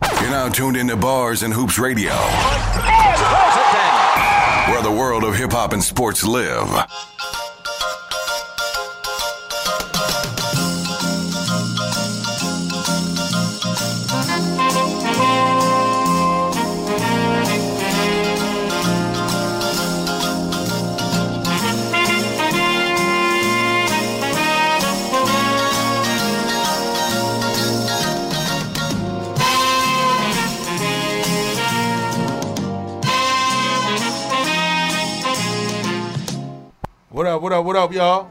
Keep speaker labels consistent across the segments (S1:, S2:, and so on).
S1: now tuned into Bars and Hoops Radio, where the world of hip hop and sports live.
S2: What up, what up, what up, y'all?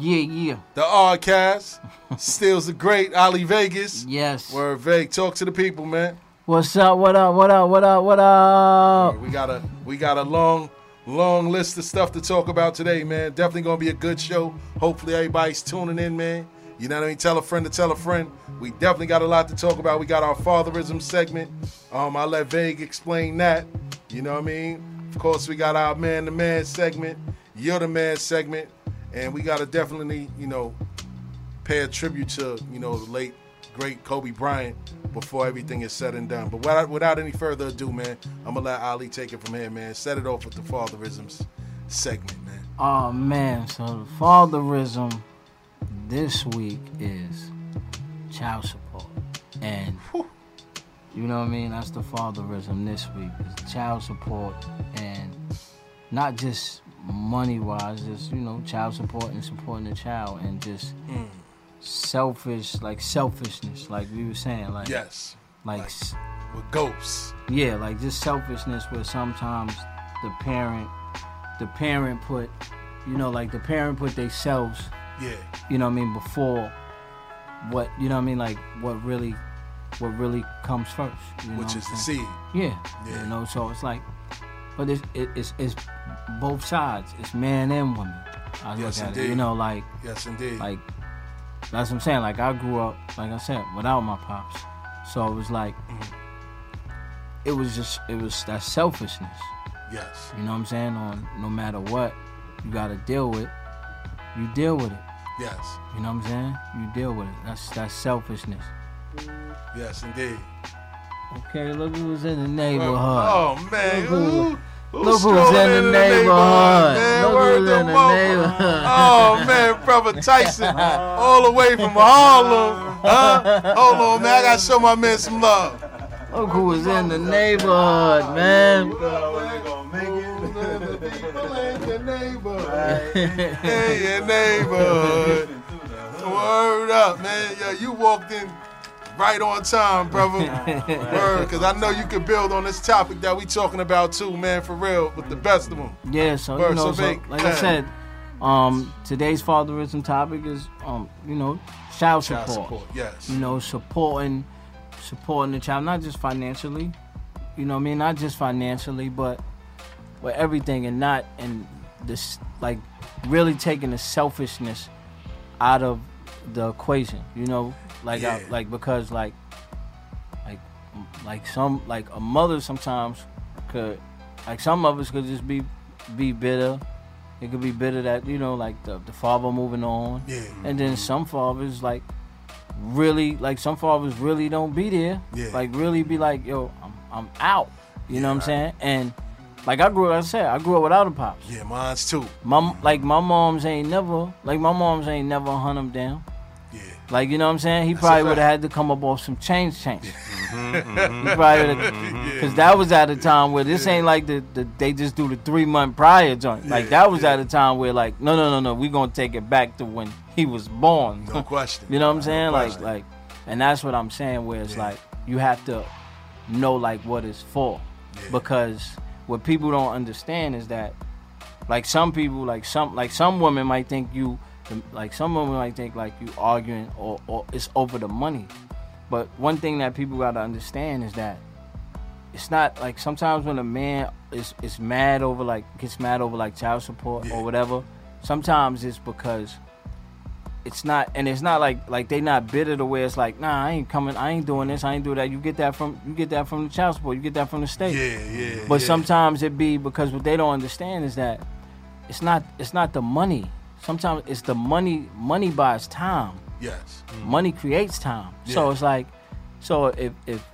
S3: Yeah, yeah.
S2: The Oddcast. Steals the great Ali Vegas.
S3: Yes.
S2: Word Veg, talk to the people, man.
S3: What's up? What up? What up? What up? What up?
S2: We got a we got a long, long list of stuff to talk about today, man. Definitely gonna be a good show. Hopefully everybody's tuning in, man. You know what I mean? Tell a friend to tell a friend. We definitely got a lot to talk about. We got our fatherism segment. Um, I let Vague explain that. You know what I mean? Of course, we got our man to man segment, you're the man segment, and we gotta definitely, you know, pay a tribute to you know the late great Kobe Bryant before everything is said and done. But without, without any further ado, man, I'm gonna let Ali take it from here, man. Set it off with the fatherisms segment, man.
S3: Oh man, so the fatherism this week is child support. And you know what I mean? That's the fatherism this week. Is child support and not just money wise, just you know, child support and supporting the child and just
S2: Mm.
S3: selfish like selfishness, like we were saying, like
S2: Yes,
S3: like
S2: like-
S3: s-
S2: with ghosts.
S3: yeah like just selfishness where sometimes the parent the parent put you know like the parent put themselves
S2: Yeah,
S3: you know what i mean before what you know what i mean like what really what really comes first you know
S2: which
S3: what
S2: is
S3: I'm
S2: the
S3: saying?
S2: seed.
S3: yeah,
S2: Yeah.
S3: you know so it's like but it's it, it's it's both sides it's man and woman i
S2: Yes,
S3: look at it you
S2: indeed.
S3: know like
S2: Yes, indeed.
S3: like that's what I'm saying. Like I grew up, like I said, without my pops. So it was like it was just it was that selfishness.
S2: yes,
S3: You know what I'm saying? On no matter what, you gotta deal with. You deal with it.
S2: yes,
S3: You know what I'm saying? You deal with it. That's that's selfishness.
S2: yes, indeed.
S3: Okay, look who was in the
S2: Well,
S3: neighborhood.
S2: oh man,
S3: Look who-
S2: who- who
S3: look who's
S2: strolling
S3: in the neighborhood.
S2: man?
S3: Look
S2: Word
S3: who's
S2: to
S3: in the
S2: mama.
S3: neighborhood.
S2: Oh man, brother Tyson, all the way from Harlem, huh? Hold on, man, I gotta show my man some love.
S3: Look who was in
S2: Oh.
S3: the neighborhood, man.
S2: People in your neighborhood. In your neighborhood. Word up, man. Yo, you walked in right on time, brother. Word, because I know you could build on this topic that we talking about too, man, for real, with the best of them.
S3: Yeah, so
S2: Word,
S3: you
S2: so
S3: know, so,
S2: big.
S3: like
S2: Yeah.
S3: I said, um, today's fatherism topic is, um, you know, child support. Mm-hmm.
S2: Child support, yes.
S3: You know, supporting, supporting the child, not just financially. You know, what I mean, not just financially, but with everything, and not and this like really taking the selfishness out of the equation. You know, like I-
S2: Yeah.
S3: like because like like like some like a mother sometimes could like some of us could just be be bitter. It could be bitter that you know like the the father moving on,
S2: Yeah,
S3: and then some fathers like really like some fathers really don't be there.
S2: Yeah.
S3: Like really be like yo, I'm I'm out. You know what I'm saying? And like I grew up, like I said I grew up without a pops.
S2: yeah, mine's too.
S3: My like my mom's ain't never like my mom's ain't never hunt him down.
S2: Yeah,
S3: Like you know what I'm saying? He probably
S2: fact.
S3: would have had to come up off some change change. He probably would have
S2: yeah.
S3: because Mm-hmm. that was at a time where this ain't like the, the they just do the three month prior joint. Like that was at a time where like no no no no we gonna take it back to when he was born.
S2: no question.
S3: you know what I'm saying? like
S2: question.
S3: like, and that's what I'm saying where it's
S2: Yeah.
S3: like you have to know like what it's for because what people don't understand is that like some people like some like some women might think you like some women might think like you arguing or, or it's over the money but one thing that people gotta understand is that it's not like sometimes when a man is is mad over like gets mad over like child support
S2: Yeah.
S3: or whatever, sometimes it's because it's not and it's not like like they not bitter to where it's like nah I ain't coming I ain't doing this I ain't do that you get that from you get that from the child support you get that from the state
S2: Yeah, yeah.
S3: but
S2: yeah.
S3: sometimes it be because what they don't understand is that it's not it's not the money sometimes it's the money money buys time
S2: Yes.
S3: money creates time. So
S2: Yeah.
S3: it's like, so if if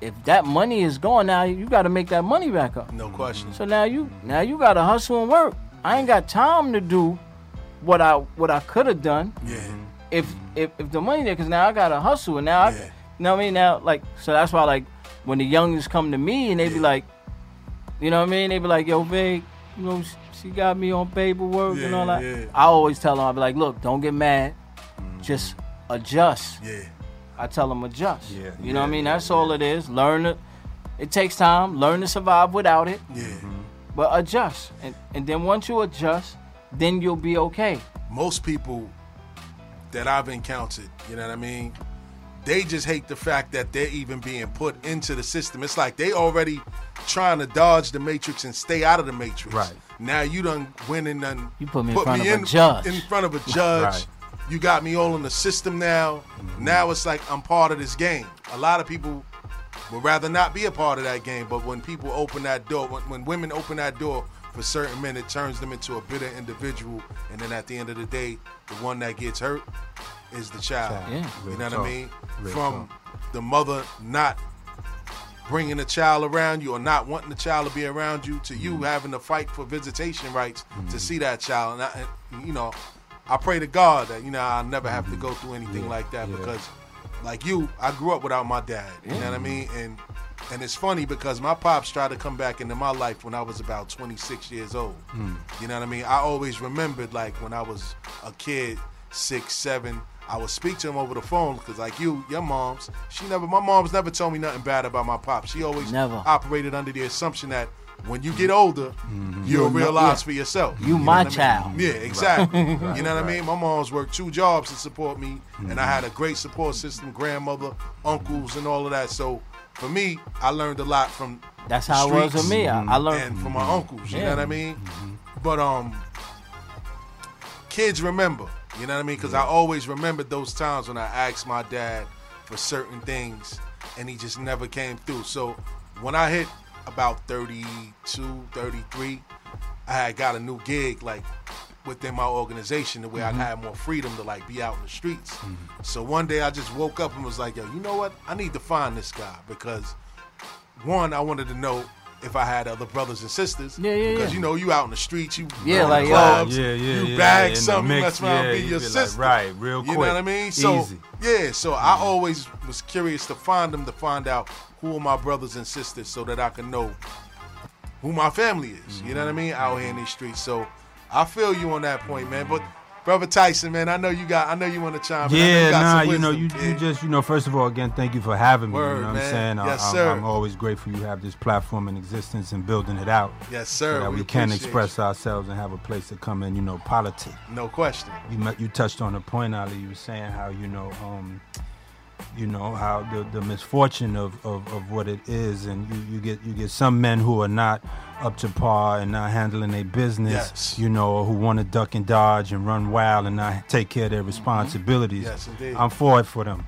S3: if that money is gone now, you got to make that money back up.
S2: No question.
S3: Mm-hmm. So now you now you got to hustle and work. I ain't got time to do what I what I could have done
S2: Yeah.
S3: if if, if the money there, because now I gotta hustle, and now I,
S2: Yeah.
S3: you know what I mean. Now like so that's why like when the youngins come to me and they be
S2: Yeah.
S3: like, you know what I mean? They be like, yo, big, you know, sh- she got me on paperwork and
S2: Yeah,
S3: all that.
S2: yeah. Mm-hmm.
S3: I always tell them, I be like, look, don't get mad, just adjust.
S2: Yeah.
S3: I tell them adjust.
S4: Yeah,
S3: you know what I
S4: yeah,
S3: mean? That's all it is. Learn it. It takes time. Learn to survive without it,
S2: Yeah.
S3: but adjust, and and then once you adjust, then you'll be okay.
S2: Most people that I've encountered, you know what I mean? They just hate the fact that they're even being put into the system. It's like they already trying to dodge the matrix and stay out of the matrix.
S4: Right.
S2: Now you done went and done
S3: You put me in front of a judge.
S2: in front of a judge.
S4: Right. Mm-hmm.
S2: You got me all in the system now. Now it's like I'm part of this game. A lot of people would rather not be a part of that game, but when people open that door, when, when women open that door for certain men, it turns them into a bitter individual. And then at the end of the day, the one that gets hurt is the child.
S3: Yeah.
S2: You
S4: Real
S2: know what
S4: talk.
S2: I mean?
S4: Real
S2: From the mother not bringing a child around you or not wanting the child to be around you to you having to fight for visitation rights to see that child and, I, and, you know i pray to god that you know i never have to go through anything like that because like you i grew up without my dad you know what i mean and and it's funny because my pops tried to come back into my life when i was about 26 years old you know what i mean i always remembered like when i was a kid six seven I would speak to him over the phone because, like you, your mom's, she never, my mom's never told me nothing bad about my pop. She always
S3: Never.
S2: operated under the assumption that when you get older,
S4: Mm-hmm.
S2: you'll realize for yourself.
S3: You
S2: what
S3: my
S2: I mean?
S3: child.
S2: Yeah, exactly. you know what I
S4: right. Mm-hmm.
S2: mean? My mom's worked two jobs to support me, and I had a great support system, grandmother, uncles, and all of that. So for me, I learned a lot from
S3: That's
S2: the
S3: how it was
S2: streets Mm-hmm.
S3: with me. I, I learned.
S2: and from my
S4: Mm-hmm.
S2: uncles. You
S3: Yeah.
S2: know what I mean? But um, kids remember. You know what I mean? Because I always remembered those times when I asked my dad for certain things, and he just never came through. So when I hit about 32, 33, I had got a new gig like within my organization, the way
S3: Mm-hmm.
S2: I had more freedom to like be out in the streets. So one day I just woke up and was like, "Yo, you know what? I need to find this guy because." one, I wanted to know if I had other brothers and sisters.
S3: Yeah, yeah,
S2: Because
S3: yeah.
S2: you know, you out in the streets, you
S3: Yeah,
S2: yeah,
S3: like,
S2: like
S3: yo,
S2: clubs,
S4: yeah, yeah,
S2: you
S4: yeah,
S2: bag
S4: in the
S2: something,
S4: mix,
S2: that's around
S4: yeah,
S2: be
S4: you
S2: your
S4: be like,
S2: sister.
S4: right, real
S2: You
S4: quick,
S2: know what I mean? So
S4: easy.
S2: yeah, so I always was curious to find them to find out who are my brothers and sisters so that I can know who my family is. You know what I mean? Out here in these streets. So I feel you on that point, man. But Brother Tyson, man, I know you got I know you want to chime in. I know
S4: Yeah,
S2: you got
S4: nah,
S2: some
S4: you know, you,
S2: wisdom,
S4: you
S2: yeah.
S4: just, you know, first of all, again, thank you for having me.
S2: Word,
S4: you know what
S2: man.
S4: I'm saying? I-
S2: Yes,
S4: I'm,
S2: sir.
S4: I'm always grateful you have this platform in existence and building it out.
S2: Yes,
S4: so
S2: sir.
S4: that we, can express ourselves and have a place to come in, you know, politics.
S2: our No question.
S4: You met, you touched on a point, Ali. You were saying how you know, um, you know how the, the misfortune of, of, of what it is, and you, you get you get some men who are not up to par and not handling their business,
S2: Yes.
S4: you know, or who want to duck and dodge and run wild and not take care of their responsibilities.
S2: Yes, indeed.
S4: I'm for it for them.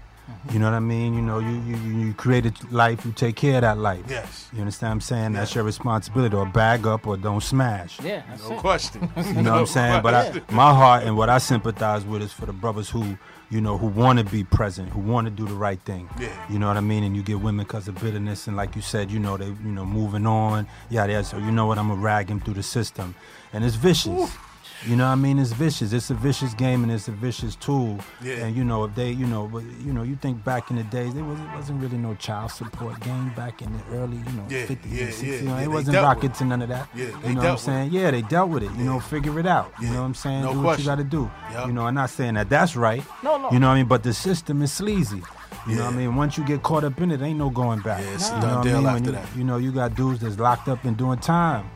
S4: You know what I mean? You know, you you, you you created life, you take care of that life.
S2: Yes.
S4: You understand what I'm saying? That's
S2: Yes.
S4: your responsibility. Or bag up or don't smash.
S3: Yeah, that's
S2: No
S3: it.
S2: question.
S4: You know what I'm saying? But I, my heart and what I sympathize with is for the brothers who, you know, who want to be present, who want to do the right thing.
S2: Yeah.
S4: You know what I mean? And you get women because of bitterness and, like you said, you know, they, you know, moving on. Yeah, yeah. So you know what? I'm gonna rag him through the system, and it's vicious. You know what I mean? It's vicious. It's a vicious game and it's a vicious tool.
S2: Yeah.
S4: And you know, if they, you know, but you know, you think back in the days, there was, it wasn't really no child support game back in the early, you know,
S2: Yeah,
S4: 50s
S2: yeah,
S4: and 60s.
S2: yeah,
S4: you know,
S2: yeah,
S4: it
S2: they
S4: wasn't
S2: dealt with
S4: rockets and none of that.
S2: Yeah, they
S4: you know
S2: dealt
S4: what I'm
S2: with it.
S4: saying? Yeah, they dealt with it. You know, figure it out. You
S2: Yeah.
S4: know what I'm saying?
S2: No
S4: do what
S2: question.
S4: you got to do.
S2: Yup.
S4: You know, I'm not saying that that's right.
S3: No, no.
S4: You know what I mean? But the system is sleazy. You know what I
S2: Yeah.
S4: mean? Once you get caught up in it, ain't no going back.
S2: Yeah, it's a
S4: You
S2: done
S4: know what
S2: deal
S4: When
S2: after
S4: you,
S2: that.
S4: You know, you got dudes that's locked up and doing time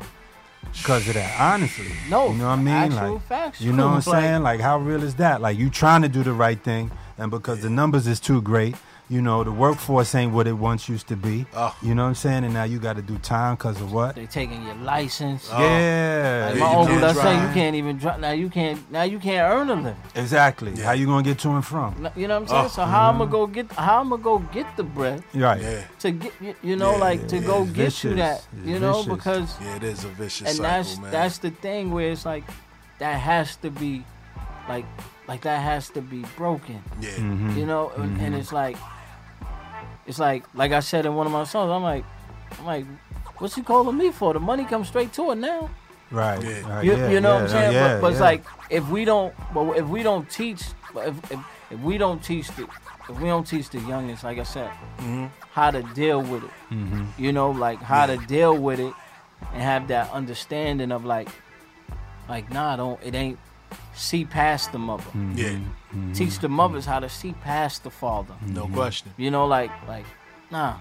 S4: because of that. Honestly,
S3: No,
S4: you know what I mean?
S3: actual
S4: like,
S3: facts,
S4: you know what I'm
S3: like-
S4: saying? Like, how real is that? Like, you trying to do the right thing, and because the numbers is too great, you know, the workforce ain't what it once used to be.
S2: Ugh.
S4: You know what I'm saying? And now you got to do time because of what?
S3: They taking your license.
S2: Oh.
S4: yeah,
S3: Like
S2: yeah,
S3: my
S2: you
S3: uncle,
S2: can't
S3: that's saying
S2: drive.
S3: you can't even drive. Now you can't. Now you can't earn a living.
S4: exactly.
S2: Yeah.
S4: How you gonna get to and from?
S3: N- You know what I'm saying?
S2: Oh.
S3: so how I'm gonna go get? How I'm gonna go get the bread
S4: Right.
S2: Yeah,
S3: to get? y- You know,
S2: Yeah,
S3: like to
S2: yeah,
S3: go
S4: it's
S3: get
S4: vicious.
S3: you that.
S4: It's
S3: You know,
S4: vicious.
S3: because
S2: yeah, it is a vicious
S3: and
S2: cycle,
S3: that's
S2: man.
S3: that's the thing where it's like that has to be, like, like that has to be broken.
S4: Mm-hmm.
S2: yeah, Mm-hmm.
S3: You know, and, and it's like it's like like I said in one of my songs, I'm like, I'm like, what's he calling me for? The money comes straight to it now.
S4: Right.
S2: Yeah.
S4: right,
S3: You,
S4: yeah,
S3: you know what I'm
S4: yeah,
S3: saying?
S4: yeah,
S3: but but it's
S4: yeah.
S3: like if we don't, but if we don't teach, but if, if, if we don't teach the, if we don't teach the youngest, like I said,
S4: Mm-hmm.
S3: how to deal with it, you know, like how to deal with it, and have that understanding of like, like nah, don't it ain't see past the mother.
S4: Mm-hmm.
S2: Yeah,
S3: Teach the mothers how to see past the father.
S4: Mm-hmm.
S2: no question.
S3: You know, like like nah,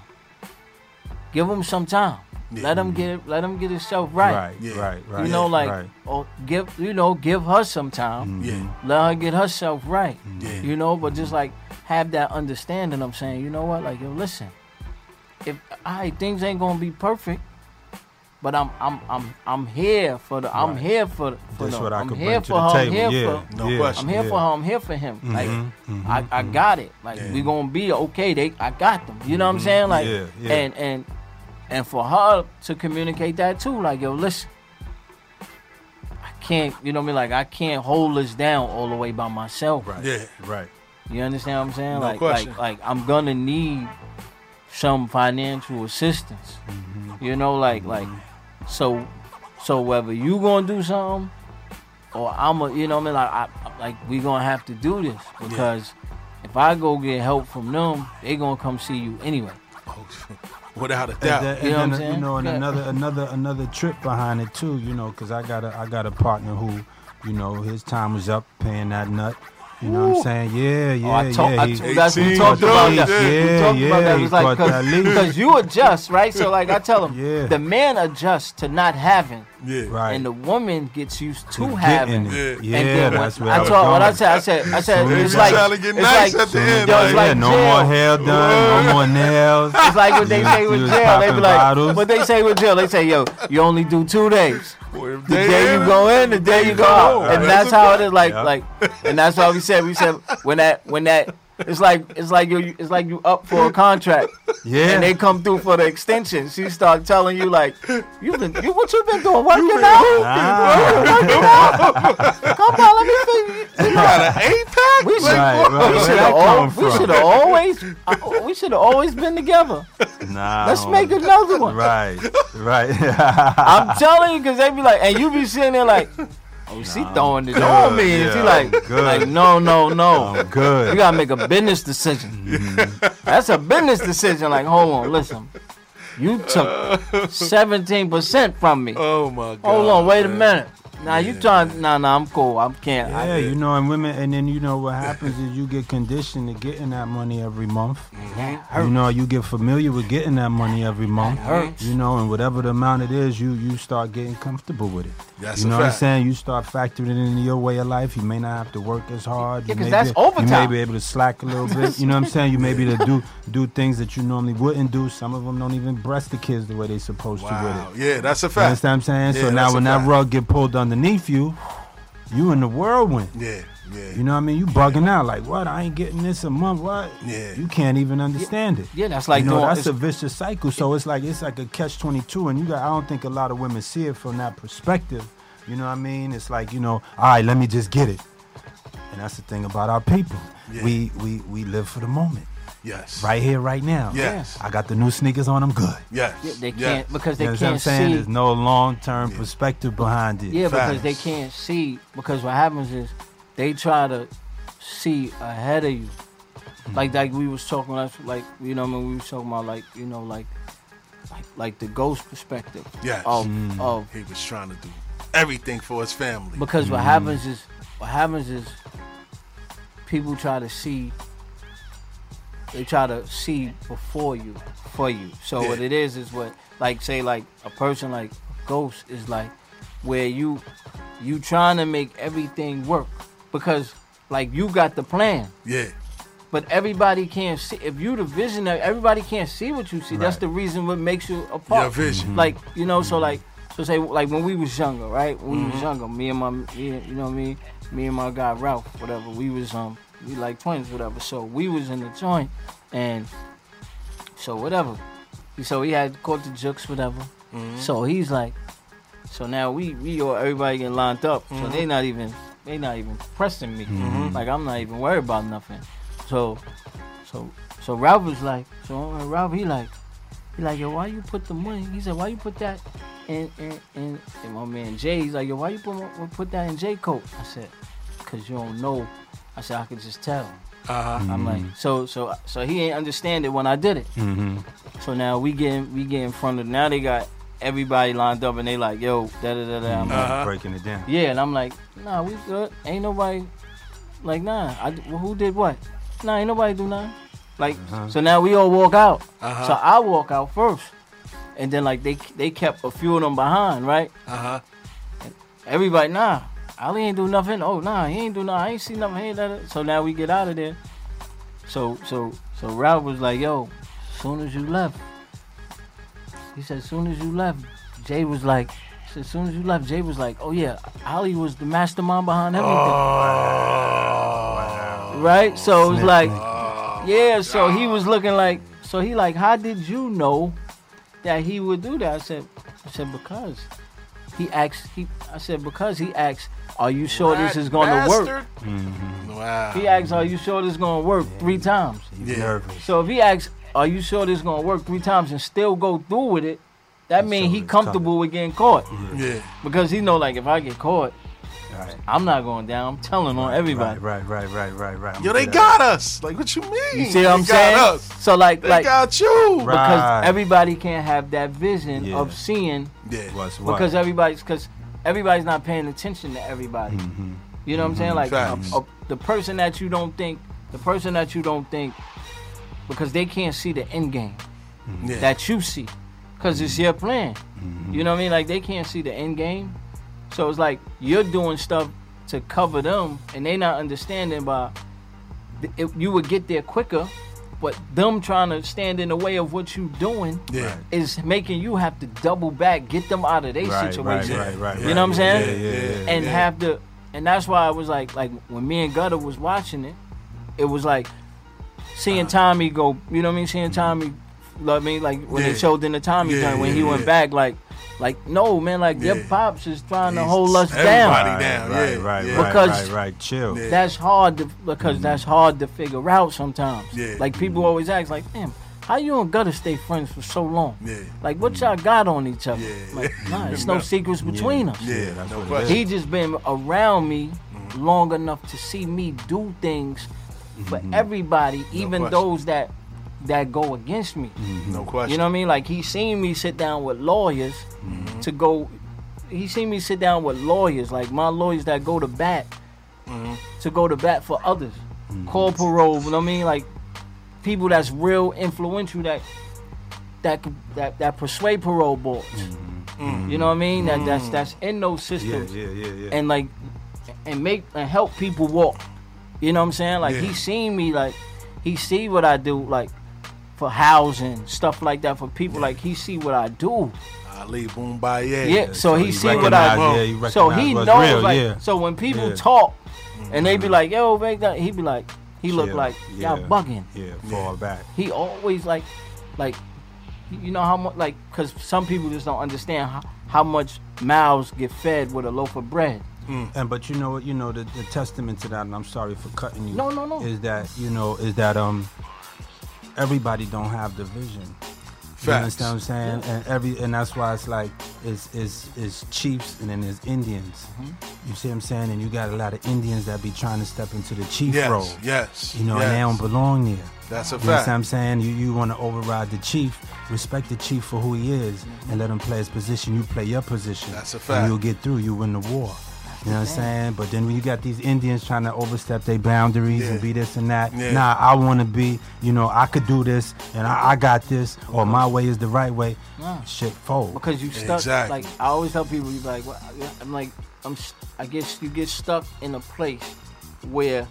S3: give him some time. Let him get let him get himself right.
S4: Right,
S2: Yeah.
S4: right, right.
S3: You know, like
S4: right. Mm.
S3: or give you know, give her some time.
S2: Yeah,
S4: Mm-hmm.
S3: Let her get herself right.
S2: Yeah.
S3: You know, but just like have that understanding. I'm saying, you know what? Like, yo, listen. If I things ain't gonna be perfect, but I'm I'm I'm I'm here for the I'm
S4: Right.
S3: here for the, for
S4: That's
S3: the,
S4: what I
S3: I'm
S4: could
S3: here
S4: bring to
S3: for
S4: the
S3: her.
S4: table.
S3: I'm here
S4: yeah,
S3: for
S2: No
S4: yeah,
S2: question.
S3: I'm here
S4: yeah.
S3: for her. I'm here for him. Like
S4: mhm,
S3: I, I got it. Like
S2: Yeah.
S3: we gonna be okay. They I got them. You know what I'm saying? Like
S4: Mm-hmm. Yeah, yeah.
S3: and and and for her to communicate that too. Like yo, listen, I can't. You know what I mean? Like I can't hold this down all the way by myself.
S4: Right,
S2: Yeah.
S4: right.
S3: You understand what I'm saying?
S2: No
S3: like
S2: question.
S3: like like I'm gonna need some financial assistance.
S4: Mm-hmm.
S3: You know, like like so so whether you gonna do something or I'm a you know what I mean like I, I- like we gonna have to do this because if I go get help from them, they gonna come see you anyway.
S2: without a
S4: And
S2: doubt.
S4: that-
S3: You know what
S4: and
S3: I'm
S4: then, you
S3: saying?
S4: know, and
S3: Yeah.
S4: another another another trip behind it too. You know, because I got a I got a partner who, you know, his time was up paying that nut. You know what I'm saying? Yeah, yeah,
S3: Oh, I talk,
S4: yeah.
S3: I,
S4: he-
S3: that's, we
S2: 18
S3: talked about
S2: drugs,
S3: that. we
S4: yeah,
S3: talked
S4: yeah,
S3: about that. It
S4: he
S3: was like,
S4: caught that leak.
S3: because you adjust, right? So, like, I tell him,
S4: Yeah.
S3: the man adjusts to not having,
S2: Yeah,
S4: right.
S3: and the woman gets used to
S4: Getting
S3: having.
S4: it.
S2: And
S4: Yeah,
S3: and then when-
S4: that's where
S3: I
S4: was
S3: told what I
S4: going.
S3: said. I said, I said,
S4: Soon
S3: it's
S4: as
S3: like,
S4: you-
S2: Trying to
S3: it's
S2: get nice
S3: like,
S2: at the
S4: Soon as
S2: end,
S3: yo,
S4: I-
S3: it's
S2: like,
S3: like
S4: yeah, no
S3: jail.
S4: more hair done, no more nails.
S3: it's like what they
S4: You-
S3: say
S4: you
S3: with
S4: was
S3: jail. They be
S4: popping
S3: like,
S4: bottles.
S3: what they say with jail. They say, yo, you only do two days.
S2: boy, if
S3: The
S2: they in
S3: day you
S2: it,
S3: go in, the day you go
S2: home.
S3: out, and
S2: That's
S3: that's
S2: a
S3: how it is. Like,
S4: Yeah.
S3: like, and that's why we said, we said when that, when that, it's like, it's like you, it's like you up for a contract,
S4: Yeah.
S3: and they come through for the extension. She start telling you like, you been, you, what you been doing? Working
S2: been
S3: out?
S4: Ah,
S3: Come on, let me feel you.
S2: you got an eight pack.
S3: We should
S4: Right, right.
S3: we
S4: Where
S3: should
S4: that
S3: have
S4: come
S3: we
S4: from?
S3: should have always uh, we should have always been together.
S4: nah,
S3: Let's
S4: homie.
S3: make another one.
S4: Oh. Right, right.
S3: I'm telling you, cause they be like, and you be sitting there like, oh, she throwing this on me, and she
S4: yeah,
S3: like,
S4: good.
S3: like no, no, no.
S4: I'm good.
S3: You gotta make a business decision.
S4: Mm-hmm.
S3: That's a business decision. Like, hold on, listen. You took seventeen percent from me.
S2: Oh my god.
S3: hold on, wait a
S2: man.
S3: minute. Now you trying? Nah, nah, I'm cool. I can't. I-
S4: Yeah, you know, and women, and then you know what happens is you get conditioned to getting that money every month. You know, you get familiar with getting that money every month.
S3: hurts.
S4: You know, and whatever the amount it is, you you start getting comfortable with it.
S2: That's
S4: you
S2: a
S4: know what I'm
S2: fact.
S4: saying. You start factoring it into your way of life. You may not have to work as hard.
S3: Yeah,
S4: You
S3: 'cause
S4: may
S3: that's
S4: be- You may
S3: overtime.
S4: be able to slack a little bit. You know what I'm saying. You may be able to do do things that you normally wouldn't do. Some of them don't even breast the kids the way they're supposed to with it.
S2: Wow. Yeah, that's a
S4: You
S2: fact.
S4: understand what I'm saying?
S2: Yeah, that's
S4: so now
S2: a
S4: when that
S2: fact.
S4: rug get pulled underneath you, you in the whirlwind.
S2: Yeah, yeah.
S4: You know what I mean? You bugging out like what? I ain't getting this a month. What?
S2: Yeah.
S4: You can't even understand it.
S3: Yeah, that's like
S4: you know,
S3: doing-
S4: that's a
S3: it's-
S4: vicious cycle. So it's like it's like a catch twenty two, and you got. I don't think a lot of women see it from that perspective. You know what I mean? It's like you know, all right, let me just get it. And that's the thing about our people.
S2: Yeah.
S4: We we we live for the moment,
S2: yes.
S4: right here, right now.
S2: Yes.
S4: I got the new sneakers on. I'm good.
S2: Yes.
S3: They can't
S2: yes.
S3: because they
S4: You know what I'm
S3: can't
S4: saying?
S3: see.
S4: There's no long term perspective behind it.
S3: Yeah,
S2: Facts.
S3: because they can't see. Because what happens is they try to see ahead of you.
S2: Hmm.
S3: Like like we was talking about, like you know, what I mean, we was talking about like you know, like like like the ghost perspective
S2: Yes. Hmm.
S3: of of
S2: He was trying to do everything for his family.
S3: because what happens is what happens is people try to see they try to see before you for you. So what
S2: Yeah.
S3: it is is what like say like a person like ghost is like where you you trying to make everything work because like you got the plan
S2: yeah.
S3: but everybody can't see if you the visionary everybody can't see what you see that's
S4: Right.
S3: the reason what makes you apart
S2: Your vision.
S3: like you know so like so say like when we was younger right when
S2: Mm-hmm.
S3: we was younger me and my me and- you know what I mean me and my guy Ralph whatever we was um we like twins whatever so we was in the joint and so whatever so he had caught the jokes whatever
S2: Mm-hmm.
S3: so he's like so now we we all everybody getting lined up.
S2: Mm-hmm.
S3: So they not even they not even pressing me. Like I'm not even worried about nothing. So so So Ralph was like, so uh, Ralph he like, he like, yo, why you put the money? He said, why you put that in in in, in my man Jay? He's like, yo, why you put my- put that in J coat? I said, cause you don't know. I said, I could just tell.
S2: Uh-huh,
S5: Uh huh.
S3: I'm like, so so so he ain't understand it when I did it.
S4: Mm-hmm.
S3: So now we get we get in front of now they got everybody lined up and they like, yo, da da da
S4: Mm.
S3: da. I'm like,
S5: Uh-huh.
S4: Breaking it down.
S3: yeah, and I'm like, nah, we good. Ain't nobody like nah. I d who did what? Nah, ain't nobody do nothing. Like
S4: Uh-huh.
S3: so now we all walk out.
S5: Uh-huh.
S3: So I walk out first, and then like they they kept a few of them behind, right?
S4: Mm-hmm.
S5: Uh
S2: uh-huh.
S5: huh.
S3: Everybody, nah, Ali ain't do nothing. Oh, nah, he ain't do nothing. I ain't see nothing. He ain't done it. So now we get out of there. So, so, so Ralph was like, yo, soon as you left, he said, soon as you left, Jay was like, he said, soon as you left, Jay was like, oh yeah, Ali was the mastermind behind
S2: Oh.
S3: everything. Right? So it was
S4: Snap,
S3: like,
S4: snap.
S3: yeah, so he was looking like, so he like, how did you know that he would do that? I said, I said because he asked. He, I said because he asked, are you sure this is going to work?
S4: Mm-hmm.
S2: Wow.
S3: He asked, are you sure this is going to work three times?
S4: He's
S2: Yeah.
S4: nervous.
S3: So if he asks, are you sure this is going to work three times and still go through with it, that
S4: He's
S3: means
S4: sure
S3: he
S4: it's
S3: comfortable with getting caught
S2: Yeah.
S3: because he know like if I get caught,
S4: Right.
S3: I'm not going down. I'm telling on everybody.
S4: Right, right, right, right, right, right.
S2: Yo, they got us. Like, what you mean?
S3: You see what I'm
S2: they
S3: saying?
S2: Got us.
S3: So like
S2: They
S3: like
S2: got you.
S4: Right.
S3: because everybody can't have that vision
S4: Yeah.
S3: of seeing
S2: Yeah.
S4: What's what?
S3: because everybody's because everybody's not paying attention to everybody.
S4: Mm-hmm.
S3: You know what I'm saying? Like a,
S2: Facts.
S3: a- the person that you don't think, the person that you don't think, because they can't see the end game
S2: Yeah.
S3: that you see, because it's your plan.
S4: Mm-hmm.
S3: You know what I mean? Like they can't see the end game, so it's like you're doing stuff to cover them, and they not understanding by th- it, you would get there quicker, but them trying to stand in the way of what you doing
S2: yeah.
S3: is making you have to double back, get them out of their
S4: right,
S3: situation,
S4: Right, right, right,
S2: You
S4: right.
S3: know what I'm saying?
S4: Yeah, yeah, yeah.
S3: and
S2: yeah.
S3: have to. And that's why I was like, like when me and Gutter was watching it, it was like seeing
S2: Uh-huh.
S3: Tommy go. You know what I mean? Seeing Tommy, love me like when
S2: Yeah.
S3: they showed in the Tommy
S2: Yeah,
S3: joint when he
S2: yeah,
S3: went
S2: yeah.
S3: back, like, like no man, like
S2: Yeah.
S3: your pops is trying to
S2: He's-
S3: hold us down.
S2: everybody-
S4: right,
S2: down,
S4: Right,
S2: yeah,
S4: right,
S2: yeah.
S4: right,
S3: Because-
S4: right, right. Chill.
S2: Yeah. Mm-hmm.
S3: That's hard to, because that's hard to figure out sometimes.
S2: Yeah. Mm-hmm.
S3: Like people always ask, like, damn, how you and Gutter stay friends for so long?
S2: Yeah. Mm-hmm.
S3: Like what y'all got on each other?
S2: Yeah.
S3: Like, nah, it's no, secrets between us.
S2: Yeah. Mm-hmm.
S4: that's
S2: no
S4: what it
S2: question.
S4: is.
S3: He just been around me long enough to see me do things for everybody, even
S2: Mm-hmm. question. Mm-hmm.
S3: those that that go against me.
S2: No question.
S3: You know what I mean? Like he seen me sit down with lawyers to go. He seen me sit down with lawyers, like my lawyers that go to bat to go to bat for others, call parole. You know what I mean? Like people that's real influential that that could- that that persuade parole boards. You know what I mean? That that's that's in those
S4: Yeah,
S3: systems
S4: yeah, yeah, yeah.
S3: and like and make and help people walk. You know what I'm saying? Like
S2: Yeah.
S3: he seen me like he see what I do like for housing stuff like that for people like he see what I do.
S2: Ali Boombaye.
S3: Yeah, so he see what I
S4: recognized- yeah, he
S3: so
S4: recognized
S3: he
S4: what's
S3: knows
S4: real,
S3: like
S4: yeah.
S3: so when people
S4: Yeah. Mm-hmm.
S3: talk and they be like yo make that he be like he look
S4: Chill.
S3: like y'all
S4: Yeah.
S3: bugging.
S4: Yeah, fall back.
S3: He always like like you know how much like because some people just don't understand how, how much mouths get fed with a loaf of bread.
S2: Mm.
S4: And but you know what? You know the, the testament to that, and I'm sorry for cutting you.
S3: No, no, no.
S4: Is that you know is that um everybody don't have the vision. You
S2: Facts.
S4: understand what I'm saying? And every and that's why it's like it's it's it's Chiefs and then there's Indians.
S3: Mm-hmm.
S4: You see what I'm saying? And you got a lot of Indians that be trying to step into the chief
S2: Yes.
S4: role.
S2: Yes.
S4: You know,
S2: yes.
S4: and they don't belong there.
S2: That's a
S4: You know what
S2: fact.
S4: I'm saying? You you want to override the chief, respect the chief for who he is, and let him play his position. You play your position.
S2: That's a
S4: and
S2: fact.
S4: you'll get through. You win the war. You know what I'm saying? But then when you got these Indians trying to overstep their boundaries
S2: Yeah.
S4: and be this and that,
S2: Yeah.
S4: nah, I want to be, you know, I could do this and I, I got this, or my way is the right way. Shit, fold.
S3: because you stuck.
S2: Exactly.
S3: Like I always tell people, you be like, well, I- I'm like, I'm. s- I guess you get stuck in a place where,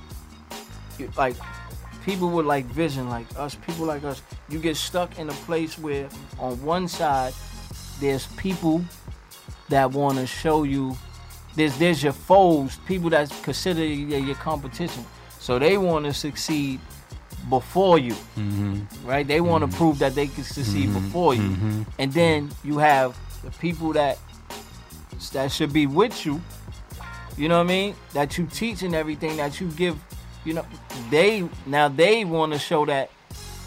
S3: you, like, people with like vision, like us, people like us, you get stuck in a place where on one side there's people that want to show you. There's there's your foes, people that consider you your- your competition, so they want to succeed before you right? They want to prove that they can succeed before you, and then you have the people that that should be with you. You know what I mean? That you teach and everything that you give, you know, they now they want to show that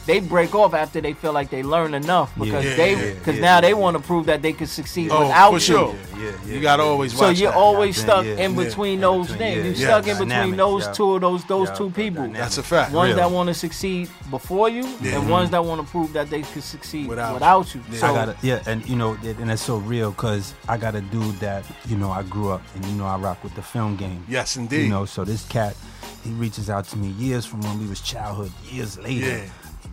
S3: they break off after they feel like they learn enough because
S4: Yeah,
S3: they
S4: yeah,
S3: because
S4: yeah,
S3: now
S4: yeah.
S3: they want to prove that they could succeed
S2: Oh,
S3: without
S2: for
S3: you.
S2: sure.
S4: Yeah, yeah, yeah,
S2: you gotta
S4: yeah.
S2: always
S3: So
S2: watch
S3: you're
S2: that.
S3: always
S4: Yeah,
S3: stuck
S4: yeah,
S3: in
S4: yeah.
S3: between
S4: In
S3: those
S4: between,
S3: things.
S4: yeah,
S3: You're
S4: yeah.
S3: stuck in between
S4: Dynamics,
S3: those
S4: yeah.
S3: two of those those
S4: Yeah,
S3: two people.
S4: dynamics.
S2: That's a fact.
S3: Ones
S4: Real.
S3: that want to succeed before you,
S2: Yeah.
S3: and ones that want to prove that they could succeed
S2: Without
S3: without,
S2: you.
S3: you.
S2: Yeah.
S3: So
S4: I got it. Yeah, and you know, it- and that's so real because I got a dude that you know I grew up and you know I rock with the film game.
S2: Yes, indeed.
S4: You know, so this cat, he reaches out to me years from when we was childhood, years later.
S2: Yeah.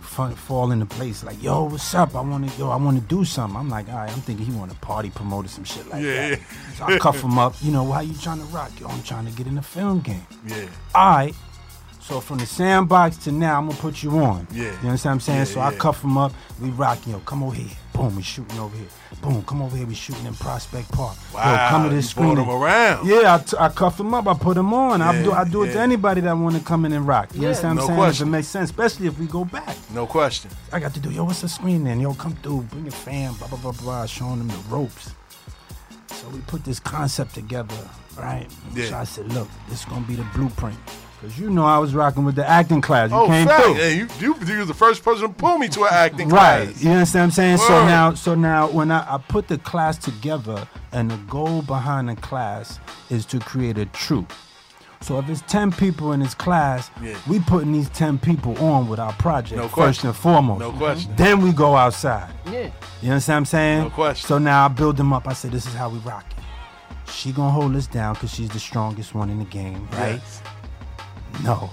S4: Fa- Fall into place like yo, what's up? I want to yo, I want to do something. I'm like, all right, I'm thinking he want to party promote or some shit like
S2: Yeah,
S4: that.
S2: yeah.
S4: So I cuff him up. You know, why you trying to rock? Yo, I'm trying to get in the film game.
S2: Yeah.
S4: all right. So from the sandbox to now, I'm gonna put you on.
S2: Yeah.
S4: You understand what I'm saying?
S2: Yeah,
S4: so I
S2: yeah.
S4: cuff him up, we rocking, yo, come over here. Boom, we shooting over here. Boom, come over here, we shooting in Prospect Park.
S2: Wow,
S4: yo, come to
S2: you
S4: this
S2: brought
S4: screen.
S2: him around.
S4: Yeah, I, t- I cuff him up, I put him on. I
S2: Yeah,
S4: do I do it
S2: yeah.
S4: to anybody that wanna come in and rock. You
S3: Yeah.
S4: understand what
S2: No
S4: I'm saying?
S2: question.
S4: If it makes sense, especially if we go back.
S2: No question.
S4: I got to do, yo, what's the screen then? Yo, come through, bring your fam, blah, blah, blah, blah, showing them the ropes. So we put this concept together, right?
S2: Yeah.
S4: So I said, look, this is going to be the blueprint. Because you know I was rocking with the acting class. You
S2: Oh,
S4: came
S2: fact.
S4: through.
S2: Yeah, you, you, you was the first person to pull me to an acting
S4: Right,
S2: class.
S4: you understand what I'm saying?
S2: Word.
S4: So now, so now, when I, I put the class together, and the goal behind the class is to create a troop. So if it's ten people in this class,
S2: Yeah.
S4: we putting these ten people on with our project
S2: No
S4: first
S2: question.
S4: and foremost.
S2: No question.
S4: Then we go outside.
S3: yeah,
S4: You understand what I'm saying?
S2: No question.
S4: So now I build them up. I say, this is how we rocking. She gonna hold us down because she's the strongest one in the game, right?
S2: Yes.
S4: No.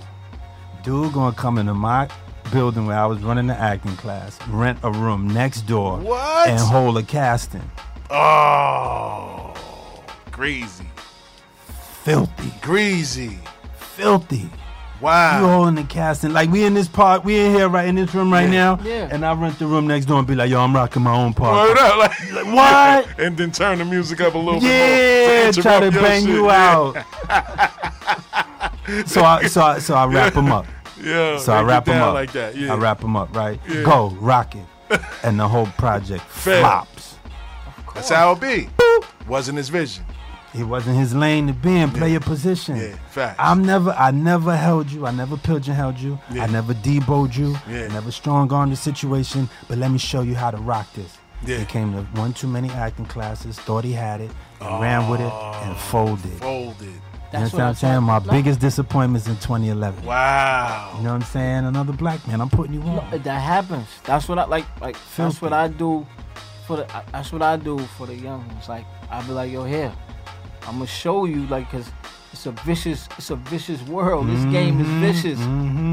S4: Dude gonna come into my building where I was running the acting class, rent a room next door,
S2: What?
S4: and hold a casting.
S2: Oh, greasy,
S4: Filthy,
S2: greasy.
S4: filthy. You
S2: Wow.
S4: holding the casting like we in this part, we in here right in this room right
S2: Yeah.
S4: now,
S3: Yeah.
S4: and I rent the room next door and be like, yo, I'm rocking my own part.
S2: Word up, like-
S4: what?
S2: and then turn the music up a little
S4: Yeah,
S2: bit more.
S4: try to
S2: interrupt your
S4: bang
S2: shit.
S4: you
S2: Yeah.
S4: out. so I so I, so I wrap him up.
S2: Yeah.
S4: So I
S2: break it
S4: wrap him
S2: down
S4: up
S2: like that. Yeah.
S4: I wrap him up. Right.
S2: Yeah.
S4: Go rock it, and the whole project
S2: Fail.
S4: flops.
S2: That's how it be. Wasn't his vision.
S4: It wasn't his lane to be in. Play your position.
S2: Yeah, facts.
S4: I'm never. I never held you. I never pigeonholed you.
S2: Yeah.
S4: I never deboed you.
S2: Yeah.
S4: I never strong armed the situation. But let me show you how to rock this.
S2: Yeah.
S4: He came to one too many acting classes. Thought he had it. And ran with it and
S2: Oh.
S4: folded.
S2: Folded.
S3: that's
S4: you know what I'm saying?
S3: talking
S4: My
S3: about.
S4: biggest disappointments in 2011. You
S2: Wow.
S4: know what I'm saying? Another black man. I'm putting you on.
S3: That happens. That's what I like. Like that's
S4: Filthy.
S3: what I do for the. I- That's what I do for the young ones. Like I be like, yo, here, I'm gonna show you. Like, cause it's a vicious. It's a vicious world. This game
S4: Mm-hmm.
S3: is vicious.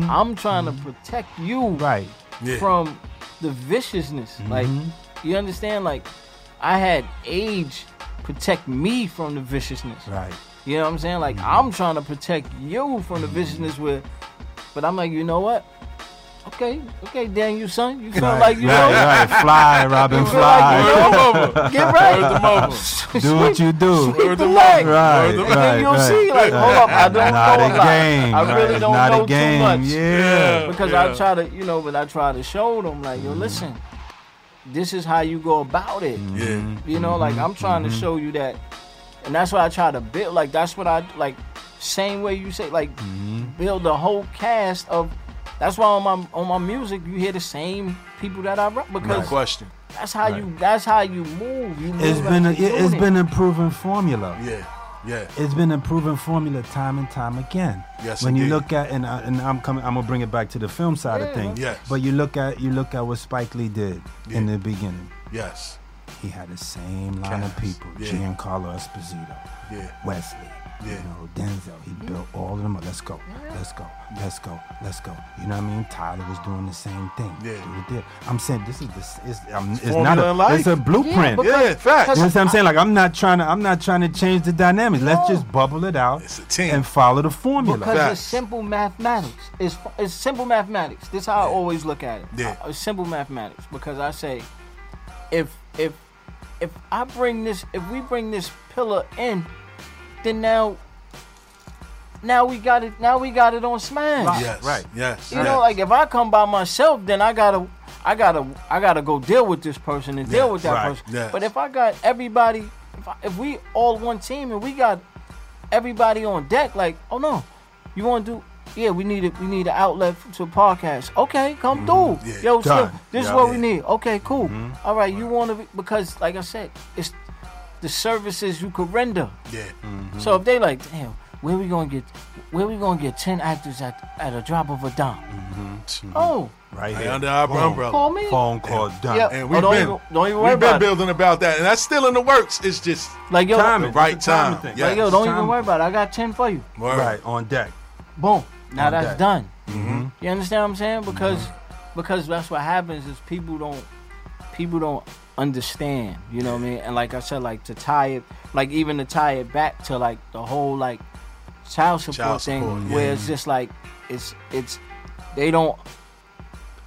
S3: I'm trying to protect you
S4: Right.
S2: Yeah.
S3: from the viciousness. Like,
S4: Mm-hmm.
S3: you understand? Like, I had age protect me from the viciousness.
S4: Right. Mm-hmm.
S3: You know what I'm saying? Like I'm trying to protect you from the viciousness with, but I'm like, you know what? Okay, okay, damn you, son. You feel
S4: Right.
S3: like you
S4: right,
S3: know,
S4: right. Fly, Robin,
S3: feel like
S4: fly.
S3: you
S2: Word them over. Word
S3: get
S2: them
S3: right.
S2: over.
S4: Do what you do.
S3: Sweep
S2: Word
S3: the
S2: them
S3: leg.
S2: over.
S4: Right,
S2: Word
S4: right,
S2: them-
S3: And then you'll
S4: right.
S3: see, like, hold up, I don't
S4: not
S3: know
S4: a
S3: a lot.
S4: game.
S3: I really
S4: right.
S3: don't
S4: not
S3: know
S4: a
S3: too
S4: game.
S3: much.
S4: Yeah.
S3: because
S2: Yeah.
S3: I try to, you know, but I try to show them, like, yo, listen, this is how you go about it.
S2: Mm-hmm. Yeah. Mm-hmm.
S3: You know, like I'm trying to show you that, and that's why I try to build. Like that's what I like. Same way you say, like
S2: Mm-hmm.
S3: build the whole cast of. That's why on my on my music you hear the same people that I rock
S2: No
S3: because
S2: question.
S3: that's how you that's how you move. You move
S4: It's
S3: like
S4: been a,
S3: a
S4: it, has
S3: unit.
S4: been a proven formula.
S2: Yeah. Yeah.
S4: It's been a proven formula time and time again.
S2: Yes,
S4: When
S2: indeed.
S4: you look at and I, and I'm coming, I'm gonna bring it back to the film side
S3: Yeah.
S4: of things.
S2: Yes.
S4: But you look at you look at what Spike Lee did in
S2: Yeah.
S4: the beginning.
S2: Yes.
S4: He had the same line of
S2: Cast,
S4: people:
S2: yeah.
S4: Giancarlo Esposito,
S2: Yeah.
S4: Wesley, you
S2: Yeah.
S4: know, Denzel.
S3: Mm-hmm.
S4: He built all of them up. Let's go, let's go, let's go, let's go. You know what I mean? Tyler was doing the same thing.
S2: Yeah.
S4: Dude, it did. I'm saying this is this is um, it's,
S2: formula
S4: not
S2: in
S4: a
S2: life.
S4: it's a blueprint.
S3: because-
S2: Yeah. Facts.
S4: You know what I'm saying? Like I'm not trying to I'm not trying to change the dynamics. Let's just bubble it out
S2: It's a team.
S4: and follow the formula.
S3: Because
S2: Facts.
S3: it's simple mathematics. It's it's simple mathematics. This is how I always look at it.
S2: Yeah.
S3: Uh, It's simple mathematics because I say, if if if I bring this, if we bring this pillar in, then now now we got it. Now we got it on Smash.
S2: Yes.
S4: Right.
S2: Yes.
S3: You
S2: yes.
S3: know, like if I come by myself, then I gotta, I gotta, I gotta go deal with this person and deal
S2: Yeah,
S3: with that
S4: right,
S3: person.
S2: yes.
S3: But if I got everybody, if, I, if we all one team and we got everybody on deck, like, oh no, you want to do? yeah, we need a, we need an outlet f- to podcast. Okay, come through.
S2: yeah,
S3: Yo,
S4: done.
S3: Slim, this is
S4: Yeah.
S3: what we need. Okay, cool. All right, you want to be, because like I said, it's the services you could render.
S2: Yeah.
S3: So if they like, damn, where we gonna get where we gonna get ten actors at at a drop of a dime?
S2: Mm-hmm.
S3: Oh,
S4: Right
S2: They
S4: here.
S2: under our
S4: Boom.
S2: umbrella.
S3: call me.
S4: Phone call done.
S3: Yeah.
S2: Oh, And
S3: Oh,
S2: we've
S3: don't
S2: been,
S3: even- don't even worry
S2: we've been
S3: about it.
S2: building about that, and that's still in the works. It's just
S3: Like yo,
S4: Timing.
S2: right
S4: It's a timing
S2: time.
S4: thing.
S2: Yeah.
S3: like yo, don't
S4: Timing.
S3: even worry about it. I got ten for you.
S2: Word.
S4: Right on deck.
S3: Boom. Now
S4: On
S3: that's
S4: deck.
S3: done.
S2: Mm-hmm.
S3: You understand what I'm saying? Because because that's what happens is people don't people don't understand. You know what I mean? And like I said, like to tie it, like even to tie it back to like the whole like child support
S2: Child
S3: thing,
S2: support, yeah.
S3: where it's just like it's it's they don't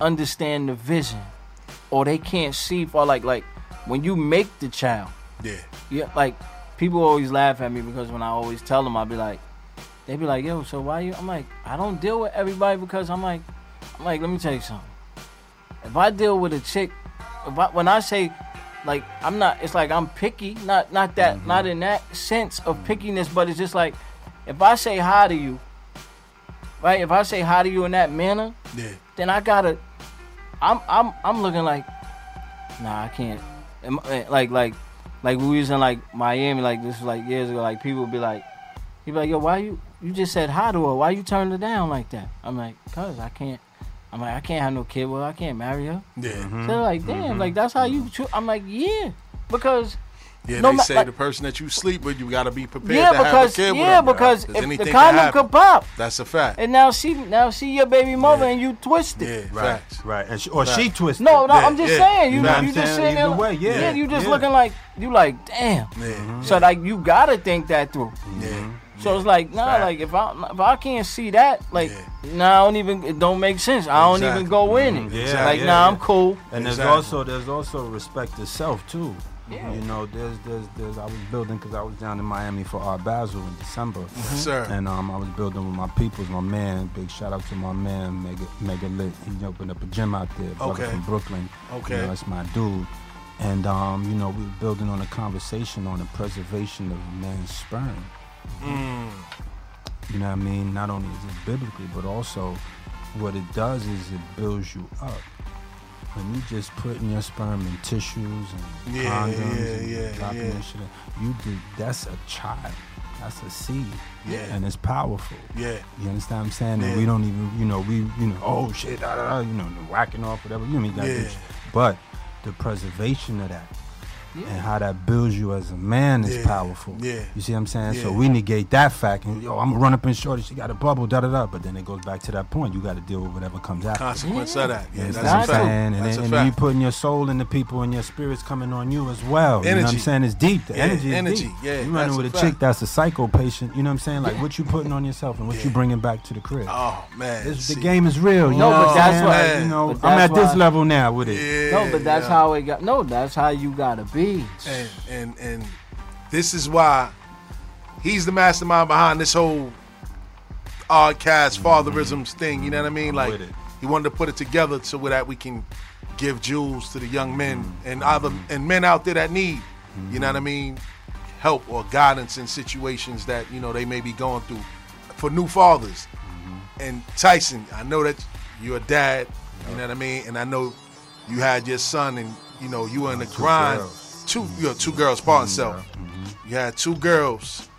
S3: understand the vision or they can't see for like like when you make the child
S2: Yeah.
S3: yeah, like people always laugh at me because when I always tell them, I'll be like, they be like, yo, so why you? I'm like, I don't deal with everybody because I'm like, I'm like, let me tell you something. If I deal with a chick, if I, when I say, like, I'm not, it's like I'm picky, not not that, not in that sense of pickiness, but it's just like, if I say hi to you, right? If I say hi to you in that manner,
S2: Yeah.
S3: then I gotta. I'm I'm I'm looking like, nah, I can't. Am- eh, Like like like we was in like Miami like this was like years ago. Like people would be like, he be like, yo, why you you just said hi to her? Why you turned her down like that? I'm like, cause I can't. I'm like, I can't have no kid. Well, I can't marry her.
S2: Yeah.
S4: Mm-hmm.
S3: So they're like, damn,
S2: Mm-hmm.
S3: like that's how you. Tr-. I'm like, yeah, because
S2: Yeah,
S3: No
S2: they
S3: ma-
S2: say
S3: like-
S2: the person that you sleep with, you gotta be prepared
S3: yeah,
S2: to
S3: because
S2: have a kid
S3: yeah,
S2: with them,
S3: because
S2: yo,
S3: if the
S2: anything
S3: condom
S2: happen.
S3: could pop,
S2: That's a fact.
S3: and now she now she your baby mother and you twisted.
S2: yeah,
S4: Right.
S2: facts.
S4: Right. And she, or she twisted.
S3: No, no,
S2: Yeah,
S3: I'm just
S2: yeah.
S3: saying. You,
S4: You know what
S3: you
S4: I'm
S3: just
S4: saying?
S3: sitting there.
S4: Either way, yeah,
S3: you just
S4: yeah.
S3: looking like you like damn.
S2: Yeah.
S4: Mm-hmm.
S3: So like you gotta think that through.
S2: Yeah.
S3: So it's like nah,
S4: Fact.
S3: like if I if I can't see that, like
S2: Yeah.
S3: nah, I don't even it don't make sense. I don't
S2: Exactly.
S3: even go in it.
S4: Mhm. Yeah,
S3: like
S4: yeah,
S3: nah, I'm
S4: yeah.
S3: cool.
S4: And there's
S2: Exactly.
S4: also there's also respect to self too.
S3: Yeah.
S4: You know, there's there's there's I was building because I was down in Miami for Art Basel in December.
S2: Sir.
S4: And um, I was building with my peoples, my man. Big shout out to my man, Mega Mega Lit. He opened up a gym out there, brother
S2: Okay.
S4: from Brooklyn.
S2: Okay.
S4: you know, that's my dude. And um, you know, we were building on a conversation on the preservation of men's sperm. You know what I mean? Not only is it biblically, but also what it does is it builds you up. When you just putting your sperm in tissues and
S2: Yeah,
S4: condoms
S2: yeah,
S4: and
S2: yeah,
S4: dropping
S2: yeah.
S4: that shit, in, you did that's a child. That's a seed.
S2: Yeah.
S4: And it's powerful.
S2: Yeah.
S4: You understand what I'm saying?
S2: Yeah.
S4: And we don't even, you know, we, you know, oh shit, da, da, da, you know, whacking off, whatever. You know, you gotta do
S2: Yeah.
S4: shit. But the preservation of that and how that builds you as a man is
S2: Yeah.
S4: powerful.
S2: Yeah.
S4: You see what I'm saying? So
S2: Yeah.
S4: we negate that fact. And, yo, I'm going to run up in shorty. She got a bubble, da da da. But then it goes back to that point. You got to deal with whatever comes after.
S2: Consequence of that. Yeah,
S4: You
S2: that's
S4: understand
S2: a fact.
S4: what I'm saying? And,
S2: That's
S4: then,
S2: a
S4: and then you
S2: fact.
S4: putting your soul in the people and your spirits coming on you as well. You know what
S2: Energy.
S4: I'm saying? It's deep. The
S2: Yeah,
S4: energy is
S2: energy.
S4: deep.
S2: Yeah,
S4: you
S2: that's
S4: running with
S2: a
S4: a
S2: fact.
S4: chick that's a psycho patient. You know what I'm saying? Like what you putting on yourself and what you bringing back to the crib.
S2: Oh man.
S4: This-
S2: see.
S4: the game is real. You
S3: No,
S4: know
S3: but
S4: what I'm
S3: that's
S4: saying?
S3: why-
S4: Like, you know,
S3: but
S4: I'm
S3: that's
S4: at this
S3: why-
S4: level now with it.
S2: Yeah,
S3: No, but that's
S2: yeah.
S3: how it got. No, that's how you gotta be.
S2: and and and this is why he's the mastermind behind this whole odd cast fatherisms thing. You know what I mean? Like
S4: Mm-hmm. with it.
S2: he wanted to put it together so that we can give jewels to the young men
S4: Mm-hmm.
S2: and other and men out there that need. You know what I mean? Help or guidance in situations that you know they may be going through for new fathers.
S4: Mm-hmm.
S2: And Tyson, I know that you're a dad. You know what I mean? And I know you had your son, and you know you were in the grind.
S4: girls. Mm-hmm.
S2: Two, you know, two girls, pardon self. You had two girls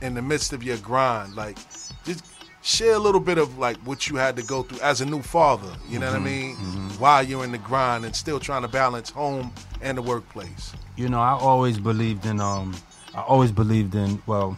S2: in the midst of your grind. Like, just share a little bit of like what you had to go through as a new father. You know what
S4: Mm-hmm.
S2: I mean? While you're in the grind and still trying to balance home and the workplace.
S4: you know, I always believed in um I always believed in well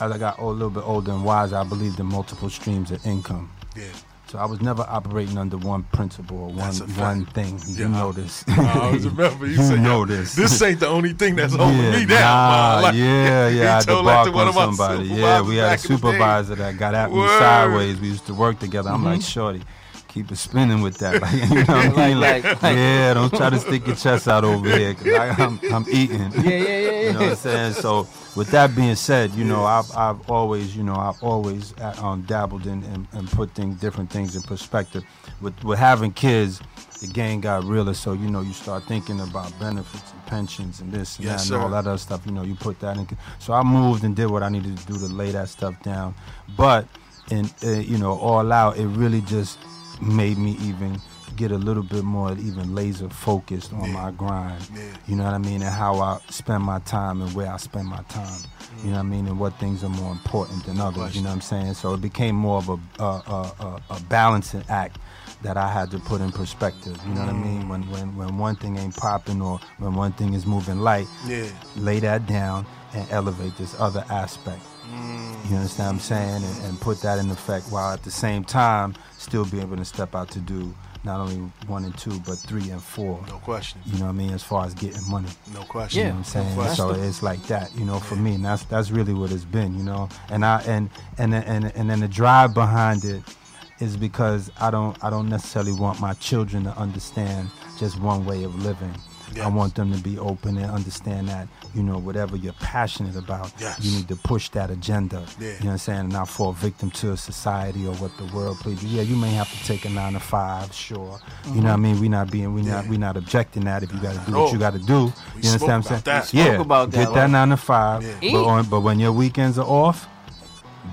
S4: as I got a little bit older and wiser, I believed in multiple streams of income.
S2: Yeah,
S4: So I was never operating under one principle or one
S2: That's a fact.
S4: one thing.
S2: Yeah,
S4: You
S2: I-
S4: know this.
S2: I always remember you,
S4: You
S2: said,
S4: know this.
S2: This ain't the only thing that's holding me down.
S4: Nah,
S2: man." Like,
S4: yeah,
S2: he
S4: yeah. I had to
S2: told that to
S4: bark
S2: one
S4: on
S2: of my
S4: somebody. Yeah, we had a
S2: supervisors back in the day.
S4: supervisor that got at me
S2: Word. Mm-hmm.
S4: sideways. We used to work together. I'm like, shorty, keep it spinning with that. Like, you know what I mean?
S3: Like-
S4: Like,
S3: like-
S4: yeah, don't try to stick your chest out over here because I'm, I'm eating.
S3: Yeah, yeah, yeah,
S4: You know what
S3: yeah.
S4: I'm saying? So, with that being said, you know, I've, I've always, you know, I've always uh, um, dabbled in and, and put things, different things in perspective. With, with having kids, the game got realer. So, you know, you start thinking about benefits and pensions and this and
S2: Yes,
S4: that and all
S2: sir.
S4: that other stuff. You know, you put that in. So I moved and did what I needed to do to lay that stuff down. But and uh, you know all out, it really just made me even get a little bit more even laser focused on my grind. You know what I mean, and how I spend my time and where I spend my time. You know what I mean, and what things are more important than others. You know what I'm saying? So it became more of a a, a, a a balancing act that I had to put in perspective. You know what I mean? When when when one thing ain't popping or when one thing is moving light,
S2: Yeah.
S4: lay that down and elevate this other aspect. You understand what I'm saying? And, and put that in effect while at the same time still be able to step out to do not only one and two, but three and four.
S2: No question.
S4: You know what I mean? As far as getting money.
S2: No
S4: You
S2: question.
S3: Yeah.
S4: know what I'm saying?
S3: That's
S4: so
S3: the-
S4: it's like that, you know, for me. And that's that's really what it's been, you know. And I and and and and then the drive behind it is because I don't I don't necessarily want my children to understand just one way of living. I
S2: Yes.
S4: want them to be open and understand that, you know, whatever you're passionate about,
S2: Yes.
S4: you need to push that agenda.
S2: Yeah.
S4: You know what I'm saying? And not fall victim to society or what the world pleases. Yeah, you may have to take a nine to five, sure. You know what I mean? We not being we not we not objecting that if you gotta do what
S2: all.
S4: you gotta
S2: We
S4: do. You
S2: spoke about
S4: understand what I'm saying?
S2: that. We
S4: Yeah,
S3: spoke about that,
S4: get that
S3: like-
S4: nine to five.
S2: Yeah.
S4: But,
S3: Eat.
S4: on, but when your weekends are off,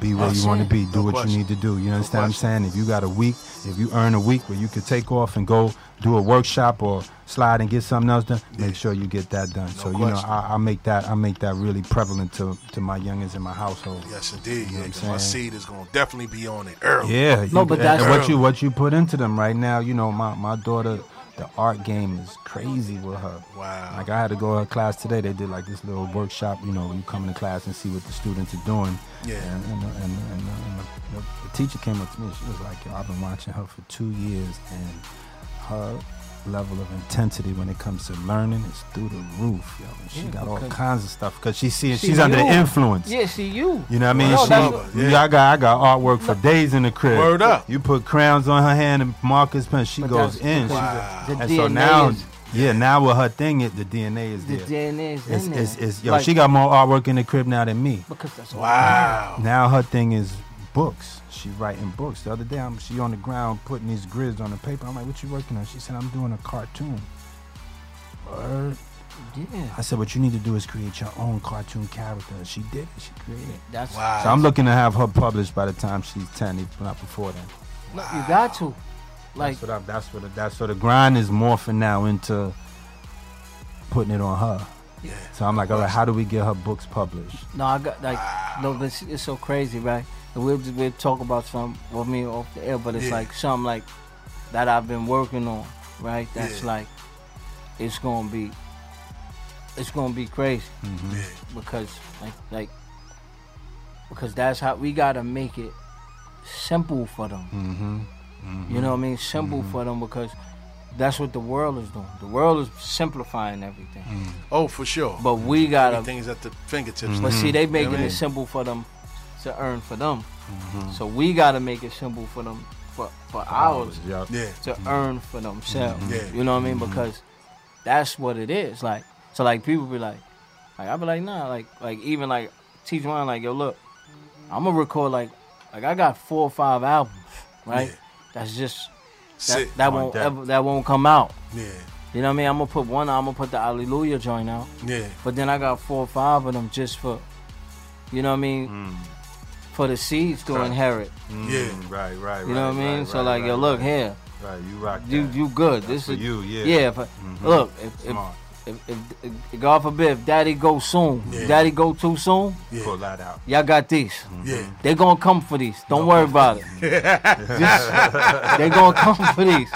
S4: be where
S3: That's
S4: you want
S3: it.
S4: to be. Do
S2: No
S4: what
S2: question.
S4: you need to do. You understand what I'm
S2: question.
S4: saying? If you got a week, if you earn a week where you could take off and go do a workshop or slide and get something else done, make sure you get that done. so you know,
S2: question.
S4: I, I make that I make that really prevalent to to my youngins in my household.
S2: Yes, indeed. yeah,
S4: You know what I'm
S2: 'cause my
S4: saying?
S2: seed is going to definitely be on it early.
S4: Yeah, you-
S3: No, but
S4: and-
S3: that's-
S4: and what you what you put into them right now. You know, my my daughter, the art game is crazy with her.
S2: Wow.
S4: Like I had to go to class today. They did like this little workshop. You know, you come into class and see what the students are doing.
S2: Yeah.
S4: And and, and, and, and the, the teacher came up to me. She was like, "Yo, I've been watching her for two years, and her." Level of intensity when it comes to learning is through the roof, yo. And She
S3: Yeah,
S4: got all
S3: because-
S4: kinds of stuff because she's seeing
S3: She
S4: she's under the
S3: knew.
S4: influence.
S3: Yeah, see you.
S4: You know what I mean?
S3: No,
S4: she,
S3: that's-
S2: Yeah.
S4: yeah, I got I got artwork for days in the crib.
S2: Word up.
S4: You put crowns on her hand and markers pen. She
S3: But
S4: goes
S3: that's
S4: in.
S3: because
S4: She's
S2: Wow.
S4: a-
S3: the
S4: and
S3: DNA
S4: so now,
S3: is-
S4: yeah, now with her thing, it, the DNA is
S3: The
S4: there.
S3: DNA is
S4: it's,
S3: in there.
S4: it's, it's- yo,
S3: Like,
S4: she got more artwork in the crib now than me.
S3: because that's all.
S2: Wow.
S4: Now her thing is books. She writing books. The other day, I'm, she on the ground putting these grids on the paper. I'm like, what you working on? She said, I'm doing a cartoon. Word.
S3: Yeah,
S4: I said, what you need to do is create your own cartoon character. She did it. She created it.
S3: that's
S2: Wow.
S4: So I'm looking to have her published by the time she's 10, if not before then.
S3: you got to. Like
S4: That's what I, that's what I, that's so the grind is morphing now into putting it on her.
S2: Yeah.
S4: So I'm like, all right, how do we get her books published?
S3: No, I got like no, but it's, it's so crazy, right? And we'll we'll talk about some with me off the air, but it's
S2: Yeah.
S3: like something like that I've been working on, right? That's
S2: Yeah.
S3: like it's gonna be it's gonna be crazy
S4: Mm-hmm.
S2: Yeah.
S3: because like like because that's how we gotta make it simple for them.
S4: Mm-hmm.
S3: You know what I mean? Simple
S2: Mm-hmm.
S3: for them because that's what the world is doing. The world is simplifying everything,
S2: Oh, for sure.
S3: but we gotta
S2: Everything's at the fingertips.
S3: But see, they making
S2: I mean?
S3: it simple for them to earn for them. So we gotta make it simple for them for for ours
S4: Yep.
S2: Yeah.
S3: to earn for themselves.
S2: Yeah.
S3: You know what I mean? Because that's what it is. Like so, like people be like, like I be like, nah, like like even like teach mine, like yo, look, I'm gonna record like like I got four or five albums, right?
S2: Yeah.
S3: That's just that,
S2: Sit.
S3: that
S4: on
S3: won't
S4: deck.
S3: ever that won't come out.
S2: Yeah.
S3: You know what I mean? I'm gonna put one. I'm gonna put the Hallelujah joint out.
S2: Yeah.
S3: But then I got four or five of them just for, you know what I mean, for the seeds to
S4: Mm. Right.
S3: inherit.
S2: Yeah.
S4: Mm-hmm. Right, right,
S3: You know what I mean? so like, yo, look here,
S4: Right, you rock
S3: you you good. this
S4: That's for
S3: is
S4: you, yeah.
S3: if
S4: Mm-hmm.
S3: I- look, if if,
S4: Smart.
S3: if, if, if- God forbid, if Daddy go soon,
S2: Yeah.
S3: Daddy go too soon,
S4: Pull that out.
S3: y'all got these.
S4: Mm.
S2: Yeah.
S4: Mm-hmm.
S3: They gonna come for these. Don't worry about it. Just- they gonna come for these.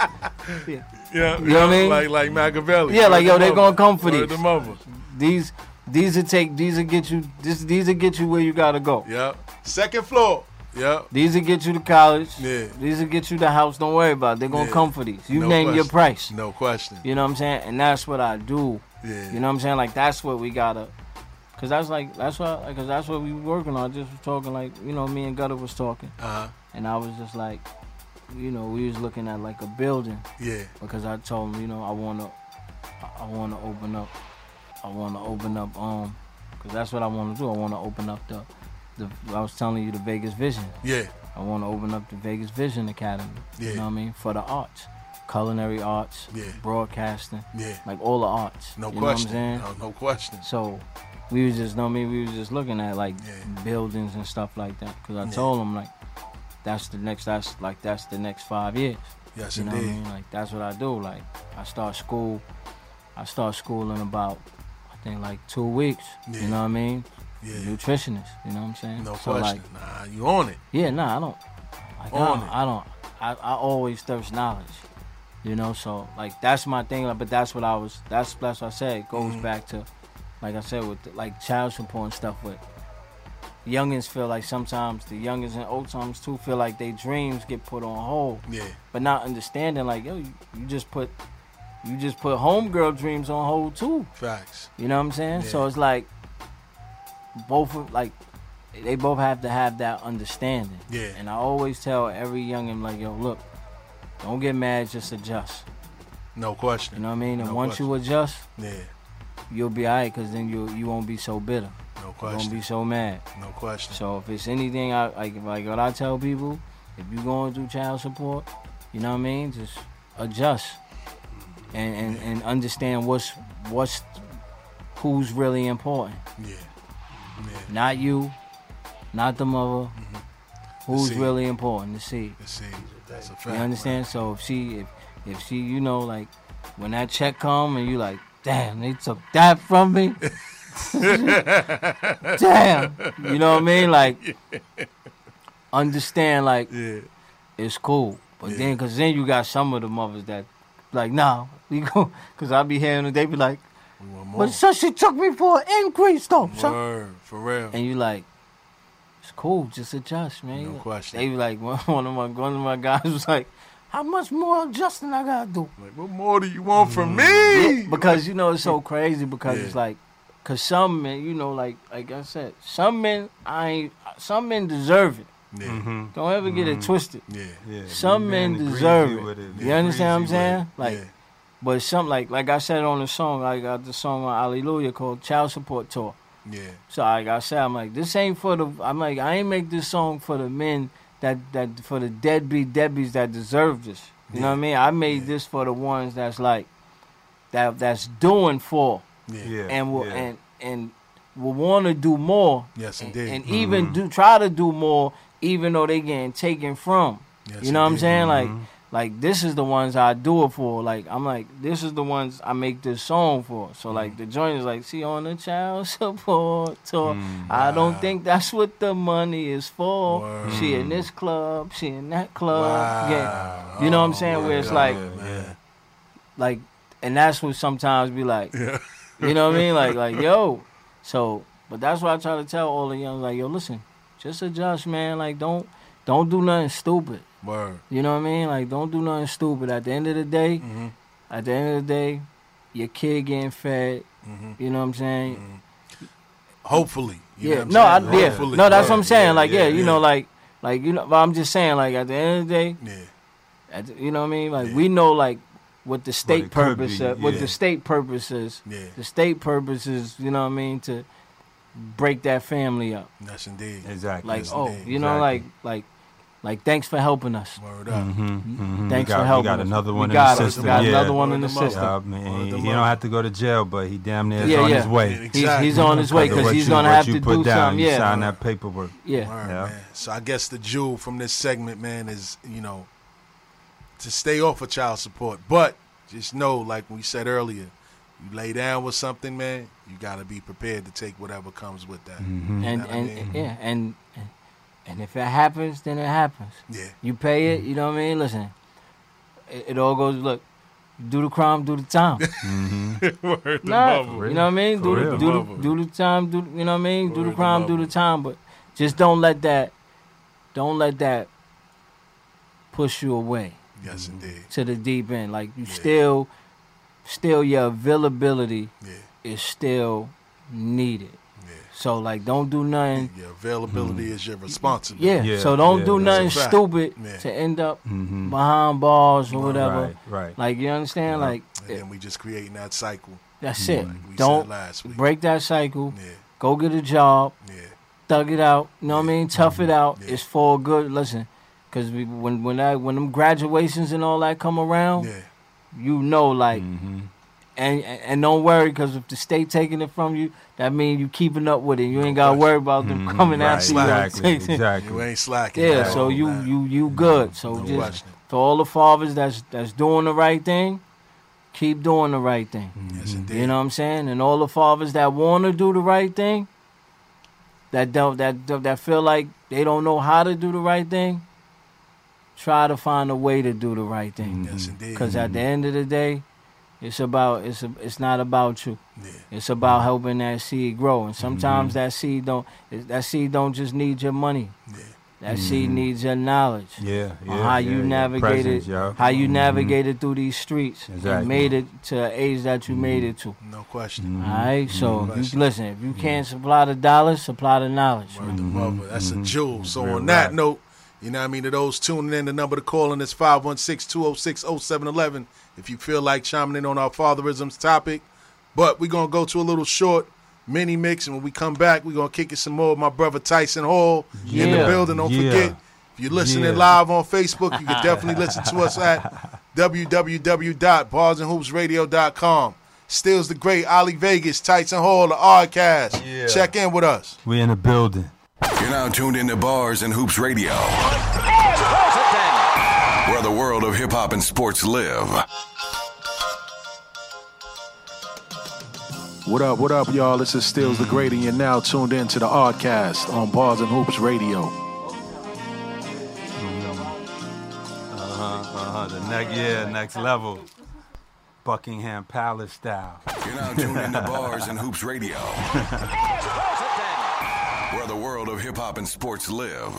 S2: Yeah.
S3: You know what I mean?
S2: Like like Machiavelli.
S3: Yeah, like,
S2: Word
S3: yo,
S2: the
S3: they
S2: mother.
S3: gonna come for
S2: Word
S3: these.
S2: the mother.
S3: These these will take these will get you this these will get you where you gotta go.
S2: Yep. Second floor. Yep.
S3: These will get you to college.
S2: Yeah.
S3: These will get you the house. Don't worry about it. They're gonna
S2: Yeah.
S3: come for these. You
S2: No
S3: name your
S2: question.
S3: price.
S2: No question.
S3: You know what I'm saying? And that's what I do.
S2: Yeah.
S3: You know what I'm saying? Like that's what we gotta. Cause that's like that's what like, cause that's what we were working on. I just was talking like you know me and Gutter was talking,
S2: Uh huh.
S3: and I was just like, you know, we was looking at like a building
S2: Yeah.
S3: because I told him you know I wanna, I- I wanna open up, I wanna open up um, cause that's what I wanna do. I wanna open up the, the I was telling you the Vegas Vision.
S2: Yeah.
S3: I want to open up the Vegas Vision Academy.
S2: Yeah.
S3: You know what I mean? For the arts, culinary arts,
S2: Yeah.
S3: broadcasting,
S2: Yeah.
S3: like all the arts.
S2: No
S3: you
S2: question.
S3: Know what I'm saying?
S2: no, no question.
S3: So we was just, know what I mean? We was just looking at like
S2: Yeah.
S3: buildings and stuff like that. Cause I
S2: Yeah.
S3: told him like, that's the next that's like that's the next five years.
S2: Yes,
S3: You know what I
S2: indeed.
S3: mean? Like that's what I do. Like I start school, I start school in about I think like two weeks.
S2: Yeah.
S3: You know what I mean?
S2: Yeah.
S3: Nutritionist. You know what I'm saying?
S2: No
S3: so
S2: question.
S3: like
S2: nah, you on it.
S3: yeah, nah, I don't. Like, I
S2: On
S3: don't.
S2: it.
S3: I don't. I, I always thirst knowledge. You know, so like that's my thing. Like, but that's what I was. That's that's what I said. It
S2: Mm-hmm.
S3: goes back to, like I said, with the, like child support and stuff. With youngins feel like sometimes the youngins and old times too feel like their dreams get put on hold,
S2: Yeah.
S3: but not understanding like yo, you, you just put, you just put homegirl dreams on hold too.
S2: Facts.
S3: You know what I'm saying?
S2: Yeah.
S3: So it's like both of like they both have to have that understanding.
S2: Yeah.
S3: And I always tell every youngin like, yo, look, don't get mad, just adjust.
S2: No
S3: You
S2: question.
S3: know what I mean? And
S2: No
S3: once you adjust,
S2: Yeah.
S3: you'll be alright, cause then you you won't be so bitter.
S2: No
S3: You won't
S2: question.
S3: be so mad.
S2: No question.
S3: So if it's anything I like like what I tell people, if you going through child support, you know what I mean, just adjust. And and, and understand what's what's who's really important.
S2: Yeah. Yeah.
S3: not you, not the mother. Who's
S2: seed.
S3: really important to see?
S2: Let's see. That's a fact.
S3: You understand? So if she, if if she, you know, like when that check come and you like, damn, they took that from me. damn, you know what I mean? Like, understand, like
S2: Yeah.
S3: it's cool, but
S2: Yeah.
S3: then, cause then you got some of the mothers that, like, nah, we go, cause I be hearing them, they be like,
S2: We want more.
S3: but so she took me for an increase though. So
S2: Word. For real.
S3: and you like, it's cool, just adjust, man.
S2: No
S3: You-
S2: question.
S3: They be like one one of my one of my guys was like, how much more adjusting I gotta do?
S2: Like, what more do you want from me?
S3: Mm-hmm. Because you know it's so crazy because
S2: Yeah.
S3: it's like, cause some men, you know, like like I said, some men I ain't, some men deserve it.
S2: Yeah.
S4: Mhm.
S3: Don't ever get it twisted.
S2: Yeah.
S4: Yeah,
S3: Some
S4: you
S3: men
S4: been
S3: deserve
S4: greasy
S3: it.
S4: with
S3: You understand what I'm saying? Like,
S2: yeah.
S3: but some like like I said on the song, I got the song on Hallelujah called "Child Support Tour."
S2: Yeah.
S3: So like I said, I'm like, this ain't for the. I'm like, I ain't make this song for the men that that for the deadbeat deadbeats that deserve this. You know what I mean? I made this for the ones that's like, that that's doing for
S2: Yeah.
S4: Yeah,
S3: and will
S4: yeah.
S3: and and will want to do more.
S2: Yes,
S3: and,
S2: indeed.
S3: and even do try to do more, even though they getting taken from.
S2: Yes,
S3: you know what I'm
S2: indeed.
S3: saying?
S2: Mm-hmm.
S3: Like. Like this is the ones I do it for. Like I'm like this is the ones I make this song for. So
S2: Mm.
S3: like the joint is like, see on the child support tour.
S2: Mm,
S3: I don't think that's what the money is for.
S2: Word.
S3: She in this club, she in that club.
S2: Wow. Oh,
S3: Yeah, you know what I'm saying? Where it's
S4: Yeah,
S3: like,
S4: yeah, yeah.
S3: like, and that's what sometimes be like, you know what I mean? Like, like yo. So, but that's why I try to tell all the young like, yo, listen, just adjust, man. Like, don't, don't do nothing stupid.
S2: Word.
S3: You know what I mean? Like, don't do nothing stupid. At the end of the day,
S2: Mm-hmm.
S3: at the end of the day, your kid getting fed. You know what I'm saying?
S2: Mm-hmm. Hopefully. You
S3: yeah,
S2: know what
S3: no,
S2: I'm
S3: I,
S2: saying?
S3: yeah,
S2: Hopefully.
S3: no, that's
S4: Yeah,
S3: what I'm saying.
S4: yeah,
S3: like, yeah,
S4: yeah,
S3: you
S2: yeah.
S3: know, like, like you know, but I'm just saying, like, at the end of the day,
S2: Yeah.
S3: at the, you know what I mean? Like,
S2: Yeah.
S3: we know, like, what the state
S4: it could
S3: purpose,
S4: be,
S3: uh, what
S2: yeah.
S3: the state purpose is.
S2: Yeah.
S3: The state purpose is, you know what I mean, to break that family up.
S2: Yes, indeed.
S4: Exactly.
S3: Like,
S2: Yes,
S3: oh,
S2: indeed.
S3: you know, like,
S4: Exactly.
S3: like, like, thanks for helping us.
S2: Word up.
S3: Mm-hmm.
S4: Mhm, mhm.
S3: Thanks
S4: we got,
S3: for helping.
S4: We got
S3: us.
S4: another one
S3: We
S4: in
S3: got us.
S4: the
S3: We
S4: system.
S3: got
S4: yeah.
S3: another one in the
S2: Word them up.
S3: system.
S4: Yeah,
S2: Word
S4: man, he
S2: them
S4: don't
S2: up.
S4: have to go to jail, but he damn near is
S3: Yeah,
S4: on
S3: yeah.
S4: his way.
S2: Exactly.
S3: He's, he's on his way
S4: Because
S3: because
S4: what
S3: he's
S4: you-
S3: gonna
S4: what
S3: have
S4: you
S3: to
S4: put
S3: do
S4: down,
S3: something.
S4: You
S3: Yeah,
S4: sign that paperwork.
S3: yeah,
S2: Word,
S4: Yeah.
S2: man. So I guess the jewel from this segment, man, is you know to stay off of child support, but just know, like we said earlier, you lay down with something, man, you gotta be prepared to take whatever comes with that. You
S3: and
S4: Mm-hmm.
S2: know
S3: and,
S2: what I mean?
S3: yeah, and and if it happens, then it happens.
S2: yeah,
S3: You pay it. You know what I mean? Listen, it, it all goes. Look, do the crime, do the time. Nah, you know what I mean? Do
S4: real.
S3: the, do the do the time. Do the- you know what I mean? Do
S2: Word
S3: the
S2: to
S3: crime, do
S2: mother.
S3: the time. But just don't let that, don't let that push you away.
S2: yes, indeed,
S3: to the deep end. Like you still, still your availability
S2: yeah,
S3: is still needed.
S2: yeah.
S3: So like, don't do nothing.
S2: Your availability is your responsibility.
S3: Mm-hmm. Yeah.
S4: Yeah,
S3: so don't
S4: yeah,
S3: do
S4: that's
S2: a
S3: nothing
S2: fact.
S3: stupid
S2: Yeah. Mm-hmm.
S3: to end up
S4: Mhm.
S3: behind bars or whatever.
S4: Right, right.
S3: Like you understand? Like
S2: And then we just creating that cycle.
S3: that's it.
S2: Like we
S3: don't
S2: said last week.
S3: break that cycle.
S2: Yeah,
S3: Go get a job.
S2: yeah,
S3: thug it out. You know what I mean? Tough it out.
S2: Mm-hmm. Yeah.
S3: It's for good. Listen, because we, when when that when them graduations and all that come around,
S2: yeah.
S4: Mm-hmm.
S3: you know, like
S2: Mm-hmm.
S3: and and, and don't worry because if the state taking it from you, that means you keeping up with it. You ain't got to worry about them
S4: Mhm,
S3: coming
S2: Mm-hmm.
S4: right,
S3: after you. and
S4: Exactly,
S3: taking-
S2: You
S4: exactly.
S2: ain't slacking.
S3: Yeah,
S2: at
S3: so
S2: all,
S3: you
S2: man.
S3: you you good. So
S2: No
S3: just
S2: question.
S3: to all the fathers that's that's doing the right thing, keep doing the right thing.
S2: Yes, indeed.
S3: Mm-hmm. You know what I'm saying? And all the fathers that want to do the right thing, that don't that don't- that feel like they don't know how to do the right thing, try to find a way to do the right thing.
S2: Yes, indeed.
S3: Because at the end of the day, it's about it's it's not about you.
S2: Yeah.
S3: It's about helping that seed grow. And sometimes that seed don't that seed don't just need your money. That seed needs your knowledge
S4: Yeah, yeah.
S3: on how
S4: yeah,
S3: you
S4: yeah.
S3: navigated
S4: Presence, yo.
S3: how you
S4: Mhm.
S3: navigated through these streets
S4: Exactly. Mm-hmm.
S3: and made it to the age that you made it to.
S2: No question.
S3: All right, so
S2: Mhm.
S3: you, listen. If you can't supply the dollars, supply the knowledge.
S2: Word
S3: man.
S2: to mother. That's a jewel. So
S4: Mm-hmm. Real
S2: on that
S4: rap.
S2: note, you know what I mean? To those tuning in, the number to call in is 516-206-0711 if you feel like chiming in on our fatherisms topic. But we're going to go to a little short mini mix, and when we come back, we're going to kick it some more with my brother Tyson Hall in the
S3: Yeah.
S2: building. Don't
S4: Yeah.
S2: forget, if you're listening
S4: Yeah.
S2: live on Facebook, you can definitely listen to us at www.barsandhoopsradio.com. Stills the Great, Ollie Vegas, Tyson Hall, the Oddcast.
S4: Yeah.
S2: Check in with us.
S4: We in the building.
S1: You're now tuned into Bars and Hoops Radio, where the world of hip hop and sports live.
S5: What up, what up, y'all? This is Stills the Great, and you're now tuned in to the Oddcast on Bars and Hoops Radio.
S2: Uh,
S4: Uh-huh, the next, yeah, next level. Buckingham Palace style.
S1: You're now tuned into Bars and Hoops Radio, where the world of hip hop and sports live.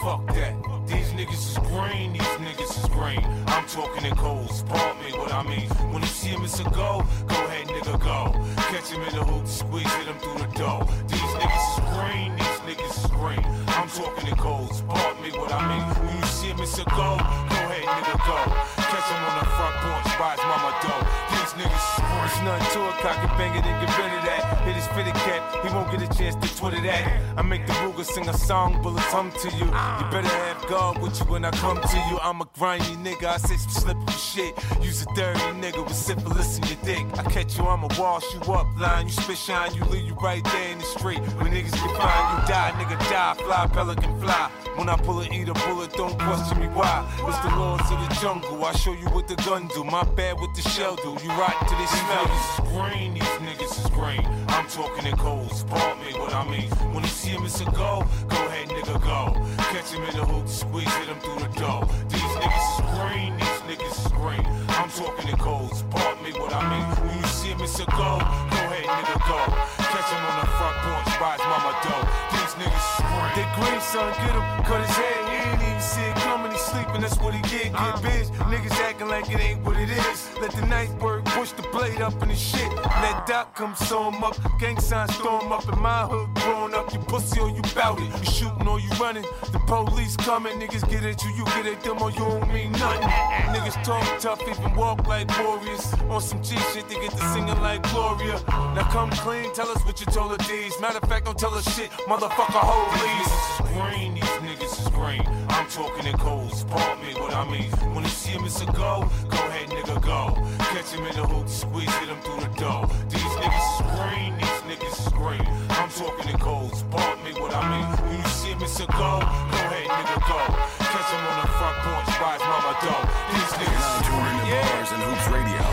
S6: Fuck that. These niggas is green, these niggas is green. I'm talking in codes, ball me what I mean. When you see him, it's a go. Go ahead, nigga, go. Catch him in the hoop, squeeze hit him through the door. These niggas is green, these niggas is green. I'm talking in codes, ball me what I mean. When you see him, it's a go. Go ahead, nigga, go. Catch him on the front porch, rise mama dough. These niggas is green. It's nothing to it, cock it, bang it, and get rid of that. Hit his fitted cap, he won't get a chance to Twitter that. I make the Ruger sing a song, bullets hum to you. You better have God with you when I come to you. I'm a grimy nigga, I say some slippery shit. Use a dirty nigga with syphilis in your dick. I catch you, I'ma wash you up, line you spit shine, you leave you right there in the street. When niggas get fine, you die, nigga die, fly, pelican fly. When I pull it, eat a bullet, don't question me why. It's the lords of the jungle, I show you what the gun do. My bad with the shell do, you rotten to this smell. These niggas is green, these niggas is green. I'm talking in codes, ball me what I mean. When you see him, it's a go, go ahead, nigga, go. Catch him in the hoop, squeeze, hit him through the door. These niggas is green, these niggas is green. I'm talking in codes, ball me what I mean. When you see him, it's a go, go ahead, nigga, go. Catch him on the front porch, rise mama dough. These niggas is green. They green, son, get him, cut his head, he ain't even see it coming, he sleeping, that's what he get, get bitch. Niggas acting like it ain't what it is. Let the night bird push the blade up in the shit. Let Doc come sew him up, gang sign storm up in my hood, growing up, you pussy or you bout it. You shooting or you running, the police coming, niggas get at you, you get at them or you don't mean nothing. Niggas talk tough, even walk like warriors. On some G shit, they get to singing like Gloria. Now come clean, tell us what you told her these. Matter of fact, don't tell us shit, motherfucker, hold these. Green, these niggas is green. I'm talking in codes, ball me what I mean. When you see him, it's a go, go ahead, nigga, go. Catch him in the hoop, squeeze, hit him through the door. These niggas is green, these niggas is green. I'm talking in codes, ball me what I mean. When you see him, it's a go, go ahead, nigga, go. Catch him on the front porch, rise mama dough. These
S1: You're
S6: niggas
S1: now
S6: is
S1: tuned
S6: green,
S1: into
S6: yeah.
S1: Bars and Hoops Radio,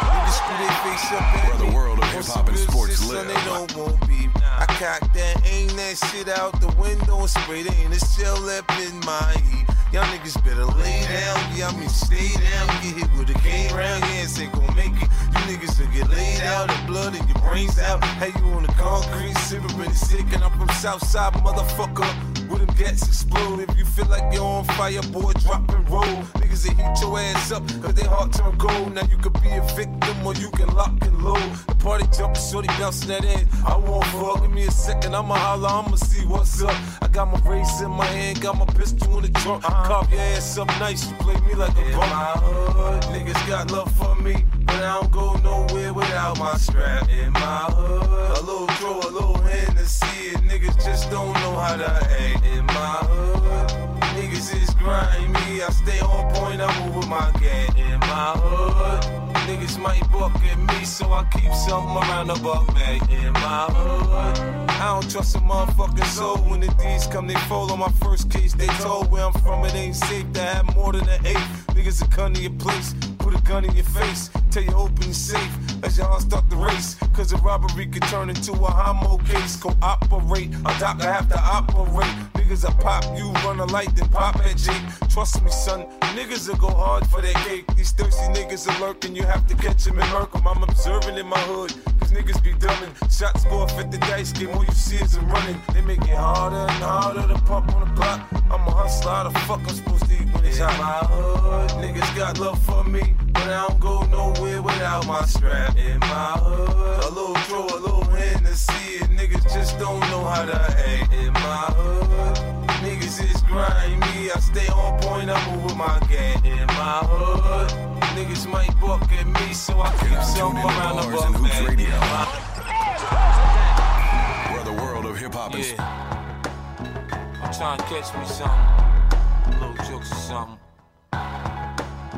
S7: Niggas screw their face up
S1: where the world of hip hop and sports
S7: Son, they
S1: live.
S7: don't want beef. I cock that, aim that shit out the window and spray the inner shell up in my heat. Y'all niggas better lay down, yeah, I mean stay down. Get hit with a cane round, yeah, it's ain't gon' make it. You niggas will get laid out, the blood and your brains out. Hey, you on the concrete, sipping really sick, and I'm from Southside, motherfucker. With them gats explode, if you feel like you're on fire, boy, drop and roll. Niggas they heat your ass up, cause they heart turn cold. Now you could be a victim or you can lock and load. The party jump, shorty bouncing that in. I won't fuck, give me a second, I'ma holler, I'ma see what's up. I got my race in my hand, got my pistol in the trunk. Cop your ass up nice, you play me like a bum. My hood, niggas got love for me, but I don't go nowhere without my strap. In my hood, a little throw, a little hand to see it. Niggas just don't know how to act. In my hood, Niggas is grimy. I stay on point, I move with my gang in my hood. Niggas might buck at me, so I keep something around the buck bag in my hood. I don't trust a motherfucking soul. When the D's come, they fold on my first case. They told where I'm from, it ain't safe to have more than an eight. Niggas will come to your place, put a gun in your face, till you open the safe as y'all start the race. Cause a robbery could turn into a homo case. Cooperate, a doctor have to operate. Niggas will pop you, run a light, then pop at Jake. Trust me, son, niggas will go hard for that cake. These thirsty niggas are lurking, you have to catch them and murk 'em. I'm observing in my hood, cause niggas be dumbing. Shots go off at the dice game, all you see is them running. They make it harder and harder to pump on the block. I'm a hustler, how the fuck I'm supposed to eat when it's hot. My hood, niggas got love for me, but I don't go nowhere without my strap. In my hood, a little throw, a little hand to see it. Niggas just don't know how to act. In my hood, niggas is grimy. I stay on point, I move with my gang. In my hood, niggas might buck at me, so I keep
S1: You're
S7: some
S1: tuned into
S7: around the
S1: Bars
S7: buck
S1: and Hoops
S7: bag.
S1: Radio,
S7: In my-
S1: where the world of hip hop and sports.
S6: Yeah. I'm trying to catch me something. Little jokes or something.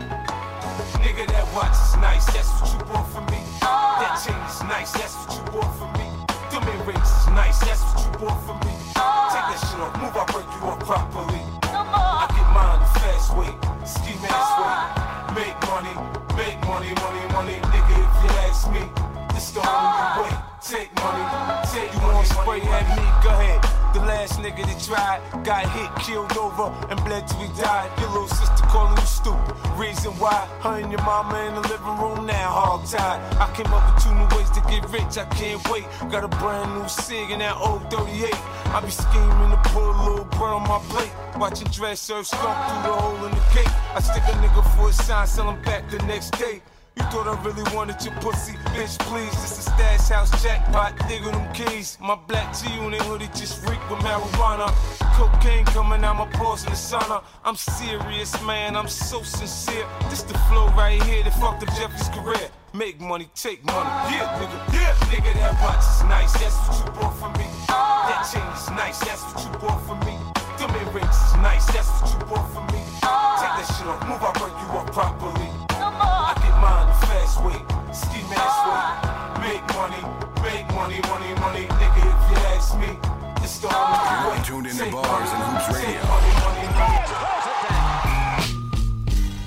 S6: Nigga, that watch is nice. That's what you bought for me. That chain is nice. That's what you bought for me. Them earrings is nice. That's what you bought for me. Take that shit off. Move. I break you up properly. I get mine the fast way. Ski mask way. Make money. Make money. Money. Money. Nigga, if you ask me, it's the only way. Take money. Take you want spray at me? Go ahead. The last nigga that tried got hit, killed over, and bled till he died. Your little sister calling you stupid. Reason why her and your mama in the living room now hog tied. I came up with two new ways to get rich. I can't wait. Got a brand new sig in that old 38. I be scheming to put a little bread on my plate. Watching dress serve skunk through the hole in the cake. I stick a nigga for a sign, sell him back the next day. You thought I really wanted your pussy, bitch, please. This is stash house jackpot, nigga, them keys. My black T unit hoodie just reeked with marijuana. Cocaine coming out my pores in the sauna. I'm serious, man, I'm so sincere. This the flow right here that fucked up Jeffrey's career. Make money, take money. Yeah, nigga, yeah. Nigga, that watch is nice, that's what you bought for me. That chain is nice, that's what you bought for me. Them earrings is nice, that's what you bought for me. Take that shit off, move, I break you up properly. I get mine the fast way, ski mask way. Make money, make money, money, money, nigga. If you ask me, it's the only way.
S1: tuned in to
S6: Take
S1: Bars and
S6: money,
S1: Hoops
S6: take
S1: Radio.
S6: money, money,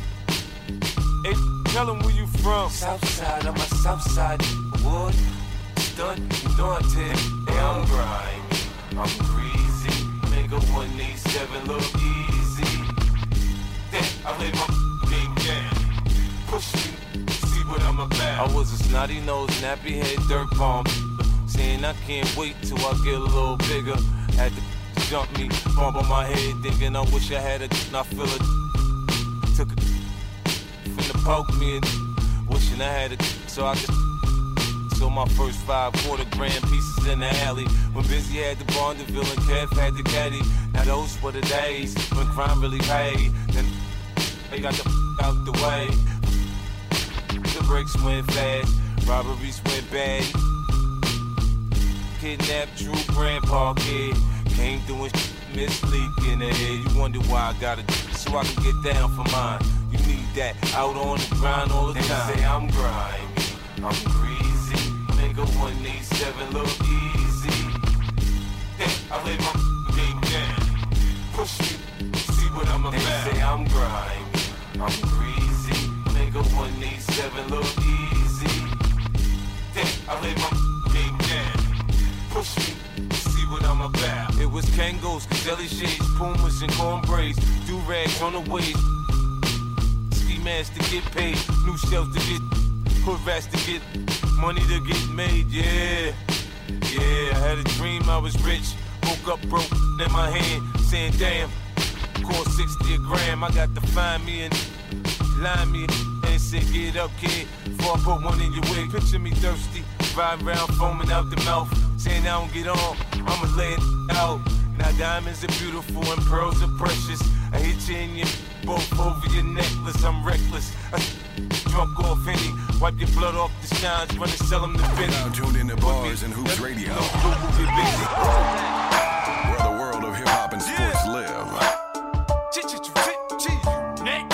S6: money. Hey, tell 'em where you from. Southside, I'm a Southside wood. Stunt and daunted, and I'm grimy. I'm greasy, nigga. 187 look easy that. I laid my game down. Push me, see what I'm about. I was a snotty nose, nappy head, dirt bomb. Saying I can't wait till I get a little bigger. Had to jump me, bump on my head, thinking I wish I had a. I feel a. Took a. Finna poke me and wishing I had a. So I could. So my first five quarter grand pieces in the alley. When Busy had the Bondeville and Kev had the caddy. Now those were the days when crime really paid. Then they got the out the way. The breaks went fast, robberies went bad. Kidnapped Drew Grandpa Kid. Came through and misleak in the head. You wonder why I got it, so I can get down for mine. You need that out on the grind all the time. They say I'm grimy, I'm greasy. Nigga 187 look easy. Yeah, I lay my game down. Push you, see what I'm about. They say I'm grimy, I'm greasy. Nigga 187 look easy. Yeah, I lay my game down. Push me, see what I'm about. It was Kangos, Gazelli shades, Pumas, and cornbraids. Do rags on the waist. Ski masks to get paid, new shells to get, hood rats to get, money to get made, yeah. Yeah, I had a dream I was rich, woke up broke in my hand, saying damn, cost 60 a gram, I got to find me and line me and say get up kid, before I put one in your wig, picture me thirsty, riding round foaming out the mouth, saying I don't get on, I'ma lay it out. Now diamonds are beautiful and pearls are precious, I hit you in your both over your necklace, I'm reckless, I drunk off any, wipe your blood off the shines, run and sell 'em the Benny.
S1: Now tuned into Bars and Hoops Radio, where the world of hip hop and sports live.
S6: G-G-G-G-G-Unit.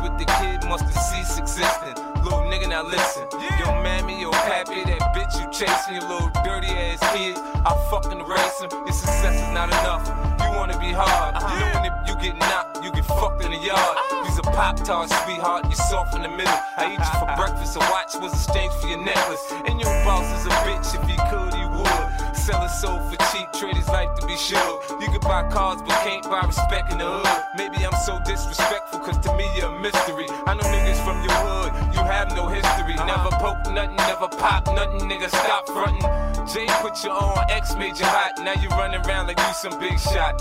S6: cease existing. Little nigga, now listen. Yo, mammy, yo, pappy, that bitch you chasing, your little dirty ass kids. I fucking erase them. Your success is not enough. You wanna be hard. Knowing if you get knocked, you get fucked in the yard. You's a pop tart, sweetheart. You soft in the middle. I eat you for breakfast. A watch was exchanged for your necklace. And your boss is a bitch. If he could, he would. Sell his soul for cheap, trade his life to be sure. You can buy cars, but can't buy respect in the hood. Maybe I'm so disrespectful, cause to me you're a mystery. I know niggas from your hood, you have no history. Never poke nothing, never pop nothing, nigga, stop frontin'. Jay put you on, X made you hot. Now you running around like you some big shot.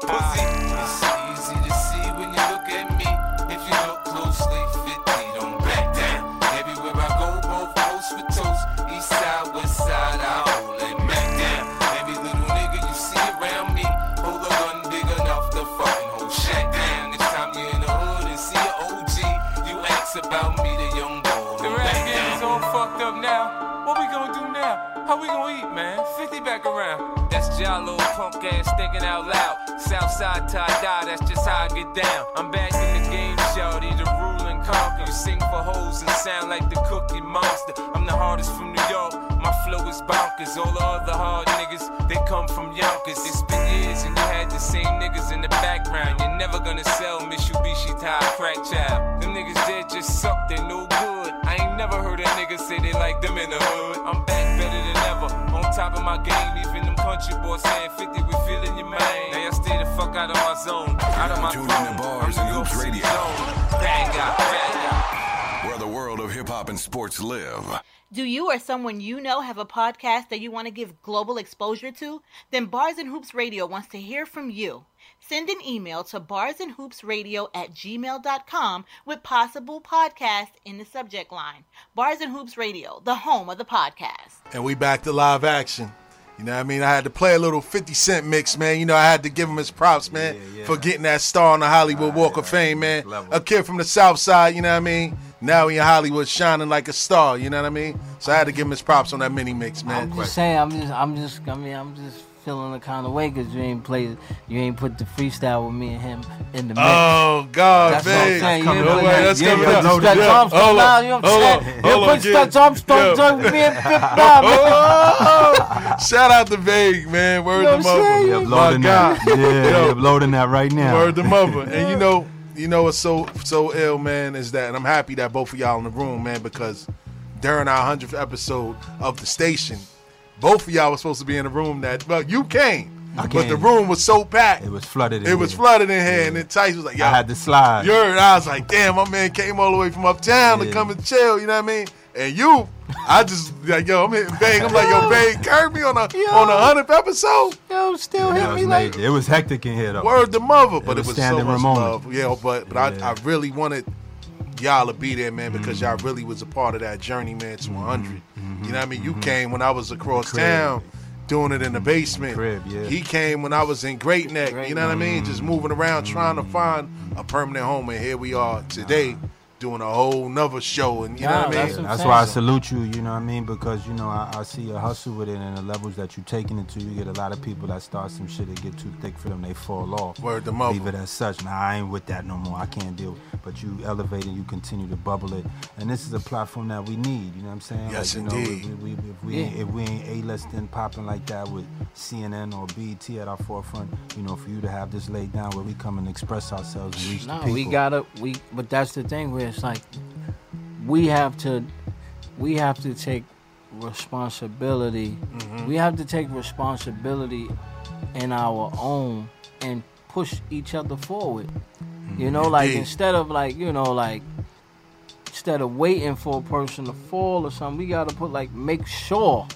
S6: Pussy. It's easy to see when you look at me. If you look closely, 50 don't back down. Everywhere I go, both coast with toast. East side, west side, I hold it back down. Every little nigga you see around me, hold a gun big enough to fucking hold shack down. Next time you're in the hood and see an OG, you ask about me, the young boy. The rap game is all fucked up now. What we gonna do now? How we gonna eat, man? 50 back around. That's Jalo, punk ass thinking out loud. Southside tie dye, that's just how I get down. I'm back in the game, shorty, the rule and conquer. You sing for hoes and sound like the cookie monster. I'm the hardest from New York, my flow is bonkers. All the other hard niggas, they come from Yonkers. It's been years and you had the same niggas in the background. You're never gonna sell Mitsubishi tie crack child. Them niggas dead just suck, they no good. I ain't never heard a nigga say they like them in the hood. I'm back better than ever, on top of my game. Even them country boys saying 50, we feeling your mind. Now y'all stay the fuck out of my zone, out of my
S1: Tune in to
S6: zone.
S1: Bars
S6: I'm
S1: and Hoops
S6: Hoops
S1: Radio.
S6: Zone. Bang out, bang out.
S1: Where the world of hip hop and sports live.
S8: Do you or someone you know have a podcast that you want to give global exposure to? Then Bars and Hoops Radio wants to hear from you. Send an email to barsandhoopsradio at gmail.com with possible podcast in the subject line. Bars and Hoops Radio, the home of the podcast.
S2: and we back to live action. You know what I mean? I had to play a little 50 Cent mix, man. You know, I had to give him his props, man, for getting that star on the Hollywood Walk of Fame, man. A kid from the South Side, you know what I mean? Now he in Hollywood shining like a star, you know what I mean? So I had to give him his props on that mini mix, man.
S3: I'm just saying. I'm just. I'm just. I mean, I'm just feeling the kind of way because you ain't played. You ain't put the freestyle with me and him in the mix.
S2: Oh God,
S3: That's what I'm
S2: baby!
S3: saying. You
S2: Don't
S3: didn't
S2: worry,
S3: put-
S2: that's
S3: you didn't
S2: coming
S3: put
S2: up.
S3: Stretch
S2: Yeah.
S3: Armstrong
S2: Hold on,
S3: down, you know what I'm
S2: hold on,
S3: saying?
S2: hold
S3: You
S2: on,
S3: put Stretch
S2: yeah. Yeah.
S3: Armstrong down with me and Fifth Down, nigga.
S2: Oh, shout out to Vague, man. Word
S3: You know
S2: to
S3: what I'm
S2: mother.
S3: saying? Yeah,
S2: My
S4: Loading
S2: God.
S4: that. Yeah, loading that right now.
S2: Word to mother. And you know, you know what's so so ill, man, is that and I'm happy that both of y'all in the room, man, because during our hundredth episode of the station, both of y'all were supposed to be in the room that well, you came. But
S4: came.
S2: the room was so packed.
S4: It was flooded. in
S2: It was
S4: here.
S2: flooded in here, and then Tyson was like, "Yo,
S4: I had to slide.
S2: You heard? I was like, "Damn, my man came all the way from uptown to
S4: Yeah.
S2: come and chill." You know what I mean? And you, I just like, "Yo, I'm hitting bang." I'm like, "Yo, bang, curb me on a on a hundredth episode."
S3: Yo, still
S4: That
S3: hit
S4: was
S3: me like.
S4: major. it was hectic in here though.
S2: Word to mother, but it
S4: was
S2: was, so
S4: standing
S2: much
S4: room only.
S2: love. Yeah, but but
S4: Yeah. Mm-hmm.
S2: I, I really wanted y'all to be there, man, because y'all really was a part of that journey, man, to 100. You know what I mean? You came when I was across
S4: Mm-hmm. Crib. Mm-hmm.
S2: town. Doing it in the basement.
S4: Crib, yeah. Mm-hmm.
S2: He came when I was in Great Neck. You know what I mean? Just moving around, trying to find a permanent home, and here we are today, doing a whole nother show. And you know
S3: Nah,
S2: what I mean?
S3: that's
S4: That's
S3: saying.
S4: why I salute you, you know what I mean? Because, you know, I, I see your hustle with it and the levels that you're taking it to. You get a lot of people that start some shit that get too thick for them, they fall off.
S2: Word to mother.
S4: Leave it as such. Nah, I ain't with that no more. I can't deal. But you elevate and you continue to bubble it. And this is a platform that we need, you know what I'm saying?
S2: Yes,
S4: you know,
S2: indeed.
S4: if we, we- if, we,
S3: Yeah.
S4: if we ain't A-listing, popping like that with CNN or BET at our forefront, you know, for you to have this laid down where we come and express ourselves and reach the
S3: No,
S4: people.
S3: we gotta we but that's the thing where it's like we have to we have to take responsibility.
S4: Mm-hmm.
S3: We have to take responsibility in our own and push each other forward.
S4: Mm-hmm.
S3: You know, like
S2: Indeed.
S3: instead of like, you know, like instead of waiting for a person to fall or something, we gotta put like make sure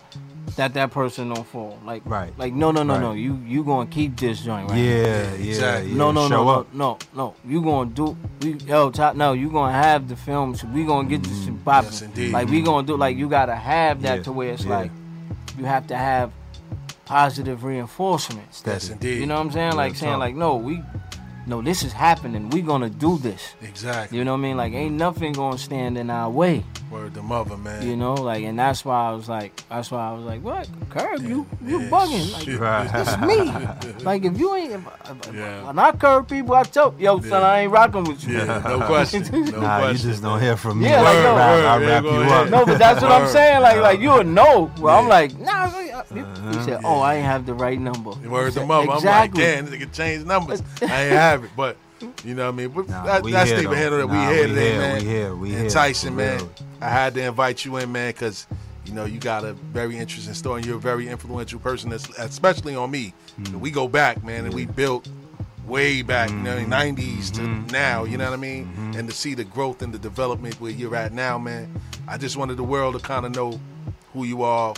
S3: that that person don't fall. Like
S4: Right.
S3: like no no no
S4: Right.
S3: no you you gonna keep this joint right now.
S4: Yeah, yeah,
S2: Exactly.
S4: yeah.
S3: No, no,
S4: Show
S3: no,
S4: up.
S3: no, no, no. You gonna do? We, yo, top. No, you gonna have the films. We gonna get this shit popping.
S2: Mm, Yes, indeed.
S3: Like we gonna do. Like you gotta have that
S4: Yeah,
S3: to where it's
S4: yeah.
S3: like you have to have positive reinforcements.
S4: Steady.
S2: Yes, indeed.
S3: You know what I'm saying? Like
S4: Yeah,
S3: saying
S4: top.
S3: like, no, we, no, this is happening. We gonna do this.
S2: exactly.
S3: You know what I mean? Like ain't nothing gonna stand in our way.
S2: Word to mother, man.
S3: You know, like, and that's why I was like, that's why I was like, what? Curb, you, you bugging. Like, it's me. Like, if you ain't, if, if-
S2: Yeah.
S3: when I curb people, I tell, yo, son, I ain't rocking with you.
S2: Yeah, no question. No
S4: nah, you
S2: question.
S4: just don't hear from me.
S3: Yeah, like, yo.
S4: I'll wrap-
S2: Word,
S4: I'll wrap
S2: yeah, go
S4: you
S2: ahead.
S4: up.
S3: No, but that's what I'm
S2: Word.
S3: saying. Like, like you a no. Well, I'm like, nah. Like, uh, you- He said,
S2: Uh-huh.
S3: oh, I ain't have the right number.
S2: Word to mother.
S3: Exactly.
S2: I'm like, damn, this nigga changed numbers. I ain't have it, but you know what I mean. But
S4: Nah,
S2: that,
S4: we
S2: that's
S4: here,
S2: neither here
S4: though.
S2: nor there.
S4: Nah,
S2: we here
S4: we
S2: today,
S4: here,
S2: man.
S4: we here, we
S2: and
S4: here,
S2: Tyson,
S4: for
S2: man.
S4: real.
S2: I had to invite you in, man, because you know you got a very interesting story. and You're a very influential person, that's, especially on me.
S4: Hmm.
S2: We go back, man, and we built way back, you know,
S4: Hmm.
S2: in the 90s to now. You know what I mean? And to see the growth and the development where you're at now, man. I just wanted the world to kind of know who you are.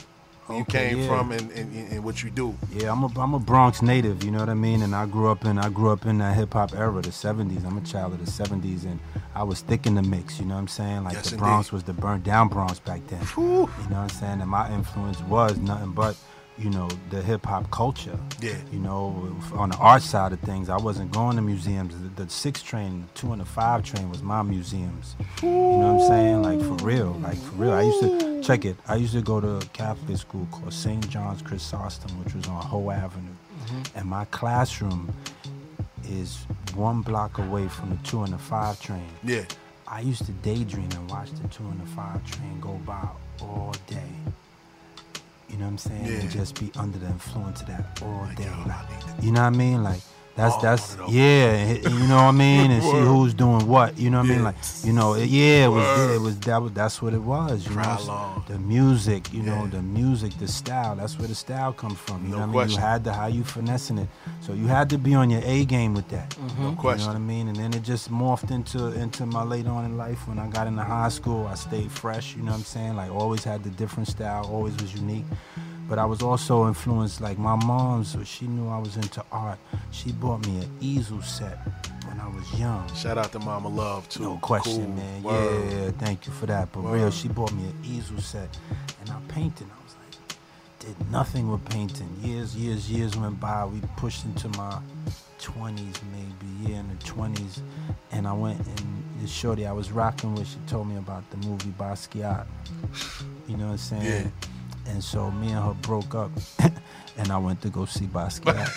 S2: Who you
S4: Okay,
S2: came
S4: yeah.
S2: from and, and, and what you do.
S4: Yeah, I'm a I'm a Bronx native, you know what I mean? And I grew up in I grew up in that hip hop era, the 70s. I'm a child of the 70s and I was thick in the mix, you know what I'm saying? Like
S2: Yes,
S4: the Bronx
S2: indeed.
S4: was the burnt down Bronx back then. You know what I'm saying? And my influence was nothing but, you know, the hip hop culture.
S2: Yeah.
S4: You know, on the art side of things, I wasn't going to museums. The, the six train, the two and the five train was my museums. You know what I'm saying? Like for real, like for real. I used to check it. I used to go to a Catholic school called St. John's Chrysostom, which was on Hoe Avenue, and my classroom is one block away from the two and the five train.
S2: Yeah.
S4: I used to daydream and watch the two and the five train go by all day. You know what I'm saying?
S2: Yeah.
S4: And just be under the influence of that all day. Like, you know what I mean? Like that's that's
S2: one of those.
S4: yeah. and- and You know what I mean? And see
S2: Word.
S4: who's doing what. You know what I
S2: Yeah.
S4: mean? Like you know it, yeah. It was
S2: Word.
S4: it was that was that's what it was. You
S2: Cry
S4: know
S2: along.
S4: the music. You know
S2: Yeah.
S4: the music, the style. That's where the style comes from. You
S2: No
S4: know what
S2: question.
S4: I mean? You had to how you finessing it. So you had to be on your A game with that.
S2: No
S4: You know
S2: question.
S4: what I mean? And then it just morphed into into my later on in life when I got into high school. I stayed fresh, you know what I'm saying? Like always had the different style, always was unique. But I was also influenced, like my mom, so she knew I was into art. She bought me an easel set when I was young.
S2: Shout out to Mama Love too.
S4: No question,
S2: Cool.
S4: man.
S2: Word.
S4: Yeah, thank you for that. But real, she bought me an easel set, and I painted. I was like, did nothing with painting. Years, years, years went by. We pushed into my twenties, maybe yeah, in the twenties, and I went and this shorty I was rocking with. She told me about the movie Basquiat. You know what I'm saying? And so me and her broke up, and I went to go see Basquiat.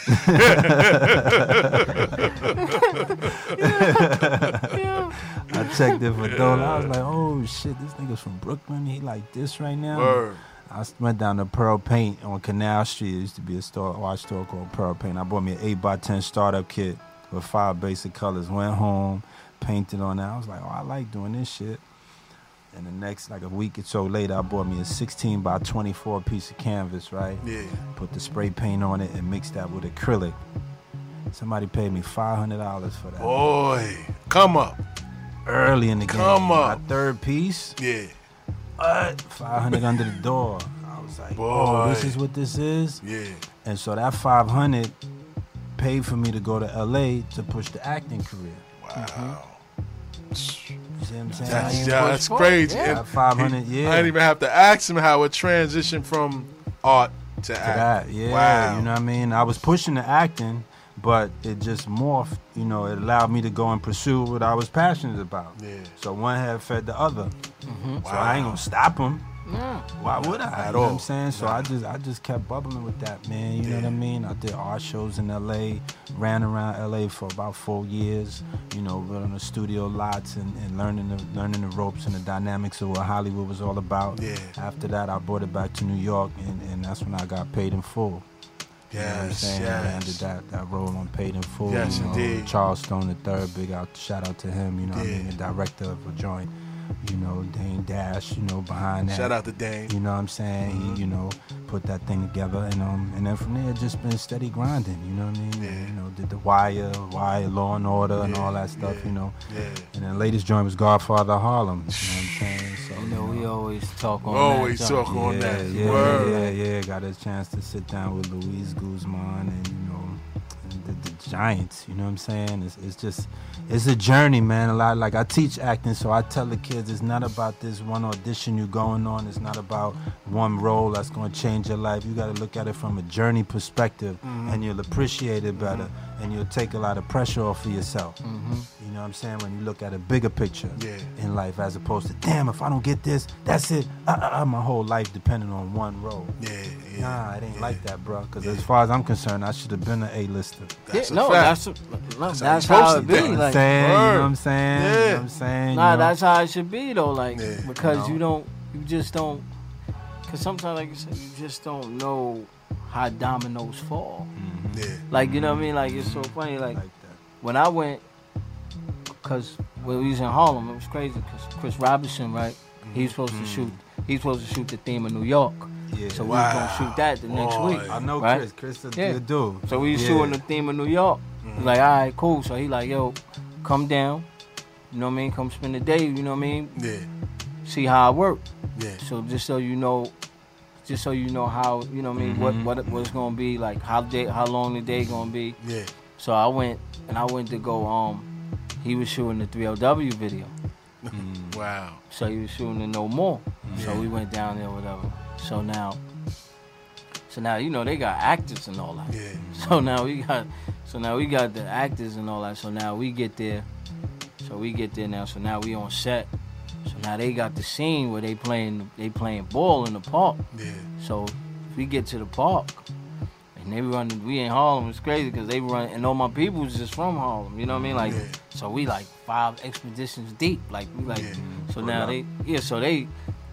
S4: I checked it for Dola. I was like, oh shit, this nigga's from Brooklyn. He like this right now.
S2: Word.
S4: I s- went down to Pearl Paint on Canal Street. There used to be a store, watch store called Pearl Paint. I bought me an 8x10 startup kit with five basic colors. Went home, painted on that. I was like, oh, I like doing this shit. And the next, like a week or so later, I bought me a 16 by 24 piece of canvas, right?
S2: Yeah.
S4: Put the spray paint on it and mixed that with acrylic. Somebody paid me $500 for that.
S2: Boy, come up.
S4: Early in the game.
S2: Come on.
S4: My third piece.
S2: Yeah.
S4: 500 under the door. I was like, oh, this
S2: Boy.
S4: is what this is.
S2: Yeah.
S4: And so that 500 paid for me to go to LA to push the acting career.
S2: Wow.
S4: You see what I'm saying?
S2: That's,
S4: I-
S2: yeah, that's crazy.
S4: That 500, yeah.
S2: I didn't even have to ask him how it transitioned from art to,
S4: to
S2: act.
S4: that. Yeah,
S2: Wow.
S4: you know what I mean. I was pushing the acting, but it just morphed. You know, it allowed me to go and pursue what I was passionate about.
S2: Yeah.
S4: So one had fed the other. So I ain't gonna stop him. Why would I? you know what
S2: all.
S4: I'm saying? So I just I just kept bubbling with that, man. You know what I mean? I did art shows in LA, ran around LA for about four years, you know, running the studio lots and, and learning the learning the ropes and the dynamics of what Hollywood was all about.
S2: Yeah.
S4: After that I brought it back to New York and, and that's when I got paid in full. You know what I'm
S2: Yes,
S4: saying? I landed
S2: yes.
S4: that, that role on Paid in Full.
S2: Yes,
S4: you know,
S2: indeed.
S4: Charles Stone the third, big out shout out to him, you know what I mean,
S2: Yeah.
S4: the director of a joint, you know, Dane Dash, you know, behind that.
S2: Shout out Mm-hmm. to Dane.
S4: You know what I'm saying? He, you know, put that thing together and um and then from there just been steady grinding, you know what I mean?
S2: Yeah.
S4: You know, did the wire, wire, law and order and
S2: Yeah,
S4: all that stuff,
S2: yeah,
S4: you know.
S2: yeah.
S4: And then latest joint was Godfather of Harlem. You know what I'm saying? So
S3: You know, we always talk on
S2: We
S3: that
S2: always
S3: joint.
S2: talk on
S4: yeah,
S2: that.
S4: Yeah,
S2: Word.
S4: yeah, yeah. Got a chance to sit down with Luis Guzman and you know the, the giants. You know what I'm saying? It's, it's just, it's a journey, man. A lot like I teach acting, so I tell the kids it's not about this one audition you going on. It's not about one role that's going to change your life. You got to look at it from a journey perspective,
S2: Mm-hmm.
S4: and you'll appreciate it better, and you'll take a lot of pressure off of yourself.
S2: Mm-hmm.
S4: You know what I'm saying? When you look at a bigger picture
S2: Yeah.
S4: in life, as opposed to damn, if I don't get this, that's it. Uh, uh, uh, my whole life depending on one role.
S2: Yeah, yeah.
S4: Nah, it ain't like that, bro. Because as far as I'm concerned, I should have been an A-lister.
S2: That's a
S3: no,
S2: fact.
S3: that's no, that's,
S2: how you
S3: how it
S2: supposed to
S3: be.
S2: do it.
S4: You know what I'm
S3: Like,
S4: saying? You know what I'm
S2: word.
S4: saying? You
S2: Yeah.
S4: know what I'm saying?
S3: Nah,
S4: You know?
S3: that's how it should be though. Like
S2: Yeah.
S3: because
S4: No.
S3: you don't, you just don't. Cause sometimes, like you said, you just don't know how dominoes fall.
S2: Yeah.
S3: Like you know what I mean? Like it's so funny. Like
S4: like that.
S3: when I went, cause when we was in Harlem, it was crazy. Cause Chris Robinson, right? He was supposed to shoot. He was supposed to shoot the theme of New York.
S4: Mm-hmm. Yeah.
S3: So we
S2: Wow.
S3: was gonna shoot that the next
S2: Boy.
S3: week.
S4: I know
S3: right?
S4: Chris. Chris is
S3: Yeah.
S4: the dude.
S3: So we was
S4: yeah.
S3: shooting the theme of New York.
S2: Mm-hmm.
S3: He's Like, all right, cool. So he like, yo, come down. You know what I mean? Come spend the day. You know what I mean?
S2: Yeah.
S3: See how I work.
S2: Yeah.
S3: So just so you know, just so you know how you know what I mean
S2: Mm-hmm.
S3: what what what's gonna be like how day how long the day gonna be.
S2: Yeah.
S3: So I went and I went to go um he was shooting the 3LW video.
S2: Wow.
S3: So he was shooting the No More. So we went down there whatever. So now so now you know they got actors and all that.
S2: Yeah.
S3: So now we got so now we got the actors and all that. So now we get there. So we get there now. So now we on set. So now they got the scene where they playing they playing ball in the park.
S2: Yeah.
S3: So we get to the park, and they run. We in Harlem. It's crazy because they run, and all my people was just from Harlem. You know what I mean? Like,
S2: Yeah.
S3: so we like five expeditions deep. Like we like.
S2: Yeah.
S3: So now they yeah. So they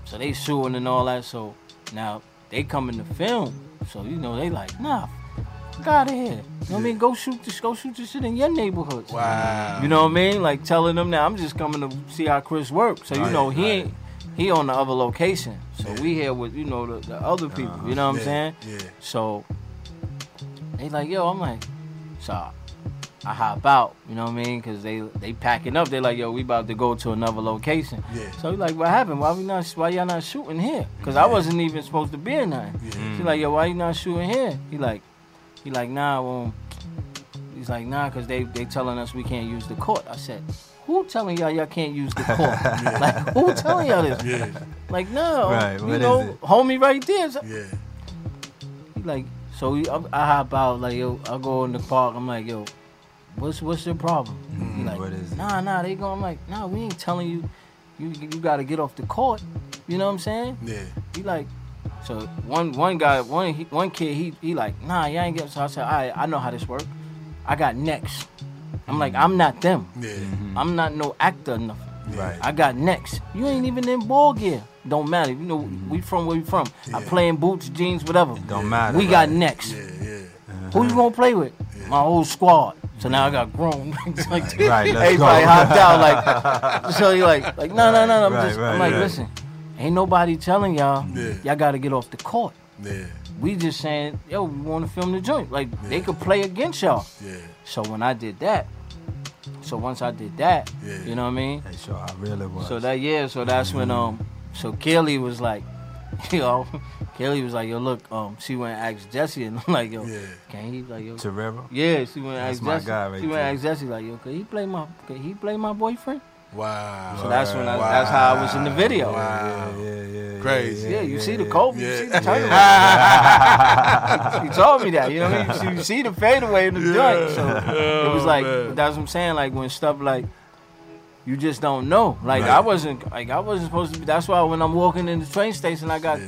S3: so they suing and all that. So now they come in the film. So you know they like nah. Fuck out of here. You know what I mean? Go shoot this. Go shoot this shit in your neighborhoods.
S2: Wow.
S3: You know what I mean? Like telling them now, I'm just coming to see how Chris works. So you
S2: Right,
S3: know he
S2: right.
S3: ain't he on the other location. So we here with you know the, the other people. You know what
S2: Yeah,
S3: I'm saying?
S2: yeah.
S3: So they like yo, I'm like, so I hop out. You know what I mean? Because they they packing up. They like yo, we about to go to another location.
S2: Yeah.
S3: So he like, what happened? Why we not? Why y'all not shooting here? Because I wasn't even supposed to be in nothing.
S4: Mm.
S3: She like yo, why you not shooting here? He like, he like nah, um, He's like, nah, because they, they telling us we can't use the court. I said, who telling y'all y'all can't use the court? Like, who telling y'all this? Like, no,
S4: Right, what
S3: you
S4: is
S3: know,
S4: it?
S3: homie right there. So-
S2: Yeah.
S3: he like, so we, I, I hop out, like, yo, I go in the park. I'm like, yo, what's what's your problem? he like,
S4: Mm-hmm. what is it?
S3: nah, nah, they go. I'm like, nah, we ain't telling you. You, you got to get off the court. You know what I'm saying?
S2: Yeah.
S3: He like, so one one guy, one he, one kid, he he like, nah, y'all ain't get. So I said, all right, I know how this work. I got next. I'm like, I'm not them.
S2: Yeah.
S3: I'm not no actor or nothing.
S4: Mm-hmm. Right.
S3: I got next. You ain't even in ball gear. Don't matter. You know, we from where we from. I play in boots, jeans, whatever.
S4: Mm-hmm. Don't matter.
S3: We got next.
S2: Yeah. Yeah.
S3: Who you gonna play with? My whole squad. So now I got grown. It's like,
S4: Right, let's
S3: everybody
S4: go.
S3: hopped out. Like, so you like, like no, no, no, no. I'm
S4: Right,
S3: just,
S4: right,
S3: I'm like,
S4: right.
S3: listen, ain't nobody telling y'all.
S2: Yeah.
S3: Y'all got to get off the court.
S2: Yeah.
S3: We just saying, yo, we want to film the joint. Like they could play against y'all.
S2: Yeah.
S3: So when I did that, so once I did that,
S2: Yeah.
S3: you know what I mean.
S4: That's sure I really was.
S3: So that yeah, so that's when um, so Kelly was like, you know, Kelly was like, yo, look, um, she went and asked Jesse, and I'm like, yo,
S2: Yeah.
S3: can he like yo?
S4: Terrero.
S3: Yeah, she went and
S4: That's
S3: asked
S4: my
S3: Jesse.
S4: guy right
S3: she went
S4: there.
S3: and asked Jesse like, yo, could he play my, could he play my boyfriend?
S2: Wow.
S3: So that's when I, that's how I was in the video.
S2: Wow.
S4: Yeah, yeah, yeah.
S2: Crazy.
S3: Yeah, you see the Kobe, you see the
S2: Yeah.
S3: turnaround. he told me that, you know what I mean? You see, you see the fadeaway in the joint. So it was
S2: Oh,
S3: like
S2: man.
S3: that's what I'm saying. Like when stuff like you just don't know. Like I wasn't like I wasn't supposed to be. That's why when I'm walking in the train station, I got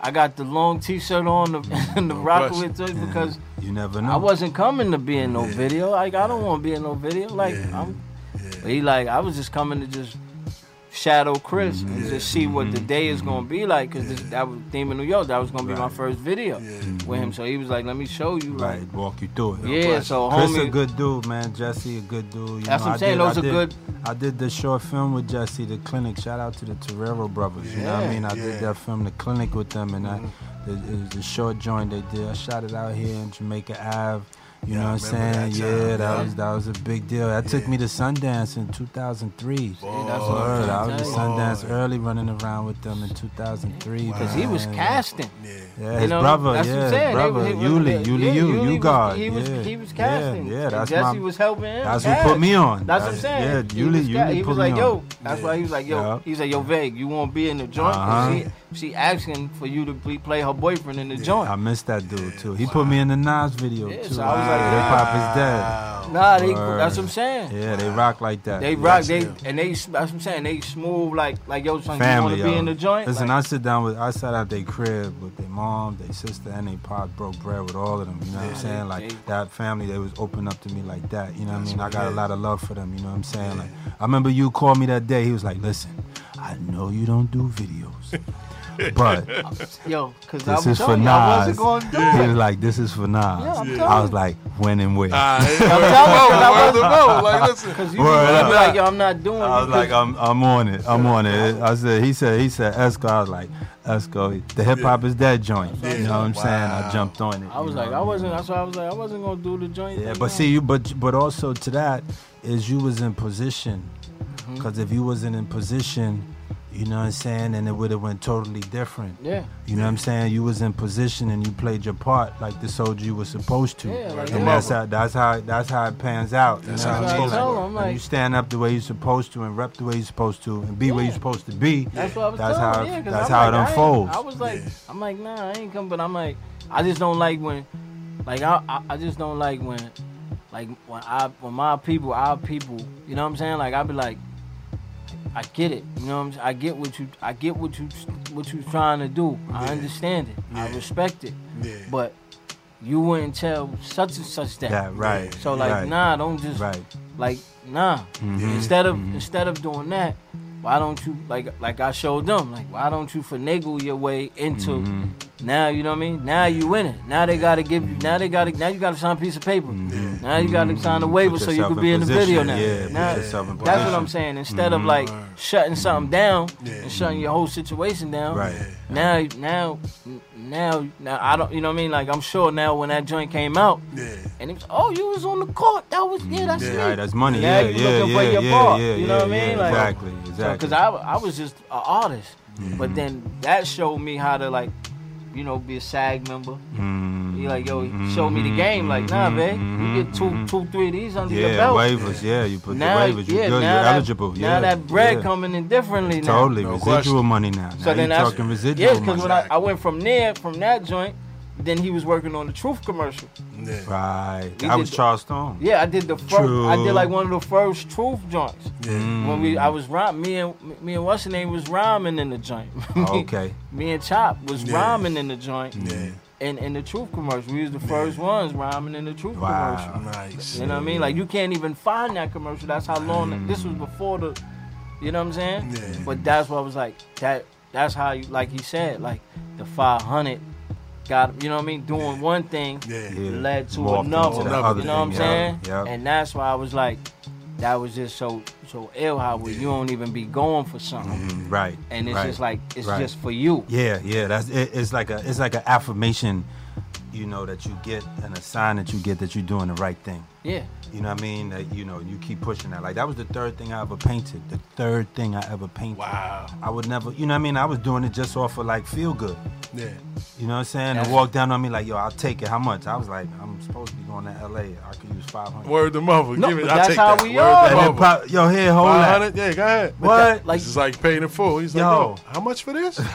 S3: I got the long T-shirt on the, and the rocker
S2: question.
S3: with it because
S4: You never know.
S3: I wasn't coming to be in no video. Like I don't want to be in no video. Like I'm. But he like I was just coming to just shadow Chris
S4: Mm-hmm.
S3: and just see what the day is gonna be like because that was theme in New York. That was gonna be my first video with him. So he was like, let me show you. Like
S4: Right, walk you through it.
S3: Yeah, so
S4: Chris
S3: homie-
S4: a good dude, man. Jesse a good dude. You
S3: That's
S4: know,
S3: what I'm
S4: I
S3: saying,
S4: Did, I
S3: those are
S4: did-
S3: good-
S4: I did the short film with Jesse, the clinic. Shout out to the Torero brothers. you know what
S3: Yeah,
S4: I mean? I did
S2: yeah. Mm-hmm.
S4: that film, the clinic, with them, and I, the, it was the short joint they did. I shot it out here in Jamaica Ave. You know what
S2: remember
S4: I'm saying?
S2: that time,
S4: yeah, that
S2: yeah.
S4: was that was a big deal. That took me to Sundance in 2003.
S3: that's what I'm
S4: Word, I
S3: trying to
S4: was at
S3: tell
S4: Sundance early, running around with them in 2003.
S3: Because he was
S4: man.
S3: casting.
S4: Yeah,
S3: You
S4: his
S3: know,
S4: brother,
S3: that's what I'm
S4: yeah,
S3: saying.
S4: his
S3: They-
S4: brother,
S3: he was-
S4: Yuli,
S3: yeah,
S4: Yuli, you,
S3: Yuli
S4: you
S3: was-
S4: God,
S3: he was-
S4: yeah,
S3: he was casting.
S4: Yeah, yeah
S3: And
S4: that's
S3: Jesse
S4: my,
S3: was helping him
S4: That's who
S3: cast.
S4: put me on.
S3: That's what I'm saying.
S4: Yeah, Yuli,
S3: he was, ca-
S4: Yuli
S3: he
S4: put
S3: was
S4: me
S3: like,
S4: on.
S3: yo. That's why he was like, yo.
S4: Yeah.
S3: He was like, yo, Vague, you won't be in the joint. 'Cause
S4: Uh-huh.
S3: She, she asking for you to be, play her boyfriend in the joint.
S4: I missed that dude too. He put me in the Nas video
S3: Yeah,
S4: too.
S3: so I was like,
S4: Hip Hop is dead.
S3: Nah, they,
S4: Word.
S3: that's what I'm saying.
S4: Yeah, they rock like that.
S3: They rock, they and they. That's what I'm saying. They smooth like like yo, son,
S4: Family,
S3: you want to
S4: yo.
S3: be in the joint?
S4: Listen,
S3: Like,
S4: I sit down with, I sat at their crib with their mom, their sister, and their pop. Broke bread with all of them. You know what I'm saying? Like
S3: they-
S4: that family, they was open up to me like that. You know what I mean? I got a lot of love for them. You know what I'm saying? Like, I remember you called me that day. He was like, "Listen, I know you don't do videos, but
S3: yo, because I was
S4: This is for
S3: telling you, I wasn't
S4: Nas.
S3: going to do
S4: He
S3: it.
S4: was like, "This is for Nas."
S3: I'm telling
S4: I was like, "When and where?"
S2: Ah, hey, word
S3: I'm telling you, 'cause I
S2: word
S3: wasn't-
S2: know. Like, listen.
S3: Because you
S4: Word
S3: be
S4: up.
S3: like, yo, I'm not doing
S4: I was
S3: it.
S4: like, "I'm, I'm on it. I'm on it." I said, "He said, he said, Esco." I was like, "Esco, the hip hop is dead joint." You know what I'm saying? I jumped on it.
S3: I was
S4: you know
S3: like,
S4: what
S3: I
S4: mean?
S3: wasn't. That's why I was like, I wasn't gonna do the joint.
S4: Yeah,
S3: thing,
S4: but
S3: no.
S4: see, you but but also to that is you was in position,
S3: Mm-hmm.
S4: because if you wasn't in position, you know what I'm saying, then it would have went totally different.
S3: Yeah.
S4: You know what I'm saying? You was in position and you played your part like the soldier you were supposed to.
S3: Yeah, like,
S4: and
S3: yeah.
S4: that's how that's how that's how it pans out.
S3: how
S4: You know what
S3: it's
S4: I mean?
S3: supposed to
S4: Like,
S3: work. I'm
S4: when
S3: like-
S4: you stand up the way you're supposed to and rep the way you're supposed to and be where you're
S3: Yeah.
S4: supposed to be.
S3: That's what I was
S4: that's
S3: telling
S4: how
S3: her, yeah, 'cause
S4: that's
S3: I'm
S4: how
S3: like,
S4: it
S3: I ain't-
S4: unfolds.
S3: I, was like, I'm like, nah, I ain't come, but I'm like, I just don't like when, like, I, I, I just don't like when, like, when I, when my people, our people, you know what I'm saying? Like, I be like, I get it, you know what I'm saying? I get what you, I get what you, what you trying to do. I understand it. I respect it.
S2: Yeah.
S3: But you wouldn't tell such and such that.
S4: yeah, right.
S3: So like,
S4: right,
S3: nah, don't just
S4: Right.
S3: like nah
S4: Mm-hmm.
S3: instead of instead of doing that why don't you like like i showed them like why don't you finagle your way into
S4: Mm-hmm.
S3: now you know what i mean now you in it now they gotta give you now they gotta now you gotta sign a piece of paper now you gotta sign a waiver
S4: Mm-hmm. Put
S3: so you
S4: yourself
S3: could
S4: in
S3: be in the video
S4: position.
S3: now,
S4: Yeah, put
S3: Now,
S4: yourself in
S3: that's what
S4: position. Mm-hmm.
S3: i'm saying instead of like shutting something down and shutting your whole situation down
S4: Right.
S3: now now now now i don't you know what i mean like i'm sure now when that joint came out
S2: Yeah.
S3: and it was, oh, you was on the court. That was, yeah, that's
S4: Mm-hmm. Yeah,
S3: me.
S4: right, that's money.
S3: Now
S4: Yeah,
S3: you
S4: yeah,
S3: looking
S4: yeah,
S3: for your
S4: yeah,
S3: part.
S4: yeah,
S3: you know what I
S4: yeah,
S3: mean?
S4: yeah,
S3: Like,
S4: exactly, exactly. Mm-hmm.
S3: Because I, I was just an artist, but then that showed me how to like, you know, be a SAG member.
S4: Mm.
S3: You like, yo,
S4: Mm-hmm.
S3: show me the game. Like, nah, man, you get two, two, three of these under your
S4: Yeah,
S3: belt.
S4: waivers. Yeah, you put
S3: Now,
S4: the waivers. You
S3: yeah,
S4: good. You're
S3: now that,
S4: eligible.
S3: Now
S4: yeah,
S3: that bread
S4: yeah.
S3: coming in differently now.
S4: Totally,
S2: No
S4: residual
S2: question.
S4: money now.
S3: So
S4: now
S3: then
S4: you're
S3: that's
S4: talking
S3: yeah,
S4: residual
S3: because
S4: money.
S3: when I, I went from there, from that joint, then he was working on the Truth commercial.
S2: Yeah.
S4: right,
S3: We
S4: that
S3: did
S4: was
S3: the-
S4: Charles Stone.
S3: Yeah, I did the first. I
S4: True.
S3: did like one of the first truth joints. When we, I was rhyming. Me and me and what's her name was rhyming in the joint. Me-
S4: Okay.
S3: me and Chop was rhyming in the joint. Yeah. And in the truth commercial, we was the first ones rhyming in the truth
S4: Wow.
S3: commercial.
S2: Nice.
S3: You know what I mean? Like you can't even find that commercial. That's how long this was before the. You know what I'm saying?
S2: Mm. Yeah.
S3: But that's what I was like. That that's how you like he said like the 500 got you know what I mean doing one thing
S2: Yeah.
S4: Yeah.
S3: led to
S4: Morphed
S3: another.
S4: into
S3: You
S4: the
S3: know
S4: other
S3: what I'm
S4: thing,
S3: saying?
S4: yeah, yeah.
S3: And that's why I was like, that was just so so ill how we- you don't even be going for something,
S2: Mm-hmm.
S4: Right.
S3: and it's
S4: right,
S3: just like it's
S4: right.
S3: just for you.
S4: Yeah, yeah. That's it, it's like a it's like an affirmation, you know, that you get and a sign that you get that you're doing the right thing.
S3: Yeah.
S4: You know what I mean? That you know, you keep pushing that. Like that was the third thing I ever painted. The third thing I ever painted.
S2: Wow.
S4: I would never, you know what I mean? I was doing it just off of like feel good.
S2: Yeah.
S4: You know what I'm saying?
S3: That's-
S4: and walk down on me like, yo, I'll take it. How much? I was like, I'm supposed to be going to LA. I could use 500.
S2: Word to mother.
S3: No,
S2: Give it.
S3: but
S2: I
S3: that's
S2: take
S3: how
S2: that.
S3: we
S2: Word
S3: are.
S2: to
S4: And then
S2: mother.
S4: pop, yo, here, hold that.
S2: 500. Yeah. Go ahead.
S4: What?
S3: Like
S2: This is like paying in full. He's like,
S4: Yo.
S2: yo, how much for this? this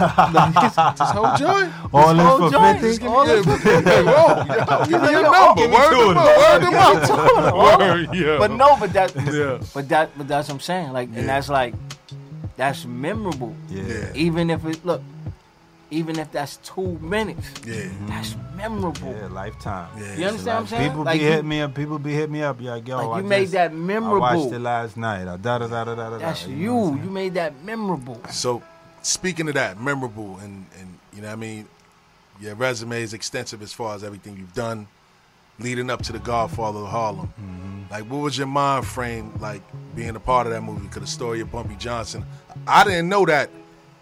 S2: whole joint.
S4: All in
S3: whole
S4: for
S3: joint,
S4: 50?
S3: all in for
S2: Hey, whoa, yo, give me your number. Word to mother. Word to mother. Word, yeah.
S3: But no, but that,
S2: Yeah.
S3: but that, but that's what I'm saying. Like, and that's like, that's memorable.
S4: Yeah.
S3: Even if it look, even if that's two minutes,
S2: Yeah.
S3: that's memorable.
S4: Yeah, lifetime.
S3: You understand what I'm saying?
S4: People
S3: Like
S4: be
S3: you-
S4: hitting me up. People be hitting me up. Yo, yo,
S3: Like
S4: I
S3: you made
S4: just-
S3: that
S4: I
S3: memorable.
S4: watched it last night. I da da da da da da.
S3: That's
S4: da, know what
S3: you.
S4: I'm saying?
S3: You made that memorable.
S2: So, speaking of that, memorable and and you know, what I mean, your resume is extensive as far as everything you've done, leading up to the Godfather of Harlem.
S4: Mm-hmm.
S2: Like, what was your mind frame like being a part of that movie? Because the story of Bumpy Johnson, I didn't know that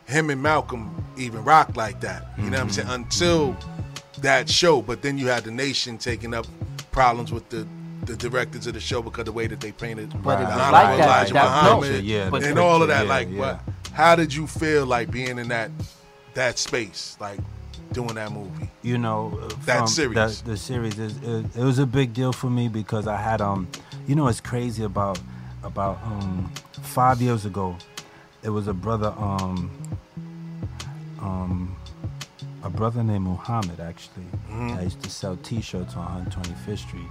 S2: him and Malcolm even rocked
S4: Mm-hmm.
S2: like that. You know what I'm saying? Until that show, but then you had the nation taking up problems with the the directors of the show because the way that they painted
S3: But it was
S2: Muhammad,
S3: like that,
S2: Elijah
S3: that- no.
S2: Muhammad,
S4: Yeah,
S3: but-
S2: and all of that.
S4: yeah,
S2: like,
S4: yeah.
S2: what? How did you feel like being in that that space, like doing that movie?
S4: you know uh,
S2: That
S4: from
S2: series.
S4: that- the series is it, it was a big deal for me because i had um you know it's crazy about about um five years ago it was a brother um um a brother named muhammad actually i used to sell t-shirts on 125th street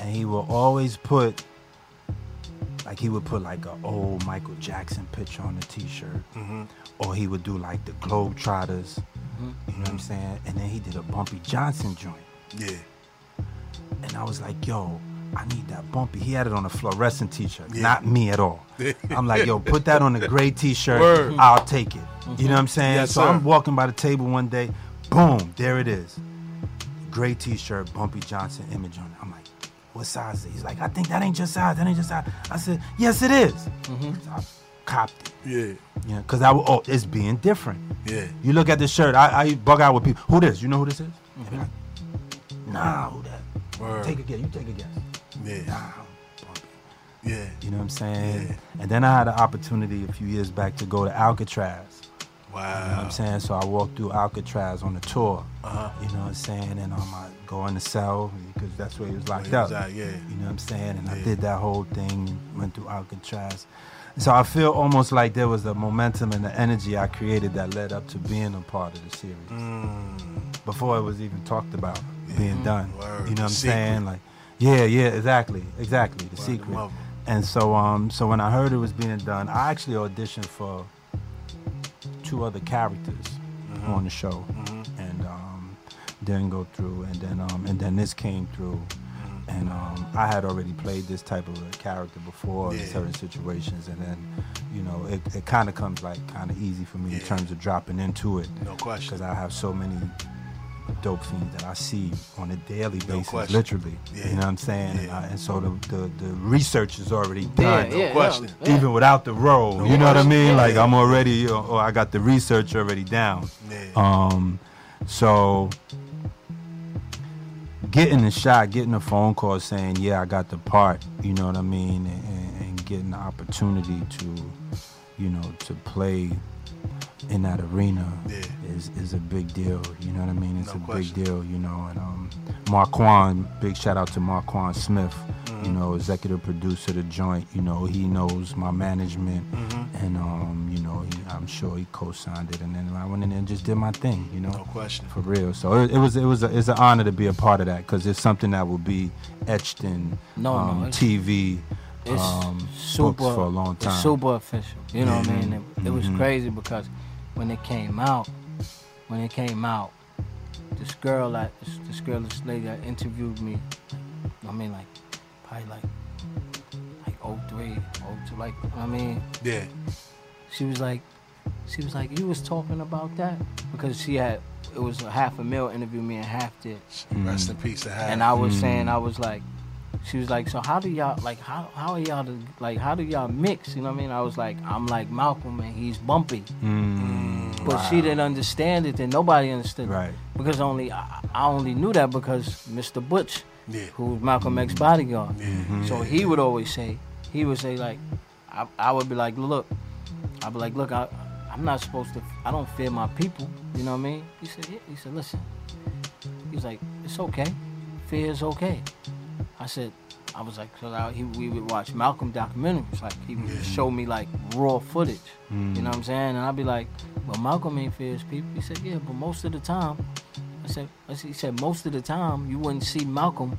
S4: and he will always put like he would put like a old Michael Jackson picture on a t-shirt, or he would do like the Globetrotters. You know what I'm saying? And then he did a Bumpy Johnson joint,
S2: Yeah,
S4: and I was like, "Yo, I need that Bumpy." He had it on a fluorescent t-shirt,
S2: Yeah.
S4: not me at all. I'm like, "Yo, put that on a gray t-shirt. Mm-hmm.
S2: Word.
S4: I'll take it." You know what I'm saying?
S2: Yes,
S4: so
S2: sir.
S4: I'm walking by the table one day, boom, there it is. Gray t-shirt, Bumpy Johnson image on it. I'm like, what size is it? He's like, I think that ain't your size. That ain't your size. I said, yes, it is." So I copped it.
S2: Mm-hmm. yeah,
S4: You know, cause I would, oh, it's being different.
S2: Yeah.
S4: You look at this shirt, I, I bug out with people. Who this? You know who this is? They be like,
S2: Mm-hmm.
S4: nah, who that?
S2: Word.
S4: Take a guess. You take a guess.
S2: yeah,
S4: Nah, Bumpy.
S2: yeah.
S4: You know what I'm saying? And then I had an opportunity a few years back to go to Alcatraz. You know what
S2: Wow.
S4: I'm saying? So I walked through Alcatraz on the tour.
S2: Uh-huh.
S4: You know what I'm saying? And um, I go in the cell because that's where he was locked
S2: he was
S4: up.
S2: at, yeah.
S4: You know what I'm saying? And I
S2: Yeah.
S4: did that whole thing, went through Alcatraz. So I feel almost like there was the momentum and the energy I created that led up to being a part of the series. Before it was even talked about being done.
S2: Word.
S4: You know what I'm
S2: The
S4: saying?
S2: secret.
S4: Like, yeah, yeah, exactly, exactly. The secret.
S2: mother.
S4: And so, um, so when I heard it was being done, I actually auditioned for two other characters
S2: Mm-hmm.
S4: on the show, and um, didn't go through, and then um, and then this came through,
S2: Mm-hmm.
S4: and um, I had already played this type of a character before in
S2: Yeah.
S4: certain situations, and then you know it, it kind of comes like kind of easy for me in
S2: Yeah.
S4: terms of dropping into it,
S2: No question.
S4: because I have so many dope fiends that I see on a daily basis,
S2: question.
S4: literally.
S2: Yeah.
S4: You know what I'm saying? And,
S2: Yeah.
S4: I- and so the, the the research is already
S3: Yeah,
S4: done
S3: yeah, yeah,
S2: question.
S3: yeah.
S4: even without the role. you know what I
S3: question.
S4: mean?
S3: Yeah.
S4: Like I'm already, uh, or, or I got the research already down.
S2: Yeah.
S4: Um, so getting the shot, getting a phone call saying, "Yeah, I got the part." You know what I mean? And, and, and getting the opportunity to, you know, to play in that arena
S2: Yeah.
S4: is is a big deal. You know what I mean? It's
S2: No
S4: a
S2: question.
S4: big deal. You know, and um, Marquand, big shout out to Marquand Smith. You know, executive producer of the joint. You know, he knows my management,
S3: Mm-hmm.
S4: and um, you know, he, I'm sure he co-signed it. And then I went in there and just did my thing. You know,
S2: No question.
S4: for real. So it, it was it was a, it's an honor to be a part of that because it's something that will be etched in
S3: No, no,
S4: um,
S3: it's-
S4: TV.
S3: it's
S4: um,
S3: super
S4: books for a long time. Mm-hmm.
S3: It's super official. You know what I mean? It, it was crazy because when it came out, when it came out, this girl, I, this, this girl, this lady that interviewed me, I mean, like, probably like, like 03, 02, like, I mean,
S2: Yeah,
S3: she was like, she was like, you was talking about that because she had, it was a half a meal interview me and half did.
S2: rest in peace to have.
S3: And I was saying, I was like, she was like, so how do y'all like how how are y'all the- like how do y'all mix? You know what I mean? I was like, I'm like Malcolm and he's bumpy, but she didn't understand it, and nobody understood
S4: Right.
S3: it because only I, I only knew that because Mr. Butch,
S2: Yeah.
S3: who was Malcolm X bodyguard, so he would always say, he would say like, I, I would be like, look, I'd be like, look, I I'm not supposed to, I don't fear my people. You know what I mean? He said, yeah. he said, listen, he was like, it's okay, fear is okay. I said, I was like, so I, he, we would watch Malcolm documentaries. Like he would show me like raw footage. You know what I'm saying? And I'd be like, well, Malcolm ain't fear his people. He said, yeah, but most of the time, I said, I said- he said most of the time you wouldn't see Malcolm.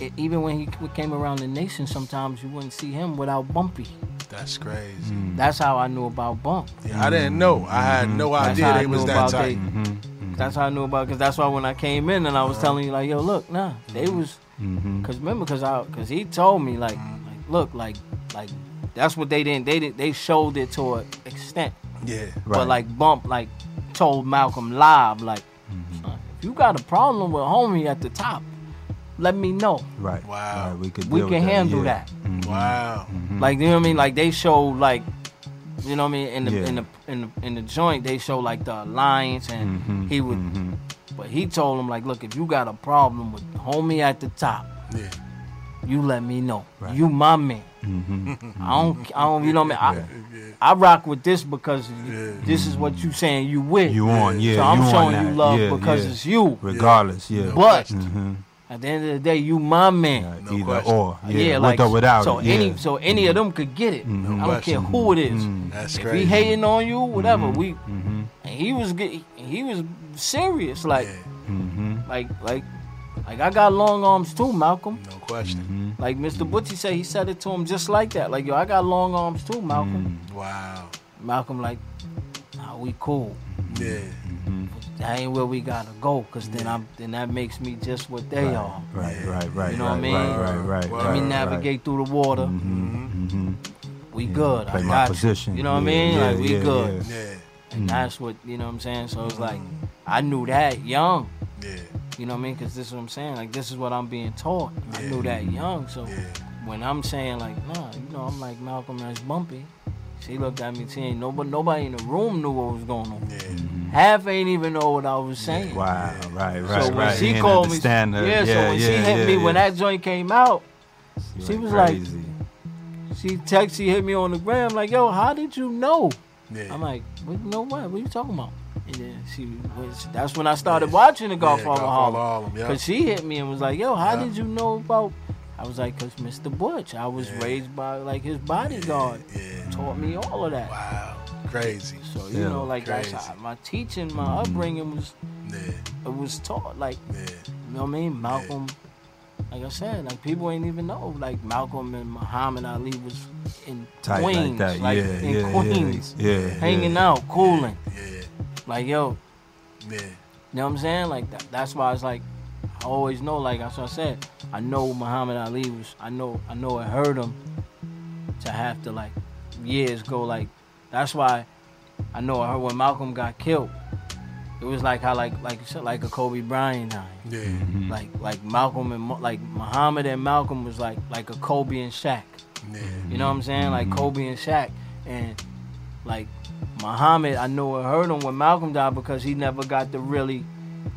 S3: E- even when he c- came around the nation, sometimes you wouldn't see him without Bumpy.
S2: That's crazy.
S3: That's how I knew about Bump.
S2: Yeah, I didn't know. I had no
S3: Mm-hmm. That's
S2: idea
S3: how
S2: they
S3: I
S2: was
S3: knew
S2: that
S3: about
S2: tight.
S3: they- That's how I knew about because that's why when I came in and I was telling you like, yo, look, nah, they was because remember because I because he told me like, like, look, like, like that's what they didn't they didn't they showed it to an extent,
S2: Yeah,
S3: but like Bump like told Malcolm live like, "Son, if you got a problem with homie at the top, let me know.
S4: Right.
S2: Wow.
S4: Right, we could
S3: We
S4: deal
S3: can
S4: with
S3: handle
S4: yeah. Mm-hmm.
S3: that.
S2: wow.
S3: Like you know what I mean? Like they show like you know what I mean in the
S4: Yeah.
S3: in the in the in the joint they show
S4: Mm-hmm,
S3: like the alliance and he would but he told him like look if you got a problem with homie at the top.
S2: Yeah.
S3: You let me know. You my man.
S4: Mm-hmm.
S3: I don't. I don't. You know what I mean? I, I rock with this because this is what you saying you with.
S4: You on, yeah.
S3: So I'm
S4: you
S3: showing
S4: on
S3: you
S4: that.
S3: love
S4: yeah,
S3: because
S4: yeah.
S3: it's you.
S4: Regardless, yeah.
S3: But
S4: Mhm.
S3: at the end of the day, you my man.
S4: either
S2: question.
S4: or, yeah,
S3: Yeah,
S4: with
S3: like
S4: or without
S3: so
S4: it, yeah. Mm-hmm.
S3: any so any of them could get it. I don't care
S2: question.
S3: who it is.
S2: That's
S3: If
S2: crazy.
S3: he hating on you, whatever.
S4: Mm-hmm.
S3: We and he was get, he was serious. Like
S4: Mm-hmm.
S3: like like like I got long arms too, Malcolm.
S2: No question.
S4: Mm-hmm.
S3: Like Mr. Butchie said, he said it to him just like that. Like yo, I got long arms too, Malcolm.
S4: Mm-hmm.
S2: Wow.
S3: Malcolm like, nah, we cool.
S2: Yeah.
S4: Mm-hmm.
S3: That ain't where we gotta go, cause then I'm then that makes me just what they are.
S4: Right, right, right.
S3: You know
S4: right,
S3: what I mean?
S4: Right, right, right.
S2: Let
S3: Let
S4: right, Mm-hmm.
S3: me navigate through the water. Mm-hmm. We good.
S4: Play
S3: I
S4: my
S3: got
S4: position.
S3: You. you know what I
S4: Yeah,
S3: mean?
S4: yeah,
S3: like we
S4: yeah,
S3: good.
S4: yeah. Mm-hmm.
S2: Yeah.
S3: And that's what you know what I'm saying. So it's like I knew that young.
S2: Yeah.
S3: You know what I mean? Because this is what I'm saying. Like this is what I'm being taught. I knew that young. So when I'm saying like, nah, you know, I'm like Malcolm. That's bumpy. She looked at me saying, nobody, nobody in the room knew what was going on. Half ain't even know what I was saying.
S4: Wow, right, right,
S3: So
S4: right.
S3: when she
S4: You ain't
S3: called me, yeah,
S4: understand her.
S3: So when she
S4: yeah,
S3: hit
S4: yeah,
S3: me when
S4: yeah.
S3: that joint came out,
S4: You
S3: she
S4: ain't
S3: was like-
S4: crazy.
S3: she text, she hit me on the gram like, "Yo, how did you know?"
S2: Yeah.
S3: I'm like, "What? No what? What you talking about?" And then she was. That's when I started watching the Godfather
S2: Godfather
S3: Harlem
S2: Harlem, yeah.
S3: because she hit me and was like, "Yo, how did you know about?" I was like, "Cause Mr. Butch, I was raised by like his bodyguard,
S2: yeah.
S3: taught me all of that."
S2: Wow. Crazy.
S3: So you
S4: Yeah.
S3: know, like that's
S2: Crazy.
S3: how my teaching, my upbringing was
S2: Yeah.
S3: it was taught like
S2: Yeah.
S3: you know what I mean? Malcolm, like I said, like people ain't even know. Like Malcolm and Muhammad Ali was in
S4: Tight
S3: Queens,
S4: like that. yeah,
S3: in
S4: yeah, yeah,
S3: Queens,
S4: Yeah, yeah,
S3: hanging out, cooling.
S2: Yeah.
S3: Like yo,
S2: Yeah.
S3: you know what I'm saying? Like that, that's why it's like I always know. Like that's what I said. I know Muhammad Ali was. I know. I know it hurt him to have to like years go. Like that's why I know I heard when Malcolm got killed. It was like how like like you said, like a Kobe Bryant dying
S2: Yeah.
S3: like like Malcolm and Mo- like Muhammad and Malcolm was like like a Kobe and Shaq.
S2: Yeah.
S3: You know what I'm saying? Like
S4: Mm-hmm.
S3: Kobe and Shaq, and like Muhammad, I know it hurt him when Malcolm died because he never got to really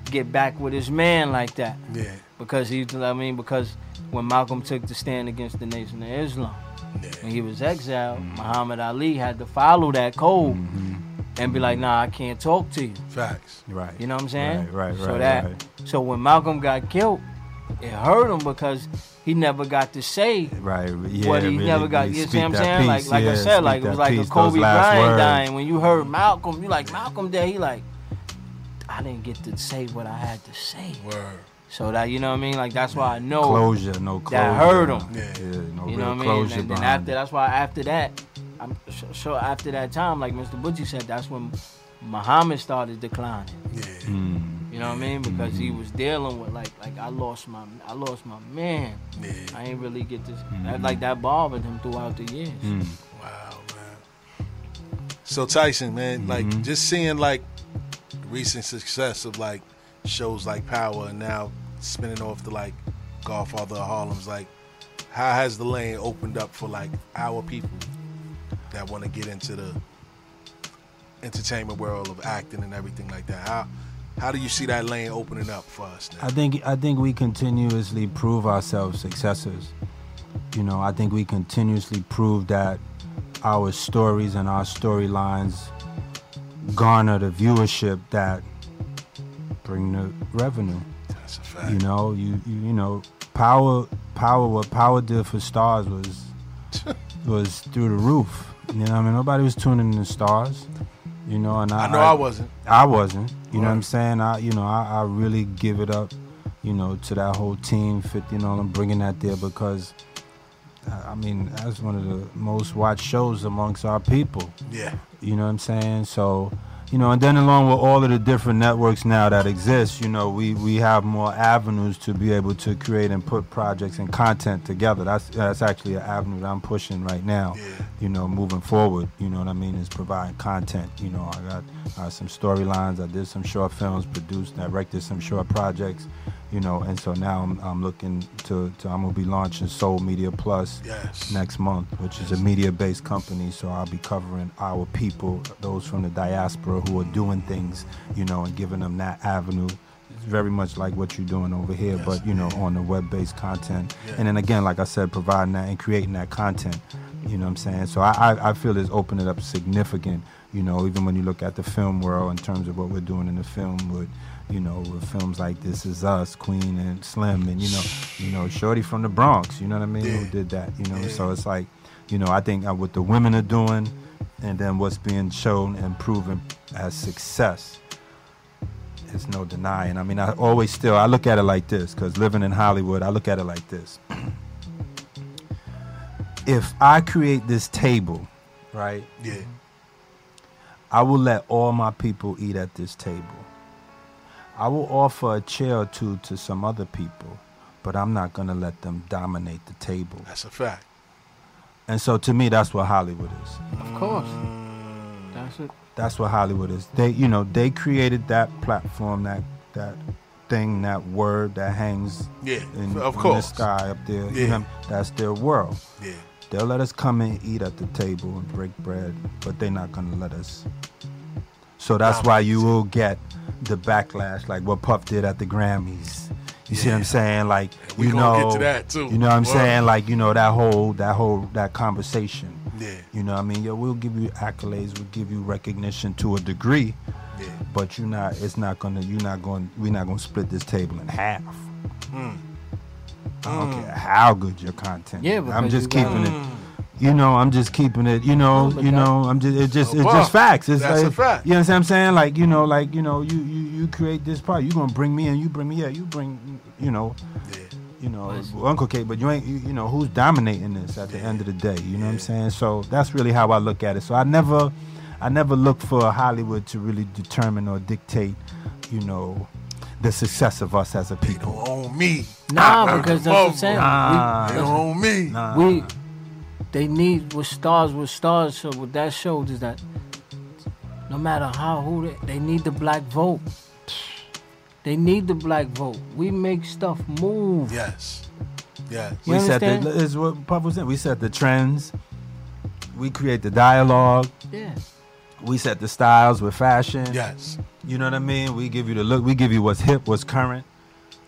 S3: get back with his man like that.
S2: Yeah.
S3: Because he, I mean, because when Malcolm took the stand against the Nation of Islam, when he was exiled, Muhammad Ali had to follow that code
S4: Mm-hmm.
S3: and be like, Nah, I can't talk to you.
S2: Facts.
S4: Right.
S3: You know what I'm saying?
S4: Right, right,
S3: so
S4: right,
S3: that,
S4: right.
S3: So when Malcolm got killed, it hurt him because he never got to say
S4: Right. Yeah.
S3: what he
S4: really,
S3: never got.
S4: really
S3: You see
S4: speak
S3: what I'm
S4: that
S3: saying? like
S4: peace,
S3: like
S4: yeah,
S3: I said,
S4: speak
S3: like it
S4: that
S3: was like
S4: peace,
S3: a Kobe
S4: those last
S3: Bryant
S4: words.
S3: dying. When you heard Malcolm, you like Malcolm there, he like, I didn't get to say what I had to say.
S2: Word.
S3: So that you know what I mean? Like that's why I know
S4: Closure, no closure.
S3: that hurt him.
S4: Yeah, no
S3: You know
S4: real
S3: what I mean?
S4: closure
S3: And then
S4: behind
S3: after
S4: it.
S3: that's why after that, I'm sure so after that time, like Mr. Butchie said, that's when Muhammad started declining.
S2: Yeah.
S3: You know what I mean? Because he
S4: Mm-hmm.
S3: was dealing with like like I lost my I lost my man.
S2: Yeah.
S3: I ain't really get this
S4: Mm-hmm.
S3: that, like that bothered him throughout the years.
S2: Wow, man. So Tyson, man,
S3: Mm-hmm.
S2: like just seeing like recent success of like shows like Power and now spinning off to like Godfather of Harlem's like how has the lane opened up for like our people that want to get into the entertainment world of acting and everything like that? How how do you see that lane opening up for us now?
S4: I think I think we continuously prove ourselves successors. You know, I think we continuously prove that our stories and our storylines garner the viewership that bring the revenue.
S2: That's a fact.
S4: You know, you you, you know, power power what power did for stars was was through the roof. You know, what I mean, nobody was tuning in to stars. You know, and I,
S2: I know I wasn't.
S4: I wasn't. You know what I'm
S2: Right.
S4: saying? I, you know, I, I really give it up, you know, to that whole team, 50 and all, and bringing that there because, uh, I I mean, that's one of the most watched shows amongst our people.
S2: Yeah.
S4: You know what I'm saying? So, you know, and then along with all of the different networks now that exist, you know, we, we have more avenues to be able to create and put projects and content together. That's that's actually an avenue that I'm pushing right now. You know, moving forward. You know what I mean? Is providing content. You know, I got uh, some storylines. I did some short films, produced, directed some short projects. You know, and so now I'm, I'm looking to, to I'm gonna be launching Soul Media Plus
S2: Yes.
S4: next month, which is a media-based company. So I'll be covering our people, those from the diaspora who are doing things, you know, and giving them that avenue very much like what you're doing over here, but you know, on the web-based content. And then again, like I said, providing that and creating that content. You know what I'm saying? So I, I, I feel it's opened it up significant. You know, even when you look at the film world in terms of what we're doing in the film with, you know, with films like This Is Us, Queen and Slim, and you know, you know, Shorty from the Bronx. You know what I mean? Who did that? You know, so it's like, you know, I think uh, what the women are doing, and then what's being shown and proven as success there's no denying. I mean, I always still I look at it like this because living in Hollywood, I look at it like this. if I create this table, right?
S2: Yeah.
S4: I will let all my people eat at this table. I will offer a chair or two to some other people, but I'm not going to let them dominate the table.
S2: That's a fact.
S4: And so to me, that's what Hollywood is.
S3: Of course. That's it.
S4: That's what Hollywood is. They, you know, they created that platform, that that thing, that word that hangs
S2: Yeah,
S4: in,
S2: of
S4: in
S2: course.
S4: the sky up there.
S2: Yeah.
S4: You know, that's their world.
S2: Yeah.
S4: They'll let us come and eat at the table and break bread, but they're not gonna let us. So that's why you will get the backlash, like what Puff did at the Grammys. You see what I'm saying? Like
S2: We
S4: you
S2: gonna
S4: know,
S2: get to that, too.
S4: You know what I'm
S2: Word.
S4: saying? Like you know that whole that whole that conversation.
S2: Yeah.
S4: You know what I mean? Yo, we'll give you accolades, we'll give you recognition to a degree,
S2: Yeah.
S4: but you're not. It's not gonna. You're not going. We're not gonna split this table in half. I don't care how good your content.
S3: Yeah,
S4: is. I'm
S3: because
S4: just
S3: you Hmm.
S4: keeping it. You know, I'm just keeping it. You know,
S3: but
S4: you
S3: that-
S4: know, I'm just. It's just. It's
S2: Well,
S4: just facts. It's
S2: that's
S4: like,
S2: a fact.
S4: You know what I'm saying? Like you know, like you know, you you you create this part. You gonna bring me in. You bring me. Yeah, you bring. You know. You know, Uncle K, but you ain't, you, you know, who's dominating this at the end of the day? You know what I'm saying? So that's really how I look at it. So I never, I never look for Hollywood to really determine or dictate, you know, the success of us as a
S2: They
S4: people.
S2: don't own me.
S3: Nah, because that's what I'm saying.
S4: Nah.
S2: They
S3: We-
S2: don't own me.
S3: we they need with stars with stars so what that shows is that no matter how who they, they need the black vote they need the black vote we make stuff move
S2: Yes. Yes.
S3: You
S4: we set the
S3: understand?
S4: is what Puff was saying. We set the trends. We create the dialogue.
S3: yeah
S4: We set the styles with fashion.
S2: Yes.
S4: You know what I mean? We give you the look. We give you what's hip, what's current.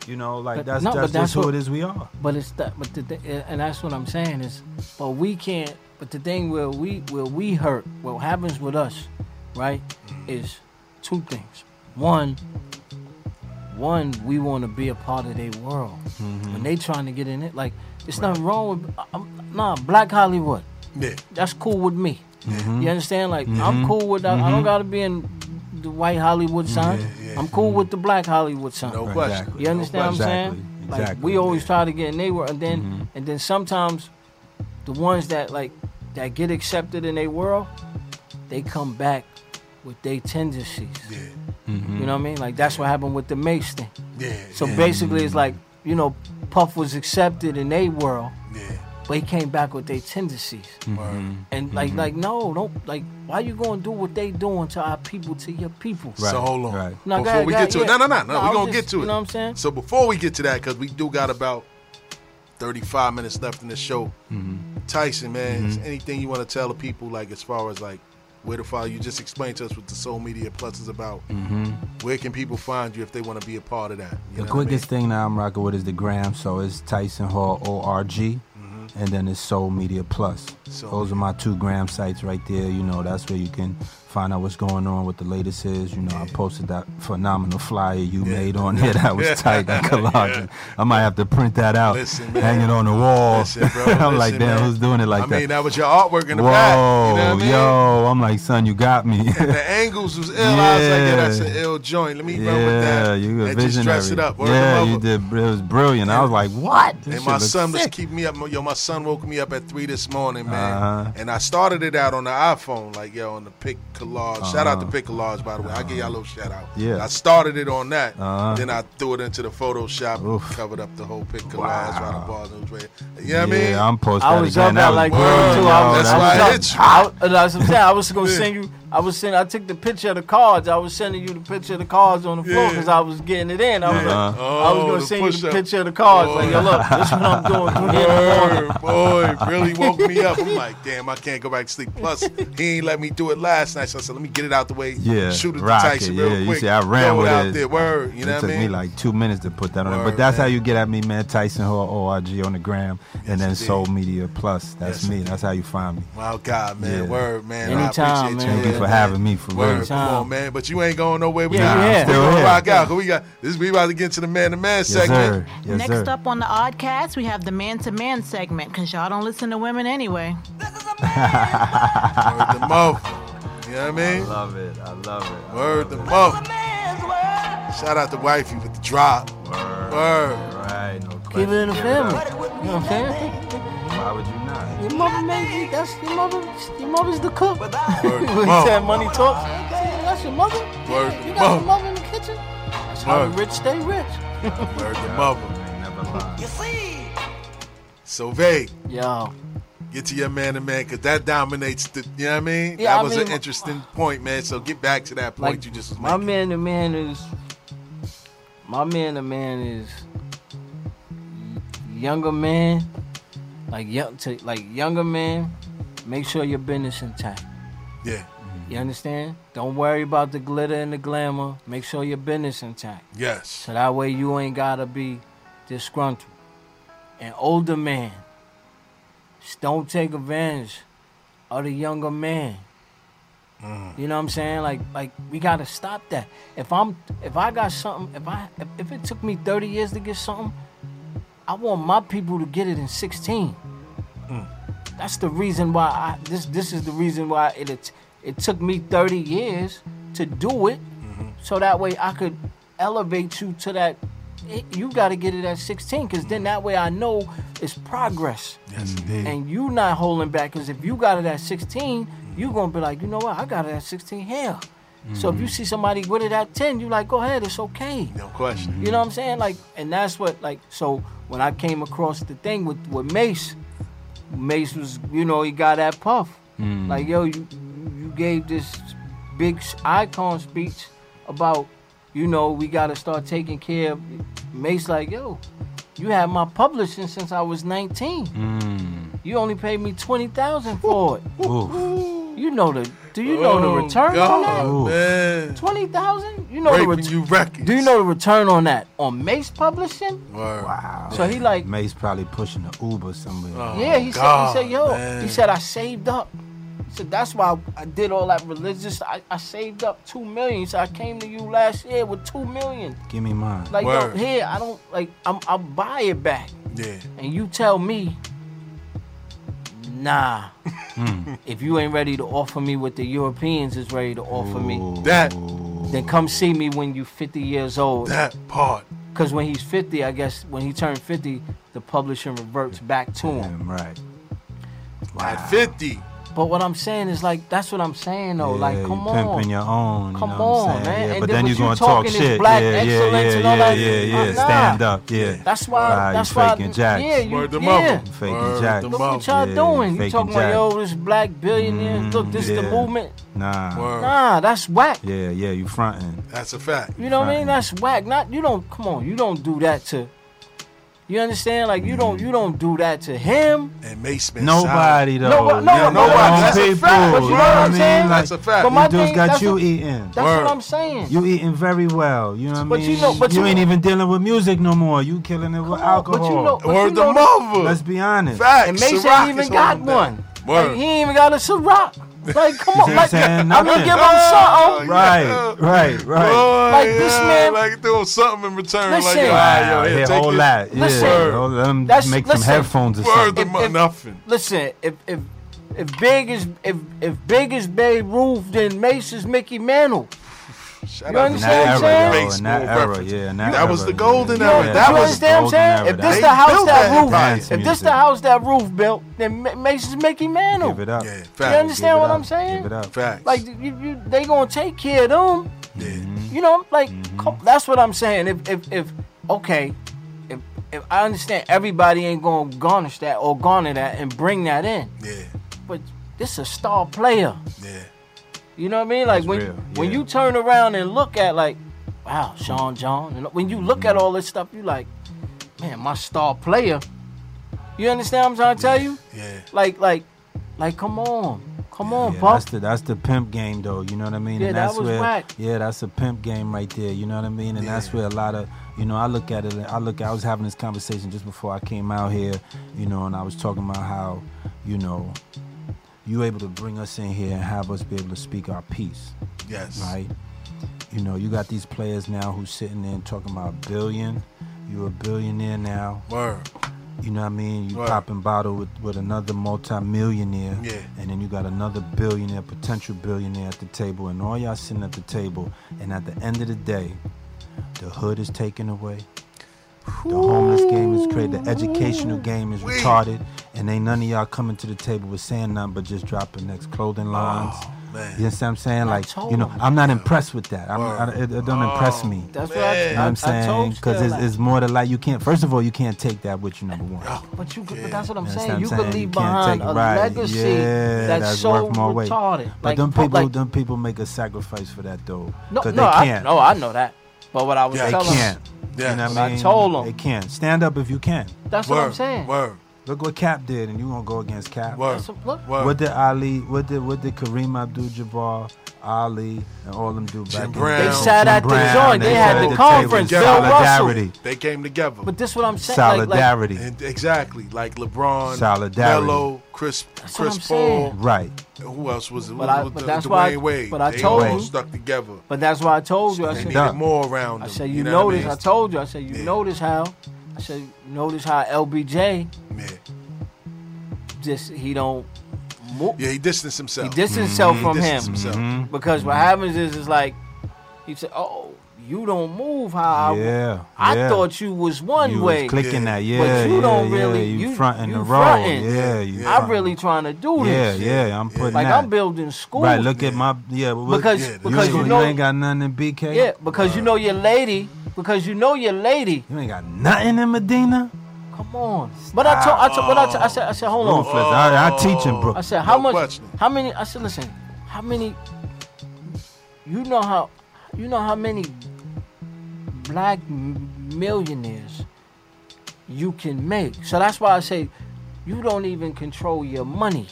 S4: You know, like
S3: But-
S4: that's
S3: no, but
S4: that's,
S3: that's
S4: just who
S3: what-
S4: it is we are.
S3: but it's that but the, thi- and that's what i'm saying is but we can't but the thing where we where we hurt what happens with us right is two things one one we want to be a part of their world when they trying to get in it like it's nothing wrong with I- I'm, nah black hollywood
S2: Yeah.
S3: that's cool with me you understand like i'm cool with that i don't gotta be in the white hollywood sign i'm cool with the black hollywood sign
S2: No question.
S4: Exactly.
S3: you understand what I'm saying?
S4: Exactly,
S3: Like
S4: exactly. Mm-hmm.
S3: we always try to get in they world, and then and then sometimes the ones that like that get accepted in their world, they come back with their tendencies.
S4: Mm-hmm.
S3: You know what I mean? Like that's what happened with the Mace thing.
S2: Yeah.
S3: So basically, it's like you know, Puff was accepted in their world,
S2: Yeah.
S3: but he came back with their tendencies.
S4: Mm. Mm-hmm.
S3: And like like no, don't like why you gonna do what they doing to our people to your people?
S2: So hold on.
S4: right.
S3: No, go
S2: before
S3: ahead,
S2: we
S3: go
S2: get to it, no,
S3: ahead,
S2: no,
S3: yeah.
S2: no, no.
S3: No, I
S2: We're
S3: was
S2: gonna
S3: just-
S2: get to it.
S3: you know what I'm saying?
S2: So before we get to that, because we do got about 35 minutes left in the show.
S4: Mm-hmm.
S2: Tyson, man, is anything you want to tell the people, like as far as like where to follow you? Just explain to us what the Soul Media Plus is about. Where can people find you if they want to be a part of that? You know
S4: Mm-hmm. The
S2: what I
S4: quickest thing that I'm rocking with is the gram, so it's Tyson Hall ORG, and then it's Soul Media Plus.
S2: Mm-hmm. Soul
S4: Those are my two gram sites right there. You know, that's where you can find out what's going on, what the latest is. You know, I posted that phenomenal flyer you made on here. That was tight, that collage. I might have to print that out,
S2: Listen, man.
S4: hang it on the wall.
S2: Listen, bro,
S4: I'm
S2: listen,
S4: like, damn,
S2: man.
S4: who's doing it
S2: I
S4: like
S2: mean?
S4: that?
S2: I mean, that was your artwork in the
S4: Whoa,
S2: back. You know what I mean?
S4: yo, I'm like, son, you got me.
S2: The angles was ill. I was like, yeah,
S4: Yeah.
S2: that's an ill joint. Let me run with
S4: Yeah,
S2: that.
S4: you a
S2: and just dress
S4: visionary.
S2: it up. Word
S4: Yeah,
S2: to
S4: you
S2: mother.
S4: did. It was brilliant. I was like, what? This
S2: And
S4: shit
S2: my
S4: looks
S2: son was
S4: sick.
S2: keeping me up. Yo, my son woke me up at three this morning, man.
S4: Uh-huh.
S2: And I started it out on the iPhone, like yo, on the Pick Collage. Shout out to Pick Collage, by the way. I give y'all a little shout out.
S4: Uh-huh. Yeah.
S2: I started it on that.
S4: Uh-huh.
S2: Then I threw it into the Photoshop,
S4: Oof.
S2: covered up the whole Pick Collage. Wow. While the bars was ready. You know
S4: yeah,
S2: what I mean?
S4: I'm posting
S3: I
S4: that
S3: was
S4: again.
S3: up
S4: That
S3: at
S4: was
S3: like
S4: brilliant,
S3: two.
S4: y'all.
S3: I was,
S2: That's
S4: That
S2: why
S4: was
S2: I
S4: up.
S2: hit you.
S3: I, was- that's what I'm saying. I was gonna send you I was sending. I took the picture of the cards. I was sending you the picture of the cards on the floor
S2: Yeah.
S3: because I was getting it in. I was
S4: Yeah.
S3: like,
S2: Uh-huh.
S3: I was
S2: Oh,
S3: gonna
S2: the
S3: send you the
S2: push-up.
S3: picture of the cards. Like, yo, look, this is what I'm doing. three in the morning.
S2: Word, boy, really woke me up. I'm like, damn, I can't go back to sleep. Plus, he ain't let me do it last night, so I said, let me get it out the way.
S4: Yeah,
S2: shoot it
S4: rock
S2: to Tyson
S4: it.
S2: real
S4: Yeah, you
S2: quick.
S4: see, I ran
S2: throw
S4: with
S2: it out
S4: it.
S2: there. Word, you know
S4: it
S2: what I
S4: took
S2: mean?
S4: me like two minutes to put that on. there.
S2: Word,
S4: But that's
S2: man.
S4: how you get at me, man. Tyson Hall, ORG on the gram, and then
S2: indeed.
S4: Soul Media Plus. That's
S2: Yes,
S4: me. That's how you find me.
S2: Wow, God, man,
S4: Yeah.
S2: word, man. I
S3: Anytime,
S2: appreciate
S3: man.
S2: you.
S4: Thank you
S2: Yeah,
S4: for
S2: man.
S4: having me for
S2: Word,
S4: real.
S2: come
S3: Anytime.
S2: on, man. But you ain't going nowhere. We
S3: Yeah,
S2: gonna,
S3: you here.
S4: I'm still
S2: we gonna
S4: here.
S2: rock out. 'cause we got this. We about to get to the man to man
S4: Yes,
S2: segment.
S4: sir. Yes, sir.
S8: Next up on the Oddcast, we have the man to man segment because y'all don't listen to women anyway.
S2: Word the mouth. You know what I mean?
S4: love it. I love it.
S2: Word the mouth. Shout out to wifey with the drop. Word.
S4: Right. No
S3: Keep it in the family.
S4: Why
S3: You know what I'm saying?
S4: would you not?
S3: Your mother made you. That's your mother. Your mother's the cook.
S2: Word
S3: When
S2: the
S3: he said
S2: mouth.
S3: money talks. That's your mother.
S2: Word
S3: You
S2: the
S3: got your
S2: mouth.
S3: mother in the kitchen. That's how the
S2: Word.
S3: rich stay rich.
S2: Word the mouth.
S4: Never lie.
S2: So vague.
S3: Yo,
S2: Get to your man to man, cause that dominates the. You know what I mean?
S3: Yeah,
S2: that
S3: I
S2: was an
S3: mean-
S2: interesting point, man. So get back to that point
S3: like
S2: you just was
S3: my
S2: making.
S3: man, the man is my man, the man is younger man, like young to like younger man. Make sure your business intact.
S2: Yeah,
S3: You understand? Don't worry about the glitter and the glamour. Make sure your business intact.
S2: yes,
S3: So that way you ain't gotta be disgruntled. An older man, just don't take advantage of the younger man. You know what I'm saying? Like like we gotta stop that. If I'm if I got something, if I if, if it took me 30 years to get something, I want my people to get it in 16. That's the reason why I this this is the reason why it it, it took me 30 years to do it
S2: Mm-hmm.
S3: so that way I could elevate you to that. It, you got to get it at 16, because then that way I know it's progress,
S2: yes, indeed.
S3: and you not holding back. Because if you got it at 16,
S2: Mm-hmm.
S3: you gonna be like, you know what, I got it at 16 here. So if you see somebody with it at 10, you like, go ahead, it's okay.
S2: No question.
S3: You know what I'm saying? Like, and that's what like. So when I came across the thing with with Mace, Mace was you know he got that puff. Like yo, you you gave this big s- icon speech about you know we got to start taking care of Mace. Like yo, you had my publishing since I was 19. You only paid me twenty thousand for it.
S4: Oof.
S3: You know the do you know the
S2: Oh,
S3: return on that?
S2: God, man.
S3: Twenty thousand? You know the
S2: Raping
S3: return.
S2: you records.
S3: Do you know the return on that on Mace Publishing?
S2: Word.
S3: So
S2: Oh,
S3: he like, Oh.
S4: Mace probably pushing the Uber somewhere.
S3: yeah, he
S2: Oh, God,
S3: said, he said, yo,
S2: man.
S3: he said I saved up. He said that's why I did all that religious. I, I saved up two million. He said I came to you last year with two million.
S4: Give me mine.
S3: Like yo,
S2: Word.
S3: here I don't like. I'm I'll buy it back.
S2: Yeah.
S3: And you tell me, nah.
S2: Hmm.
S3: if you ain't ready to offer me what the Europeans is ready to offer me,
S2: That
S3: then come see me when you 50 years old.
S2: that part.
S3: Because when he's 50, I guess when he turned 50, the publishing reverts back to him.
S4: Damn right.
S2: At 50.
S3: But what I'm saying is like that's what I'm saying though. Oh, like
S4: you
S3: come on.
S4: pimping your own. you
S3: Come
S4: know what I'm
S3: on,
S4: saying?
S3: man.
S4: Yeah,
S3: And
S4: but
S3: then
S4: then
S3: what
S4: you're
S3: you
S4: gonna talk
S3: talking is
S4: shit.
S3: black
S4: yeah, yeah,
S3: excellence
S4: yeah,
S3: and all
S4: yeah,
S3: that.
S4: yeah, yeah,
S3: Nah.
S4: Stand up. Yeah.
S3: That's why
S4: Nah, you
S3: that's why
S4: faking jacks.
S3: Yeah, you
S2: Word the
S3: yeah.
S2: mother.
S4: Faking
S2: Word
S4: Jack.
S2: the
S3: Look what
S2: mother.
S3: y'all
S4: Yeah,
S3: doing. You
S4: faking
S3: talking about
S4: Jack.
S3: yo, this black billionaire. Look, this the
S4: yeah.
S3: movement.
S4: Nah.
S2: Word.
S3: Nah, that's whack.
S4: Yeah, yeah. You fronting.
S2: That's a fact.
S3: You know what I mean?
S4: Right.
S3: That's whack. Not you don't come on, you don't do that to you understand? Like you
S4: Mm-hmm.
S3: don't you don't do that to him.
S2: And Mace been
S4: Nobody though.
S3: No, but- no,
S4: Your
S2: but that's-
S4: own
S2: that's a
S4: people,
S2: fact,
S3: but you know what I'm
S4: mean?
S3: saying?
S4: Like,
S2: That's a fact.
S3: But my
S4: you dudes
S3: thing-
S4: got
S3: that's
S4: you
S3: a-
S4: eating.
S3: That's
S2: Word.
S3: what I'm saying.
S4: You eating very well. You know what I mean?
S3: But you know- but you-
S4: ain't even dealing with music no more. You killing it with
S3: Come on,
S4: alcohol.
S3: But you know, but
S2: Solid. Word
S3: you
S2: the
S3: know,
S2: mother.
S4: Let's be honest.
S2: Facts.
S3: And Mason
S2: Ciroc
S3: even
S2: is
S3: got
S2: holding down.
S3: one.
S2: Word.
S3: Like, he ain't even got a Ciroc. Like, come on.
S4: ain't
S3: Like,
S4: saying
S3: I mean,
S4: nothing. Oh,
S3: give him
S2: Oh,
S3: something.
S4: Right, right, right.
S2: Boy,
S3: Like, this
S2: yeah,
S3: man-
S2: like throw something in return. Like,
S3: Listen.
S2: yo, all right, yo,
S4: Wow,
S2: here,
S4: yeah,
S2: take
S4: whole
S2: this.
S4: lot. Yeah,
S3: Listen.
S4: yo, let them
S3: That's-
S4: make
S3: listen.
S4: some headphones or
S2: Word the
S4: something.
S2: mo-
S3: if-
S2: nothing.
S3: Listen, if if if big is if if big is Babe Ruth, then Mace is Mickey Mantle.
S2: Shout
S3: You
S2: out to
S4: In
S3: understand
S2: Mace
S4: that
S3: what I'm
S2: with
S4: era,
S3: saying?
S4: yo,
S2: Mace
S4: in that
S2: Moore
S4: era,
S2: reference.
S4: yeah, in that
S2: That was
S4: era,
S2: the golden
S4: yeah.
S2: era.
S4: Yeah,
S2: That
S3: you
S2: was
S3: understand what
S4: golden
S3: I'm
S4: era.
S3: saying? If
S4: That-
S3: this
S2: They
S3: the house
S2: built
S3: that,
S2: that
S3: Ruth,
S2: dance
S3: if this
S4: music.
S3: the house that Ruth built, then Ma- Mace is Mickey Mantle.
S4: give it up.
S2: Yeah,
S4: Give
S2: facts.
S3: You understand
S4: it
S3: what
S4: up,
S3: I'm saying?
S4: Give it up.
S2: Facts.
S3: Like you, you, they gonna take care of them.
S2: yeah.
S3: You know, like co- that's what I'm saying. If if if okay, if if I understand everybody ain't gonna garnish that or garner that and bring that in,
S2: Yeah.
S3: but this a star player.
S2: Yeah.
S3: You know what I mean? Like
S4: It's
S3: when
S4: real,
S3: when
S4: yeah.
S3: you turn around and look at like, wow, Sean John, and when you look at
S4: Mm-hmm.
S3: all this stuff, you like, man, my star player. You understand what I'm trying to tell you?
S2: Yeah.
S3: Like like like come on. Come on,
S4: Yeah,
S3: Buck.
S4: that's the that's the pimp game though. You know what I mean?
S3: Yeah,
S4: and
S3: that
S4: that's
S3: was
S4: where
S3: whack.
S4: yeah, that's a pimp game right there. You know what I mean? And that's where a lot of you know I look at it. I look. I was having this conversation just before I came out here. You know, and I was talking about how you know you able to bring us in here and have us be able to speak our piece,
S2: Yes.
S4: right? You know, you got these players now who's sitting there and talking about a billion. You're a billionaire now.
S2: Word.
S4: You know what I mean? You
S2: Right.
S4: popping bottle with, with another multimillionaire.
S2: Yeah.
S4: And then you got another billionaire, potential billionaire at the table, and all y'all sitting at the table. And at the end of the day, the hood is taken away. The homeless game is created. The educational game is retarded. And ain't none of y'all coming to the table with saying nothing but just dropping next clothing lines.
S2: Oh, man.
S4: You know what I'm saying? Like,
S3: told
S4: you know,
S3: him.
S4: I'm not impressed with that. I'm, I, it, it don't impress
S2: Oh.
S4: me.
S3: That's what I,
S4: You
S3: I,
S4: know what I'm
S3: I told
S4: saying?
S3: you.
S4: Because it's, it's more to like, you can't, first of all, you can't take that with you, number one.
S3: But you, could, but that's what I'm
S4: That's
S3: saying.
S4: what I'm
S3: you
S4: saying.
S3: could leave
S4: can't
S3: behind
S4: take
S3: a
S4: it right.
S3: legacy
S4: Yeah,
S3: that's, so
S4: worth more weight.
S3: retarded.
S4: But them
S3: fuck,
S4: people, them people make a sacrifice for that though,
S3: no,
S4: 'cause
S3: no,
S4: they can't.
S3: I, no, I know that. But what I was
S4: they
S3: telling,
S4: can't.
S2: Yes.
S4: You know what
S3: But I
S4: I mean?
S3: told 'em.
S4: they can't. Stand up if you can.
S3: that's what I'm
S2: Word.
S3: saying.
S2: Word.
S4: Look what Cap did, and you gonna go against Cap.
S2: Word.
S3: That's a- look.
S2: Word.
S4: What did Ali? What did what did Kareem Abdul-Jabbar, Ali, and all them do back
S2: Jim
S4: in the
S2: Brown.
S4: day?
S2: They
S3: sat
S4: Jim
S3: at the
S4: Brown,
S3: joint. They had
S4: sat
S3: the
S4: at table.
S3: conference.
S2: Bill Russell.
S4: Solidarity.
S2: They came together.
S3: But this what I'm saying. like- like-
S4: Solidarity.
S2: and exactly. Like LeBron,
S4: Solidarity.
S2: Melo, Chris
S3: what
S2: Chris
S3: I'm saying.
S2: Paul.
S4: Right.
S2: Who else was it?
S3: But I-
S2: Who-
S3: but
S2: the-
S3: that's
S2: Dwayne
S3: why I-
S2: Wade.
S3: but I
S2: they
S3: told
S2: all
S3: you.
S2: stuck together.
S3: but that's why I told you. I
S2: They
S3: said,
S2: needed
S4: done.
S2: more around
S3: I
S2: them.
S3: said, you,
S2: you know
S3: notice. I,
S2: What
S3: told you. I said, you
S2: Yeah.
S3: notice how. I said, you notice how LBJ
S2: I mean? yeah.
S3: just he don't. Move.
S2: yeah, he distanced
S3: He
S2: himself. Mm-hmm.
S3: distanced himself
S2: He
S3: from him
S2: distanced himself.
S3: because what happens is it's like he said, "Oh, you don't move how I,
S4: Yeah,
S3: I
S4: yeah.
S3: thought you was one
S4: you
S3: way.
S4: was clicking
S2: Yeah.
S4: that, yeah,
S3: you
S4: yeah,
S3: don't
S4: yeah,
S3: really-
S4: you,
S3: you-
S4: fronting
S3: you
S4: the
S3: fronting.
S4: road, yeah, you
S3: I'm
S4: fronting.
S3: really trying to do
S4: yeah,
S3: this.
S4: yeah, I'm putting
S3: Like
S4: that.
S3: I'm building school.
S4: Right, look at my yeah but what-
S3: Because-
S4: yeah,
S3: because
S4: you,
S3: you
S4: ain't-
S3: know-
S4: ain't got nothing in BK.
S3: Yeah, because
S4: Uh.
S3: you know your lady. Because you know your lady.
S4: you ain't got nothing in Medina.
S3: Come on. But I told. I told. But I, told, I said. I said. Hold on.
S4: Ruthless. I, I teach him, bro.
S3: I said, how
S2: No
S3: much?
S2: question.
S3: How many? I said, listen, how many? You know how? You know how many black m- millionaires you can make? So that's why I say you don't even control your money.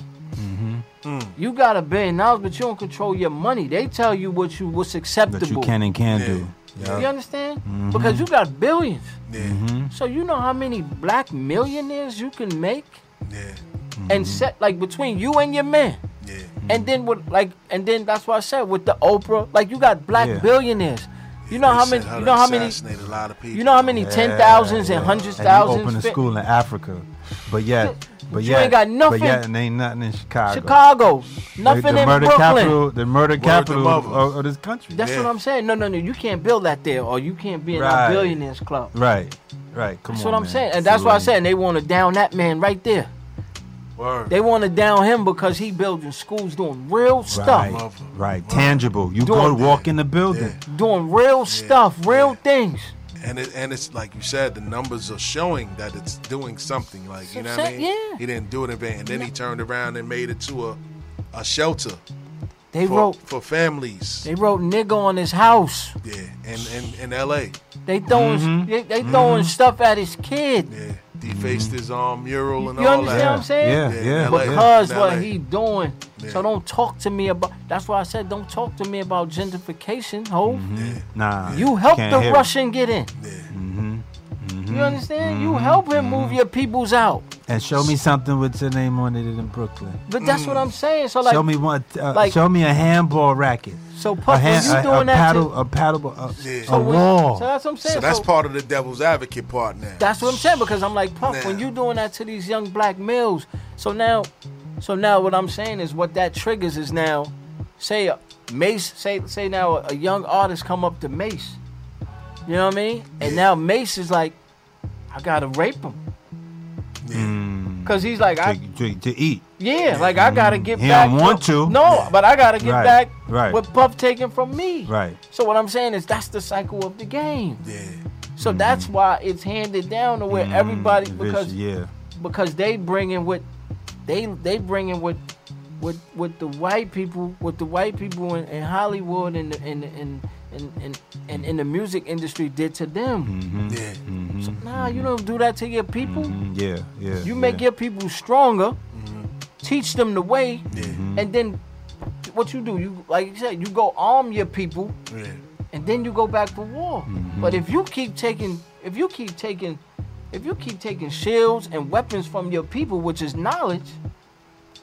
S3: You got a billion dollars, but you don't control your money. They tell you what you what's
S4: That you
S3: acceptable.
S4: can and can
S2: Yeah. Mm-hmm.
S4: do.
S3: You understand? Because you got billions.
S2: Yeah,
S4: Mm-hmm.
S3: So you know how many black millionaires you can make
S2: yeah,
S4: Mm-hmm.
S3: and set like between you and your man.
S2: yeah.
S3: And then with like, and then that's why I said with the Oprah, like you got black
S4: Yeah.
S3: billionaires. You know
S2: They
S3: how
S2: said
S3: many?
S2: how
S3: You
S2: they
S3: know how many?
S2: assassinated a lot of people.
S3: You know how many ten thousands and hundreds
S4: And you
S3: thousands?
S4: open a
S3: fit-
S4: school in Africa, but yet, but
S3: you
S4: yet,
S3: ain't got
S4: But
S3: nothing.
S4: yet, and ain't nothing in Chicago.
S3: Chicago,
S4: The,
S3: nothing
S4: the
S3: in
S4: murder
S3: Brooklyn.
S4: capital, the murder capital of,
S2: mother.
S4: of this country.
S3: That's
S2: Yeah.
S3: what I'm saying. No, no, no. You can't build that there, or you can't be in our
S4: Right.
S3: billionaires club.
S4: right, right. Come
S3: That's
S4: on,
S3: what I'm
S4: man.
S3: saying, and that's why I
S4: Salute.
S3: said they want to down that man right there.
S2: Word.
S3: They want to down him because he building schools, doing real stuff,
S4: Right,
S2: Mother.
S4: right. Tangible. You
S3: Doing
S4: go walk in the building.
S3: doing real stuff, real things.
S2: and it, and it's like you said, the numbers are showing that it's doing something. Like you know what I
S3: Success-
S2: mean?
S3: yeah.
S2: He didn't do it in vain. And then he turned around and made it to a, a shelter
S3: They
S2: for,
S3: wrote,
S2: for families.
S3: they wrote nigga on his house.
S2: Yeah, and in, in L.A.
S3: They throwing they, they throwing stuff at his kid.
S2: Yeah, defaced his um mural and
S3: You
S2: all
S3: understand
S2: that.
S3: what I'm saying?
S4: Yeah,
S2: Yeah,
S4: yeah.
S2: in LA.
S3: Because
S2: Yeah.
S3: what he doing.
S2: Yeah.
S3: So don't talk to me about. That's why I said don't talk to me about gentrification, ho.
S4: Nah.
S3: You help
S4: can't
S3: the
S4: hear it. Mm-hmm.
S3: Russian get in. You understand? You help him move your peoples out.
S4: And show me something with your name on it in Brooklyn.
S3: But that's what I'm saying. So like,
S4: Mm. show me one. Uh,
S3: like-
S4: show me a handball racket.
S3: so
S4: A
S3: Puff,
S4: hand,
S3: when you
S4: a, a
S3: doing that
S4: paddle,
S3: to,
S4: a paddle, a,
S2: Yeah.
S4: a
S2: So
S3: when-
S4: wall.
S3: So that's what I'm saying.
S2: So
S3: So
S2: that's part of the devil's advocate part now.
S3: That's what I'm saying because I'm like Puff. When
S2: Now.
S3: you doing that to these young black males, so now, so now what I'm saying is what that triggers is now, say a Mace, say say now a young artist come up to Mace, you know what I mean? And now Mace is like, I gotta rape him because he's like, I
S4: Mm. to, to, to eat.
S3: yeah, like I gotta get
S4: He
S3: back.
S4: don't want to.
S3: No, but I gotta get
S4: Right,
S3: back.
S4: right.
S3: What Puff taking from me?
S4: Right.
S3: So what I'm saying is that's the cycle of the game.
S2: Yeah, Mm-hmm.
S3: So that's why it's handed down to where everybody
S4: Mm,
S3: because
S4: vicious, yeah.
S3: because they bringing what they they bringing what with with the white people with the white people in, in Hollywood and the- and and and and and in the music industry did to them.
S2: Mm-hmm. Yeah. Mm-hmm.
S3: Nah, you don't do that to your people.
S4: mm, Yeah, yeah.
S3: You
S4: yeah.
S3: make your people stronger, teach them the way,
S2: Yeah.
S3: and then what you do, you like you said, you go arm your people,
S2: Yeah.
S3: and then you go back to war. But if you keep taking, if you keep taking, if you keep taking shields and weapons from your people, which is knowledge,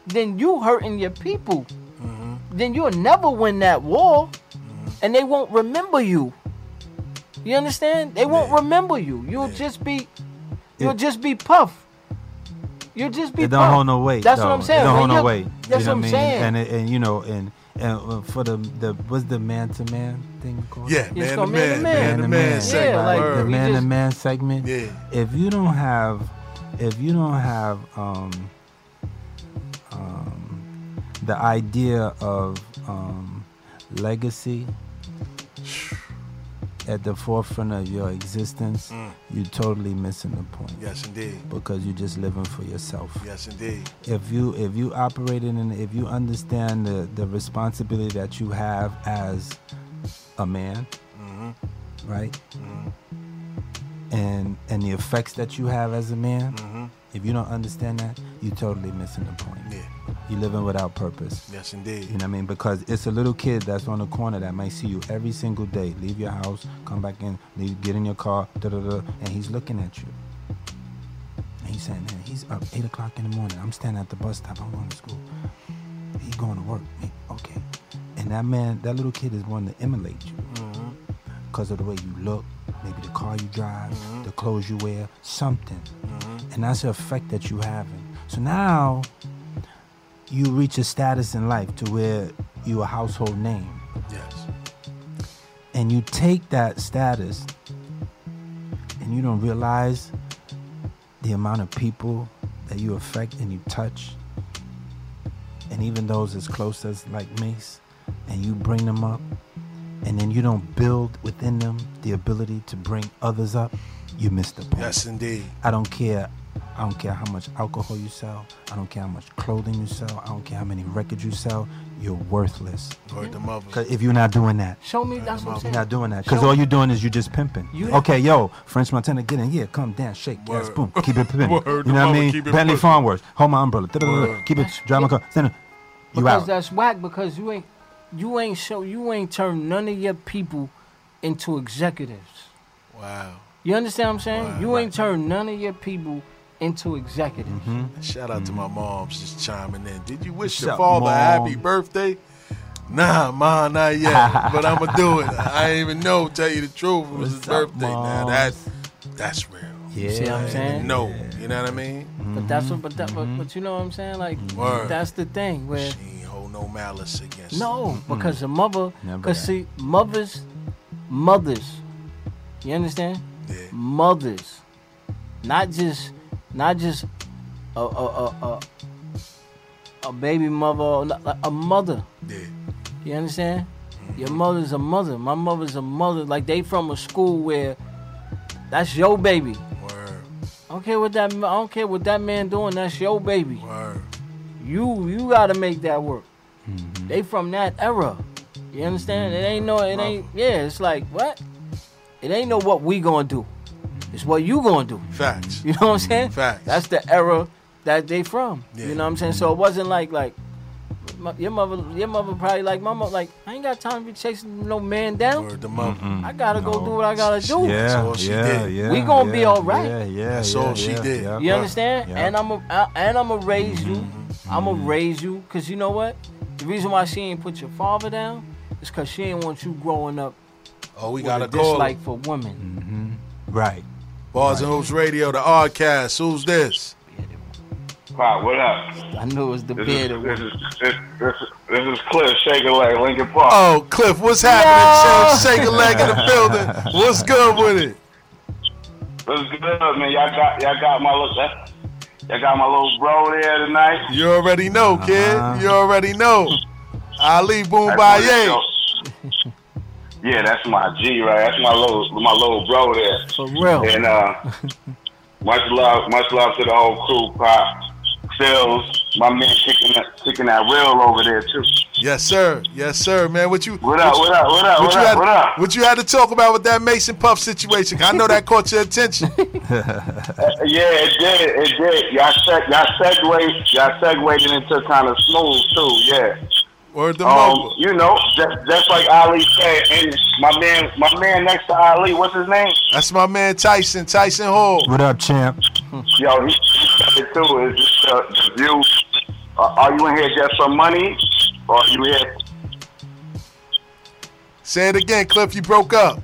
S3: then you hurting your people.
S4: Mm-hmm.
S3: Then you'll never win that war, and they won't remember you. You understand? They won't remember you. You'll just be, you'll
S4: It-
S3: just be puff. You'll just be.
S4: It don't
S3: puff.
S4: hold no weight.
S3: That's
S4: though.
S3: what I'm saying.
S4: It don't
S3: When
S4: hold no
S3: you're-
S4: weight.
S3: That's
S4: you
S3: what
S4: know
S3: I'm
S4: I mean?
S3: saying.
S4: And it- and you know and and uh, for the the what's the man to man thing called?
S2: Yeah,
S3: It's
S2: man to
S3: gonna be
S2: man,
S3: the
S2: man
S3: man.
S2: to man,
S3: Yeah,
S2: segment.
S3: like,
S2: Word.
S4: the
S3: we
S4: man
S3: just-
S4: to man segment.
S2: Yeah.
S4: If you don't have, if you don't have um, um, the idea of um, legacy at the forefront of your existence,
S2: Mm.
S4: you're totally missing the point.
S2: Yes, indeed.
S4: Because you're just living for yourself
S2: Yes, indeed.
S4: if you if you operate in and if you understand the, the responsibility that you have as a man
S2: Mm-hmm.
S4: right and and the effects that you have as a man if you don't understand that you're totally missing the point
S2: Mm-hmm. Yeah.
S4: you're living without purpose
S2: Yes, indeed.
S4: you know what I mean? Because it's a little kid that's on the corner that might see you every single day. Leave your house, come back in, leave, get in your car, da da da, and he's looking at you. And he's saying, man, he's up eight o'clock in the morning. I'm standing at the bus stop. I'm going to school. He going to work. Me, okay. And that man, that little kid is going to emulate you because of the way you look, maybe the car you drive, the clothes you wear, something. And that's the effect that you having. So now you reach a status in life to where you a household name
S2: Yes.
S4: and you take that status and you don't realize the amount of people that you affect and you touch and even those as close as like mace and you bring them up and then you don't build within them the ability to bring others up you miss the point
S2: Yes, indeed.
S4: I don't care. I don't care how much alcohol you sell. I don't care how much clothing you sell. I don't care how many records you sell. You're worthless.
S2: Word to mother.
S4: 'Cause if you're not doing that,
S3: Show me. That's what I'm
S4: you're
S3: saying.
S4: not doing that. Because
S3: Show-
S4: all you're doing is you're just pimping.
S3: You-
S4: okay, yo, French Montana, get in here. Come dance, shake, yes,
S2: Word.
S4: boom. Keep it pimping.
S2: Word
S4: you
S2: to
S4: know what I
S2: mama,
S4: mean?
S2: keep it
S4: Bentley
S2: pushing.
S4: Farmworth. Hold my umbrella. Da-da-da-da. Keep it. Drive my car. Send it. You
S3: because
S4: out.
S3: that's whack. Because you ain't you ain't show you ain't turned none of your people into executives.
S2: Wow.
S3: You understand what I'm saying? you ain't turned none of your people into executives.
S2: Shout out to my mom's just chiming in. Did you wish
S4: Mm. What's
S2: your
S4: up,
S2: father a happy
S4: Mom?
S2: birthday? Nah, ma, not yet. but I'ma do it. I didn't even know, tell you the truth. It was his
S4: What's up,
S2: birthday. now
S4: Mom?
S2: that's that's real.
S4: yeah.
S3: See what I'm saying?
S2: No. You know what I mean?
S3: But that's what. But, that, but but you know what I'm saying? Like
S2: Word.
S3: that's the thing where
S2: She ain't hold no malice against
S3: no, because the mother.
S4: Never
S3: Because
S4: that.
S3: see, mothers, mothers. You understand?
S2: Yeah.
S3: Mothers, not just not just a a a, a, a baby mother, or not- like, a mother.
S2: Yeah. Mm-hmm.
S3: You understand? Your mother's a mother. My mother's a mother. Like they from a school where that's your baby.
S2: Word.
S3: I don't care what that I don't care what that man doing. That's your baby.
S2: Word.
S3: You you gotta make that work.
S4: Mm-hmm.
S3: They from that era. You understand? It ain't no it ain't yeah. It's like what? It ain't no what we gonna do. It's what you gonna do.
S2: Facts.
S3: You know what I'm saying?
S2: Facts.
S3: That's the era that they from.
S2: Yeah.
S3: You know what I'm saying? So it wasn't like like my, your mother. Your mother probably like my mother. Like I ain't got time to be chasing no man down.
S2: Word to mother.
S3: I gotta go
S4: No.
S3: do what I gotta do.
S4: Yeah,
S2: That's all she
S4: yeah,
S2: did.
S4: yeah.
S3: We gonna be
S4: yeah,
S3: all right.
S4: Yeah, yeah.
S2: That's
S4: yeah,
S2: all she
S4: yeah,
S2: did.
S4: yeah.
S3: You understand?
S4: Uh-huh. Yeah.
S3: And I'm a, I, and I'm gonna raise you. I'm gonna raise you because you know what? The reason why she ain't put your father down is because she ain't want you growing up
S2: Oh, we
S3: with
S2: got
S3: a
S2: a call.
S3: dislike for women.
S4: Right.
S2: Bars and Hoops Radio, the Oddcast. Who's this?
S9: Pop, what up?
S3: I knew it was the
S9: This
S3: beard.
S9: is
S3: of
S9: this
S3: women.
S9: is this, this, this is Cliff shaking like Lincoln Park.
S2: Oh, Cliff, what's happening? Shake, shake a leg in the building. What's good with it?
S9: What's good, man? Y'all got y'all got my little that- y'all got my little bro there tonight.
S2: You already know, kid.
S4: Uh-huh.
S2: You already know. Ali
S9: That's my little-
S2: Boombaye.
S9: Yeah, that's my G, right? That's my little my little bro there.
S3: For real.
S9: And uh, much love, much love to the whole crew, Pop, Phils, my man kicking that kicking that rail over there too.
S2: Yes, sir. Yes, sir, man. What you
S9: What up,
S2: you-
S9: what up, what up, what
S2: you
S9: up,
S2: had,
S9: what up?
S2: What you had to talk about with that Mason Puff situation? I know that caught your attention.
S9: Uh, yeah, it did, it did. Y'all seg y'all segued y'all segued into kind of smooth too. Yeah.
S2: Word to
S9: Um, you know, just, just like Ali said, and my man, my man next to Ali, what's his name?
S2: That's my man Tyson, Tyson Hall.
S4: What up, champ?
S9: Yo, he said it too. Is just uh, you? Uh, are you in here just for money, or are you here?
S2: Say it again, Cliff. You broke up.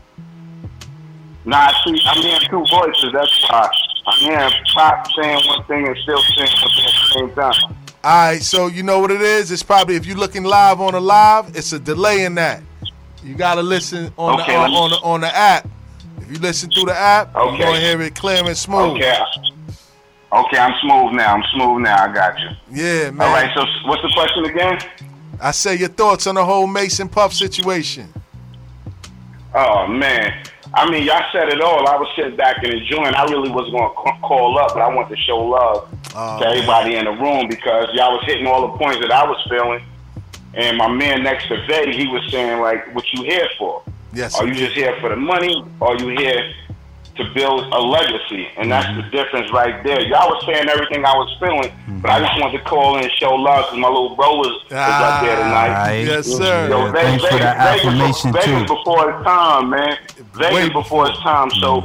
S9: Nah, I see, I'm hearing two voices. That's why I'm hearing Pop saying one thing and still saying one thing at the same time.
S2: All right, so you know what it is. It's probably if you're looking live on a live, it's a delay in that. You gotta listen on
S9: Okay,
S2: the on,
S9: let me-
S2: on the on the app. If you listen through the app, you're
S9: Okay.
S2: gonna hear it clear and smooth.
S9: Okay. Okay, I'm smooth now. I'm smooth now. I got you.
S2: Yeah, man.
S9: All right. So, what's the question again?
S2: I say your thoughts on the whole Mason Puff situation.
S9: Oh man. I mean, y'all said it all. I was sitting back and enjoying. I really was going to call up, but I wanted to show love to everybody in the room because y'all was hitting all the points that I was feeling. And my man next to Vay, he was saying like, "What you here for?
S2: Yes,
S9: Are you just here for the money? Or are you here to build a legacy?" And that's the difference right there. Y'all was saying everything I was feeling, but I just wanted to call in and show love because my little bro was, was up there tonight.
S4: Aight.
S2: Yes, sir.
S9: Yo,
S4: Yeah,
S9: Vegas,
S4: thanks for that
S9: Vegas-
S4: affirmation,
S9: Vegas,
S4: too.
S9: before his time, man. Vegas
S2: Wait. Mm-hmm.
S9: before his time. So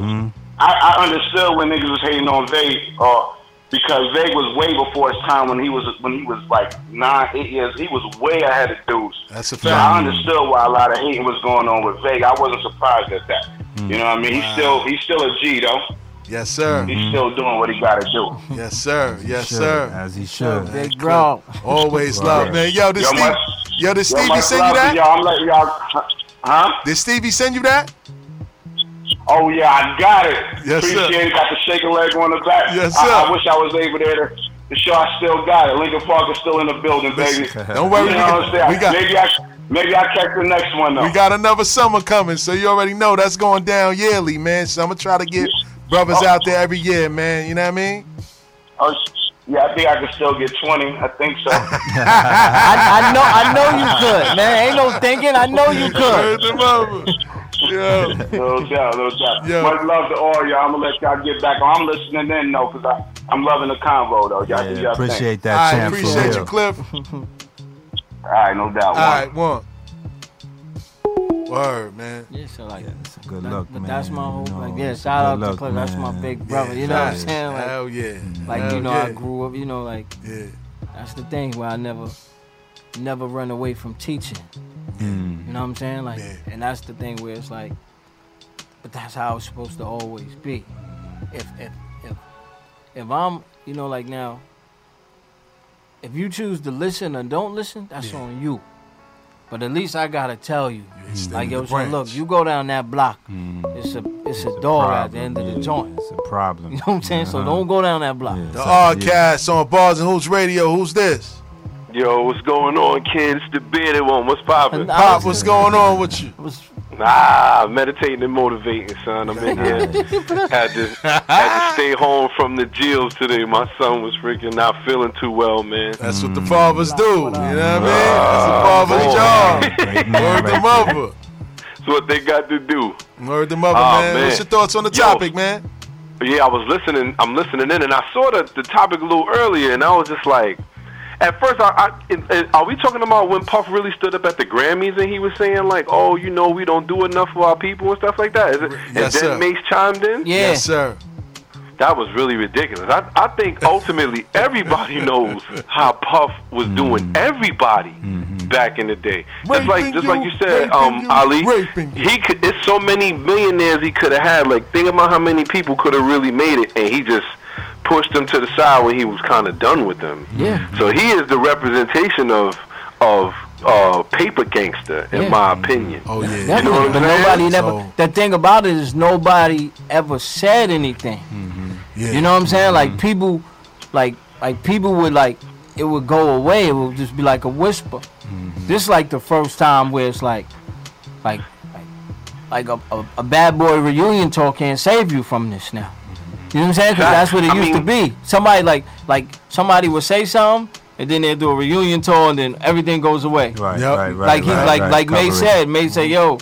S9: I, I understood when niggas was hating on Vegas, uh, because Vegas was way before his time when he was when he was like nine, eight years. He was way ahead of dudes.
S2: That's a
S9: So I
S2: fact.
S9: understood why a lot of hating was going on with Vegas. I wasn't surprised at that. You know what I mean?
S2: Mm.
S9: He's still he's still a G though.
S2: Yes, sir.
S9: He's still doing what he got to do.
S2: Yes, sir. Yes,
S4: Should,
S2: sir.
S4: As he should.
S3: Big bro.
S2: Always love, man. Yo, did
S9: Yo,
S2: Steve,
S9: much-
S2: yo, did
S9: Yo,
S2: Stevie
S9: much
S2: send you
S9: love to
S2: that?
S9: Y'all, I'm letting y'all. Huh?
S2: Did Stevie send you that?
S9: Oh yeah, I got it.
S2: Yes, sir.
S9: Appreciate it. Got the shake a leg on the back.
S2: Yes,
S9: I- I,
S2: sir.
S9: wish I was able there to, to show I still got it. Lincoln Park is still in the building, baby.
S2: Don't worry,
S9: You
S2: we
S9: know
S2: got-
S9: what I'm saying?
S2: we got-
S9: maybe I maybe I catch the next one though.
S4: Oh.
S2: We got another summer coming, so you already know that's going down yearly, man. So I'm gonna try to get brothers out there every year, man. You know what I mean?
S9: oh, sh- yeah, I think I can still get twenty. I think so.
S3: I, I know I know you could, man. Ain't no thinking. I know you
S2: Heard
S3: could.
S2: them over. Yo,
S9: no doubt, no doubt.
S2: Yeah.
S9: Much love to all y'all. I'm gonna let y'all get back on. I'm listening in though, cause I I'm loving the convo though. Y'all do
S4: Yeah,
S9: y'all thing.
S4: appreciate that,
S2: I
S4: champ. for
S2: appreciate
S4: real.
S2: you, Cliff. All
S9: All right, no doubt.
S2: right, one. Word, man.
S3: Yeah, so like,
S4: Yes, Good
S3: that-
S4: luck,
S3: but
S4: man.
S3: that's my
S4: you
S3: whole
S4: know.
S3: like, yeah. Shout
S4: Good
S3: out to
S4: luck,
S3: Cliff. That's my
S4: man.
S3: big brother. you know what I'm
S2: facts.
S3: saying? Like,
S2: Hell yeah.
S3: like
S2: Hell
S3: you know,
S2: yeah.
S3: I grew up. You know, like
S2: Yeah.
S3: that's the thing where I never, never run away from teaching.
S4: Mm.
S3: You know what I'm saying? Like,
S2: Yeah.
S3: and that's the thing where it's like, but that's how it's supposed to always be. If if if if I'm, you know, like now, if you choose to listen or don't listen, that's on you. But at least I gotta tell you, like
S2: extended
S3: yo,
S2: the
S3: son, look,
S2: branch.
S3: you go down that block, it's a it's, a door at the
S4: Problem,
S3: end of
S4: yeah, Uh-huh.
S3: the joint.
S4: It's a problem.
S3: You know what I'm saying? So don't go down that block.
S2: The Oddcast on Bars and Hoops Radio. Who's this?
S10: Yo, what's going on, kids? The bearded one. What's poppin'?
S3: And I
S2: Pop,
S3: was-
S2: what's going on with you?
S3: was
S10: Nah, meditating and motivating, son. I'm in here. had to had to stay home from the jails today. My son was freaking not feeling too well, man.
S2: That's what the
S4: Mm.
S2: fathers do. You know what I mean?
S4: Ah,
S2: That's the father's job.
S4: Great man,
S2: Word
S4: right
S2: the mother.
S10: That's what they got to do.
S2: Word the mother,
S4: Ah,
S10: Aw,
S2: man. What's
S10: man.
S2: your thoughts on the
S10: Yo.
S2: topic, man?
S10: But yeah, I was listening. I'm listening in, and I saw the, the topic a little earlier, and I was just like, at first, I, I and- and are we talking about when Puff really stood up at the Grammys and he was saying like, oh, you know, we don't do enough for our people and stuff like that? Is it,
S2: Yes,
S10: and
S2: sir.
S10: then Mace chimed in.
S3: yeah.
S2: Yes, sir.
S10: That was really ridiculous. I, I think ultimately everybody knows how Puff was doing everybody back in the day. Just
S2: Mm-hmm. Raping
S10: like just like
S2: you,
S10: you said,
S2: raping
S10: um,
S2: you,
S10: Ali,
S2: raping you.
S10: he could. It's so many millionaires he could have had. Like think about how many people could have really made it, and he just pushed them to the side when he was kind of done with them.
S3: Yeah.
S10: So he is the representation of of uh, paper gangster, in
S3: Yeah.
S10: my opinion.
S2: Oh yeah.
S10: You know what
S3: Definitely,
S10: I'm
S3: but
S10: saying?
S3: nobody never.
S2: So-
S3: The thing about it is nobody ever said anything.
S10: Mm-hmm.
S2: yeah.
S3: You know what I'm saying? Like people, like like people would like it would go away. It would just be like a whisper.
S10: Mm-hmm.
S3: This is like the first time where it's like, like, like, like a, a, a bad boy reunion tour can't save you from this now. You know what I'm saying? 'Cause that's what it
S10: Mm-hmm. I
S3: used to be. Somebody like like somebody would say something, and then they'll do a reunion tour, and then everything goes away.
S4: Right, Yep. right, right,
S3: Like he,
S4: right,
S3: like,
S4: right.
S3: like May
S4: Cover it. Mm-hmm.
S3: said. May said, "Yo,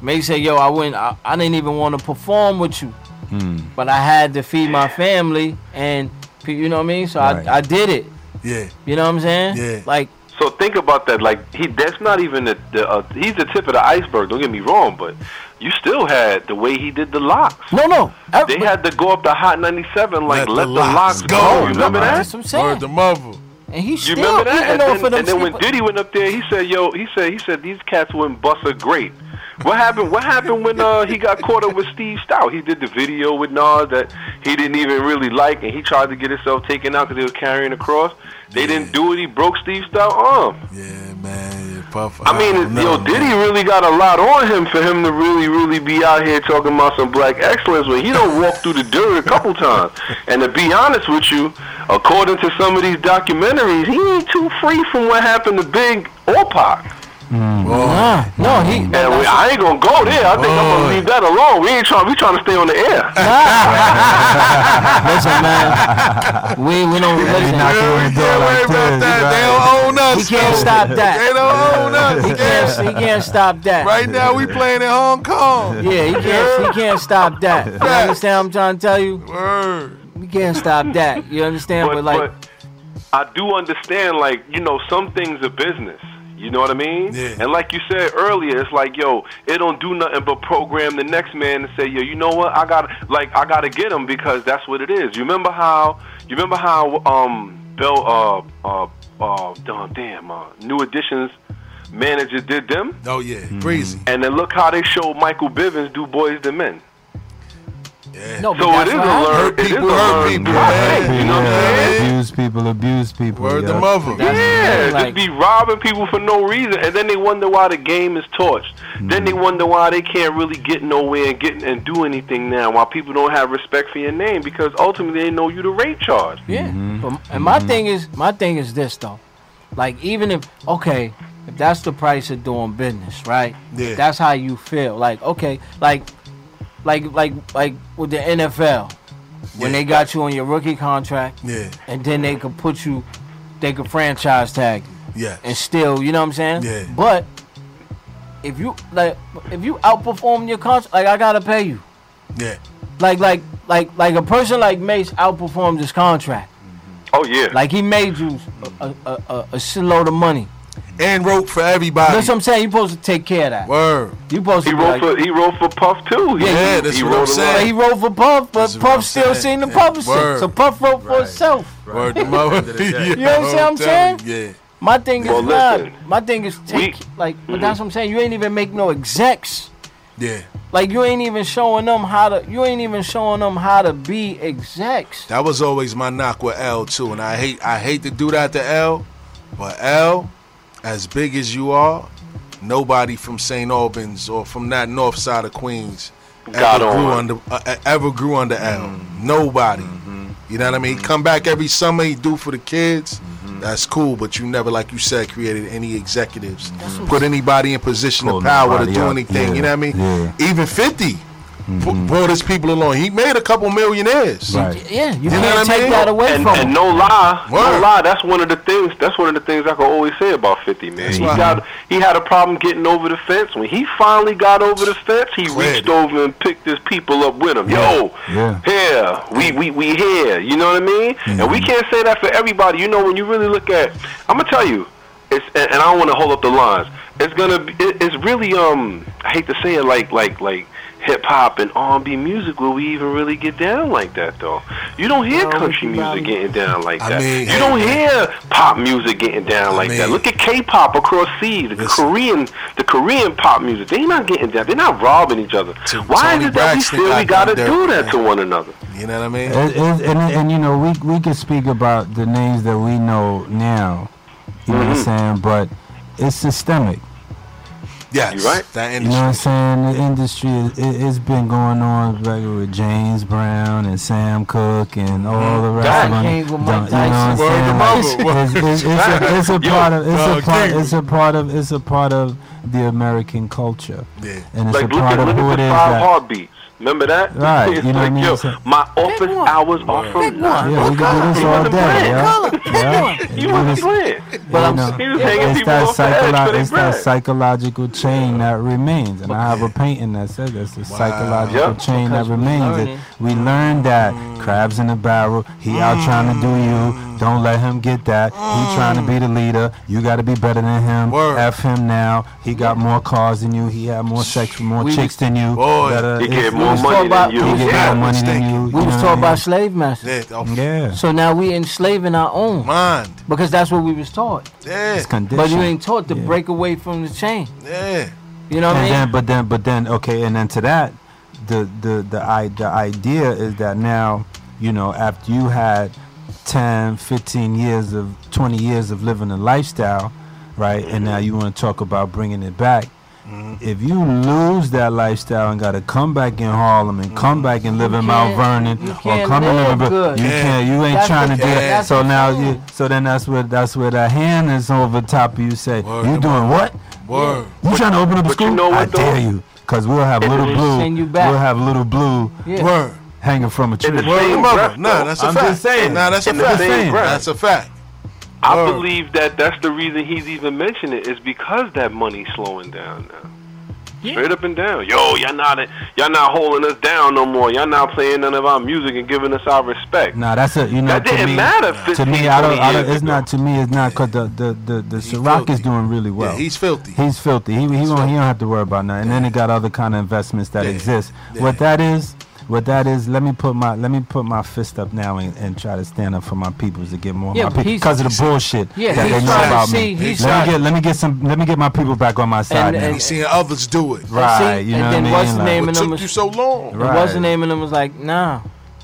S3: May said, yo, I went. I, I didn't even want to perform with you,
S4: Hmm.
S3: but I had to feed my family, and pe- you know what I mean. So I, I did it.
S2: Yeah.
S3: You know what I'm saying? Yeah. Like,
S10: So think about that. Like he, that's not even the. the uh, he's the tip of the iceberg. Don't get me wrong, but you still had the way he did the locks.
S3: No, no.
S10: They had to go up to Hot 97. Like let,
S3: the
S10: the, locks,
S3: locks
S10: go.
S3: go.
S10: You remember that?
S3: That's what I'm saying. Word to
S2: mother.
S3: and he
S10: You
S3: still,
S10: remember that?
S3: even
S10: And
S3: though
S10: then,
S3: for them,
S10: and then when
S3: skip-
S10: Diddy went up there, he said, "Yo," he said, "He said these cats wouldn't bust a grape." What happened? What happened when uh, he got caught up with Steve Stout? He did the video with Nas that he didn't even really like, and he tried to get himself taken out because he was carrying a cross. They didn't do it. He broke Steve Stout arm. I mean, it- yo, Diddy really got a lot on him for him to really, really be out here talking about some black excellence when he don't walk through the dirt a couple times. And to be honest with you, according to some of these documentaries, he ain't too free from what happened to Big or Pac.
S3: Nah, Ah, no, he.
S10: And we, I ain't gonna go there. I think I'm gonna leave that alone. We ain't trying. We trying to stay on the air.
S3: listen, man, we we don't listen. He can't stop that.
S2: They don't own us.
S3: He can't, he can't stop that.
S2: Right now, we playing in Hong Kong.
S3: Yeah, he can't. He can't stop that. You
S2: Facts.
S3: understand? What I'm trying to tell you. You can't stop that. You understand? But, like,
S10: I do understand, like, you know, some things are business. You know what I mean? Yeah. And like you said earlier, it's like, yo, it don't do nothing but program the next man to say, yo, you know what? I got like I gotta get him because that's what it is. You remember how? You remember how? Um, Bill, uh, uh, uh, damn, damn, uh, New Editions manager did them.
S2: Oh yeah,
S3: Mm-hmm.
S2: crazy.
S10: And then look how they showed Michael Bivins do Boys to Men.
S3: no,
S10: So it is a learn. It is a learn. process, You know what I'm saying?
S4: Abuse people, abuse people. Word
S2: the mother.
S10: Yeah, just be robbing people for no reason, and then they wonder why the game is torched.
S3: Hmm.
S10: Then they wonder why they can't really get nowhere and get and do anything now. Why people don't have respect for your name because ultimately they know you the rape charge.
S3: Yeah,
S10: Mm-hmm.
S3: but, and my thing is, my thing is this though, like even if okay, if that's the price of doing business, right?
S2: Yeah.
S3: That's how you feel. Like okay, like, like, like, like with the NFL, when
S2: Yeah.
S3: they got you on your rookie contract,
S2: Yeah.
S3: and then they could put you, they could franchise tag you
S2: Yeah.
S3: and still, you know what I'm saying?
S2: Yeah.
S3: But if you like, if you outperform your contract, like I gotta pay you.
S2: Yeah.
S3: Like, like, like, like a person like Mace outperformed his contract.
S10: Oh yeah.
S3: Like he made you a, a, a, a shitload of money.
S2: And wrote for everybody.
S3: That's what I'm saying. You're supposed to take care of that.
S2: Word.
S3: You supposed
S10: He
S3: to be like,
S10: wrote for he wrote for Puff too. He-
S3: Yeah,
S10: he,
S3: that's
S10: he
S3: what I'm
S10: wrote a lot.
S3: he wrote for Puff, but Puff still
S2: saying.
S3: seen the
S2: Yeah.
S3: publishing.
S2: Word.
S3: So Puff wrote for himself.
S2: Word the mother.
S3: You know what I'm saying?
S2: Yeah.
S3: My thing
S2: Well,
S3: is not.
S2: listen.
S3: My thing is take like, but
S10: Mm-hmm.
S3: that's what I'm saying. You ain't even make no execs.
S2: Yeah.
S3: Like you ain't even showing them how to. You ain't even showing them how to be execs.
S2: That was always my knock with L too, and I hate I hate to do that to L, but L, as big as you are, nobody from St. Albans or from that north side of Queens
S10: Got
S2: ever grew
S10: on.
S2: under uh, uh, ever grew under L.
S5: Mm-hmm.
S2: Nobody. You know what I mean? Come back every summer, he do for the kids.
S5: Mm-hmm.
S2: That's cool, but you never, like you said, created any executives,
S5: what-
S2: put anybody in position
S5: Pull
S2: of power to
S5: nobody
S2: do
S5: up.
S2: anything.
S5: Yeah,
S2: You know what I mean?
S5: yeah. Mm-hmm.
S2: Even 50 br- brought his people along. He made a couple millionaires.
S3: Yeah, you,
S2: know
S3: can't
S2: what I
S3: take
S2: mean?
S3: that away
S10: and,
S3: from
S10: and
S3: him.
S10: no lie, no
S2: Word.
S10: lie. That's one of the things. That's one of the things I can always say about Fifty Man. he
S2: right.
S10: got he had a problem getting over the fence. When he finally got over the fence, he reached over and picked his people up with him. Yo,
S4: Yeah.
S10: here we we we here. You know what I mean? And we can't say that for everybody. You know, when you really look at, I'm gonna tell you, it's and, and I don't want to hold up the lines. It's gonna be, it, it's really um I hate to say it like like like. Hip hop and R and B music, will we even really get down like that though? You don't hear country music getting down like that.
S2: mean,
S10: you don't hear pop music getting down like that. Look at K-pop across seas, the Korean, the Korean pop music. They not getting down. They're not robbing each other. Why
S2: Tony
S10: is it that we
S2: Braxton
S10: still we
S2: got
S10: gotta
S2: them
S10: do
S2: dirty,
S10: that to one another?
S2: You know what I mean?
S4: And, and, and, and, you know, we we can speak about the names that we know now. You know what I'm saying? But it's systemic.
S2: Yes,
S4: You right?
S2: That
S4: You know what I'm saying? The industry, is- it, it's been going on like with James Brown and Sam Cooke and all the rest
S3: That
S4: of them.
S3: came with Mike
S4: you know what I'm
S3: Tyson. Word to
S4: saying?
S3: mother.
S4: It's, it's, it's a, it's a
S3: Yo,
S4: part of
S3: uh,
S4: it's a part
S3: King.
S4: it's a part of it's a part of the American culture.
S2: Yeah.
S4: And it's
S10: Like
S4: a
S10: look
S4: part
S10: at
S4: of
S10: look
S4: who
S10: at
S4: it
S10: the
S4: is
S10: five
S4: that-
S10: heartbeats. Remember that?
S4: Right, you know what I mean?
S10: yo,
S4: So-
S10: my office hours are from nine.
S4: Yeah, we could do this all day. Yeah. yeah.
S10: You
S4: Do
S10: wasn't
S4: this-
S10: playing.
S4: you
S10: But
S4: know,
S10: I'm he was hanging
S4: it's
S10: people
S4: that,
S10: off the edge for
S4: psycholo-
S10: their
S4: it's that
S10: bread.
S4: psychological chain that remains. And I have a painting that says that's the psychological
S10: Yep.
S4: chain
S10: Because
S4: that
S10: we
S4: remains.
S10: learning.
S4: It, we learned that crabs in a barrel, he
S3: Mm.
S4: out trying to do you. Don't let him get that. He trying to be the leader. You got to be better than him. F him now. He got more cars than you. He had more sex, more
S3: We-
S4: chicks than you.
S3: Boy.
S4: Da-da.
S3: He
S4: It's-
S3: get
S4: we
S3: more
S4: was
S3: money
S4: taught
S3: than
S4: about-
S3: you.
S4: He get
S3: Yeah.
S4: more money than you.
S3: We
S4: You
S3: was taught
S4: know what I
S3: about
S4: mean?
S3: slave masters.
S4: Yeah.
S3: So now we enslaving our own mind because that's what we was taught.
S2: Yeah.
S4: It's conditioned.
S3: But you ain't taught to break away from the chain.
S2: Yeah.
S3: You know what
S4: and
S3: I
S4: then,
S3: mean?
S4: but then, but then, okay, and then to that, the the the i the idea is that now, you know, after you had 10, 15 years of 20 years of living a lifestyle, right, and now you want to talk about bringing it back.
S10: Mm-hmm.
S4: If you lose that lifestyle and got to come back in Harlem and come back and live in Mount
S10: Mm-hmm. can't-
S4: Vernon
S10: you
S4: or
S10: can't
S4: come and
S10: live
S4: live, in-
S10: good.
S4: you
S10: Yeah.
S4: can't, you ain't
S10: That's
S4: trying to
S10: what-
S4: do
S10: yeah.
S4: it.
S10: That's
S4: So
S10: what
S4: now you, so then that's where that's where that hand is over top of you. Say, you doing what?
S2: Word.
S4: You trying to open up a school?
S10: know
S4: I
S10: what, though?
S4: dare you, cause we'll have
S10: It
S4: little
S10: will
S4: blue.
S10: send you back.
S4: We'll have little blue.
S10: Yeah. Word.
S4: Hanging from a tree.
S10: In the same breath,
S2: Nah,
S10: though.
S2: that's a fact. Nah, that's a
S10: In the
S2: fact.
S10: same breath.
S2: That's a fact.
S10: I
S4: Oh.
S2: Word.
S10: believe that that's the reason he's even mentioned it is because that money's slowing down now. Straight up and down. Yo, y'all not y'all not holding us down no more. Y'all not playing none of our music and giving us our respect.
S4: Nah, that's it. You know,
S10: That
S4: to
S10: didn't
S4: me,
S10: matter
S4: To
S10: 15,
S4: me, I don't.
S10: 20
S4: I don't
S10: years
S4: it's not to me. It's not because the the the, the Ciroc is doing really well.
S2: Yeah, he's filthy.
S4: He's filthy. He he, won't, he don't have to worry about nothing. And then he got other kind of investments that exist. What that is, what that is. Let me put my let me put my fist up now and, and try to stand up for my peoples to get more
S3: Yeah,
S4: of
S3: but
S4: my people
S3: he's-
S4: because of the bullshit
S3: Yeah,
S4: that
S3: he's
S4: they know
S3: trying to
S4: about
S3: see-
S4: me.
S3: he's
S4: Let
S3: trying-
S4: me get let me get some let me get my people back on my side.
S3: And-
S4: now.
S3: and-
S2: Be seeing others do it.
S4: Right,
S3: And
S4: you
S3: see-
S4: know
S3: and then
S4: what I
S3: what's
S4: mean?
S3: the name
S4: Like-
S3: of them? was-
S2: so long?
S3: And What's the
S4: Right.
S3: name of them? Was like, nah,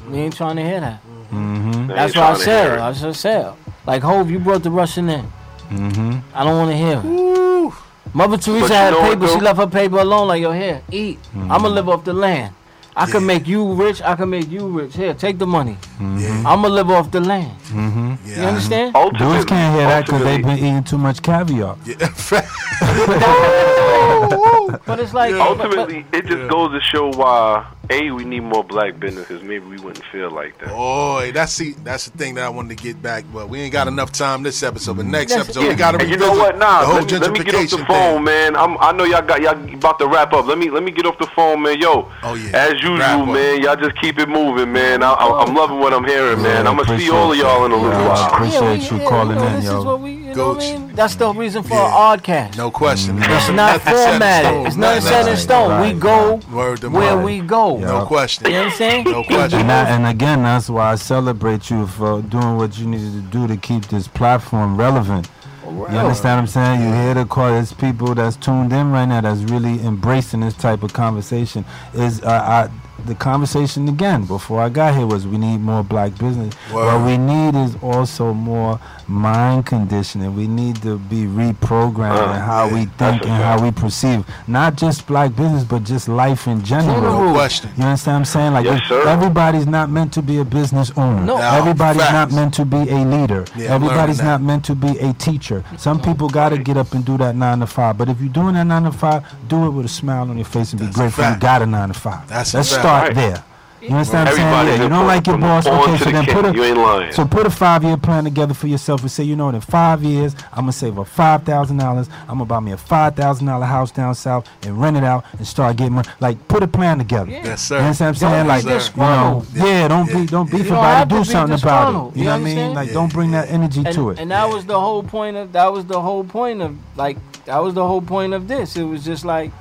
S3: we ain't trying to hear that.
S4: Mm-hmm.
S3: That's what I said. I said, sell. Like, Hove, you brought the Russian in.
S4: Mm-hmm.
S3: I don't want to hear. it. Mother Teresa
S4: you
S3: had
S4: know what,
S3: paper. She
S4: though?
S3: left her paper alone. Like, yo, here, eat.
S4: Mm-hmm.
S3: I'm gonna live off the land. I can make you rich. I can make you rich. Here, take the money. I'm gonna live off the land.
S4: Mm-hmm.
S3: You understand?
S4: Dudes can't hear that because they've been eating too much caviar.
S3: But it's like
S10: ultimately, it just goes to show why a we need more black businesses. Maybe we wouldn't feel like
S2: Oh,
S10: that.
S2: Boy, that's see, that's the thing that I wanted to get back, but we ain't got enough time this episode. But next episode, we got to
S10: And you know what? Nah,
S2: the whole
S10: let, me, let me get off the
S2: gentrification
S10: phone,
S2: thing.
S10: man. I'm, I know y'all got y'all about to wrap up. Let me let me get off the phone, man. Yo, oh, yeah. as usual, man. Y'all just keep it moving, man. I, I, I'm loving what I'm hearing, man. I'm gonna see all of y'all in a little
S4: Yeah, I
S10: while.
S4: appreciate you calling in,
S3: this
S4: yo.
S3: is what we. You know what I mean? That's the reason for our oddcast.
S2: No question.
S3: It's not formatted. It's not set in stone. We go where we go.
S4: No
S2: question.
S3: You know what I'm saying?
S2: No
S4: And, I- and again, that's why I celebrate you for doing what you needed to do to keep this platform relevant. You understand what I'm saying? You hear the call. There's people that's tuned in right now that's really embracing this type of conversation. Is uh, I, the conversation again before I got here was we need more black business. What
S2: Word.
S4: we need is also more mind conditioning. We need to be reprogrammed
S10: Uh,
S4: in how we think and how we perceive not just black business but just life in general.
S2: No question.
S4: You understand what I'm saying? Like
S2: Yes,
S4: if
S2: sir.
S4: everybody's not meant to be a business owner.
S2: No. No,
S4: Everybody's not meant to be a leader.
S2: Yeah, I'm learning
S4: everybody's
S2: that.
S4: not meant to be a teacher. Some people got to get up and do that 9 to 5. But if you're doing that 9 to 5, do it with a smile on your face and be grateful you
S2: fact.
S4: got a 9 to 5.
S2: That's a
S4: Let's
S2: fact.
S4: start
S2: Right.
S4: there. You understand what I'm
S10: Everybody's
S4: saying? Yeah, you don't
S10: important.
S4: like your
S10: From
S4: boss.
S10: the pawn
S4: Okay,
S10: to
S4: so
S10: the
S4: then
S10: king.
S4: put a
S10: You ain't lying.
S4: so put a five year plan together for yourself and say, you know what, in five years, I'm gonna save up five thousand dollars. I'm gonna buy me a five thousand dollar house down south and rent it out and start getting money. Like put a plan together.
S2: Yes,
S4: You
S2: sir.
S4: understand what I'm
S2: Don't
S4: saying?
S2: be
S4: Like, you know,
S2: disgruntled.
S4: yeah, don't be, don't be
S3: You
S4: for
S3: don't
S4: about
S3: have
S4: to
S3: to
S4: do
S3: be
S4: something about
S3: disgruntled.
S4: it. You
S3: You
S4: know what I mean?
S3: understand?
S4: Like, don't bring that energy
S3: and,
S4: to it.
S3: and that was the whole point of that was the whole point of like that was the whole point of this. It was just like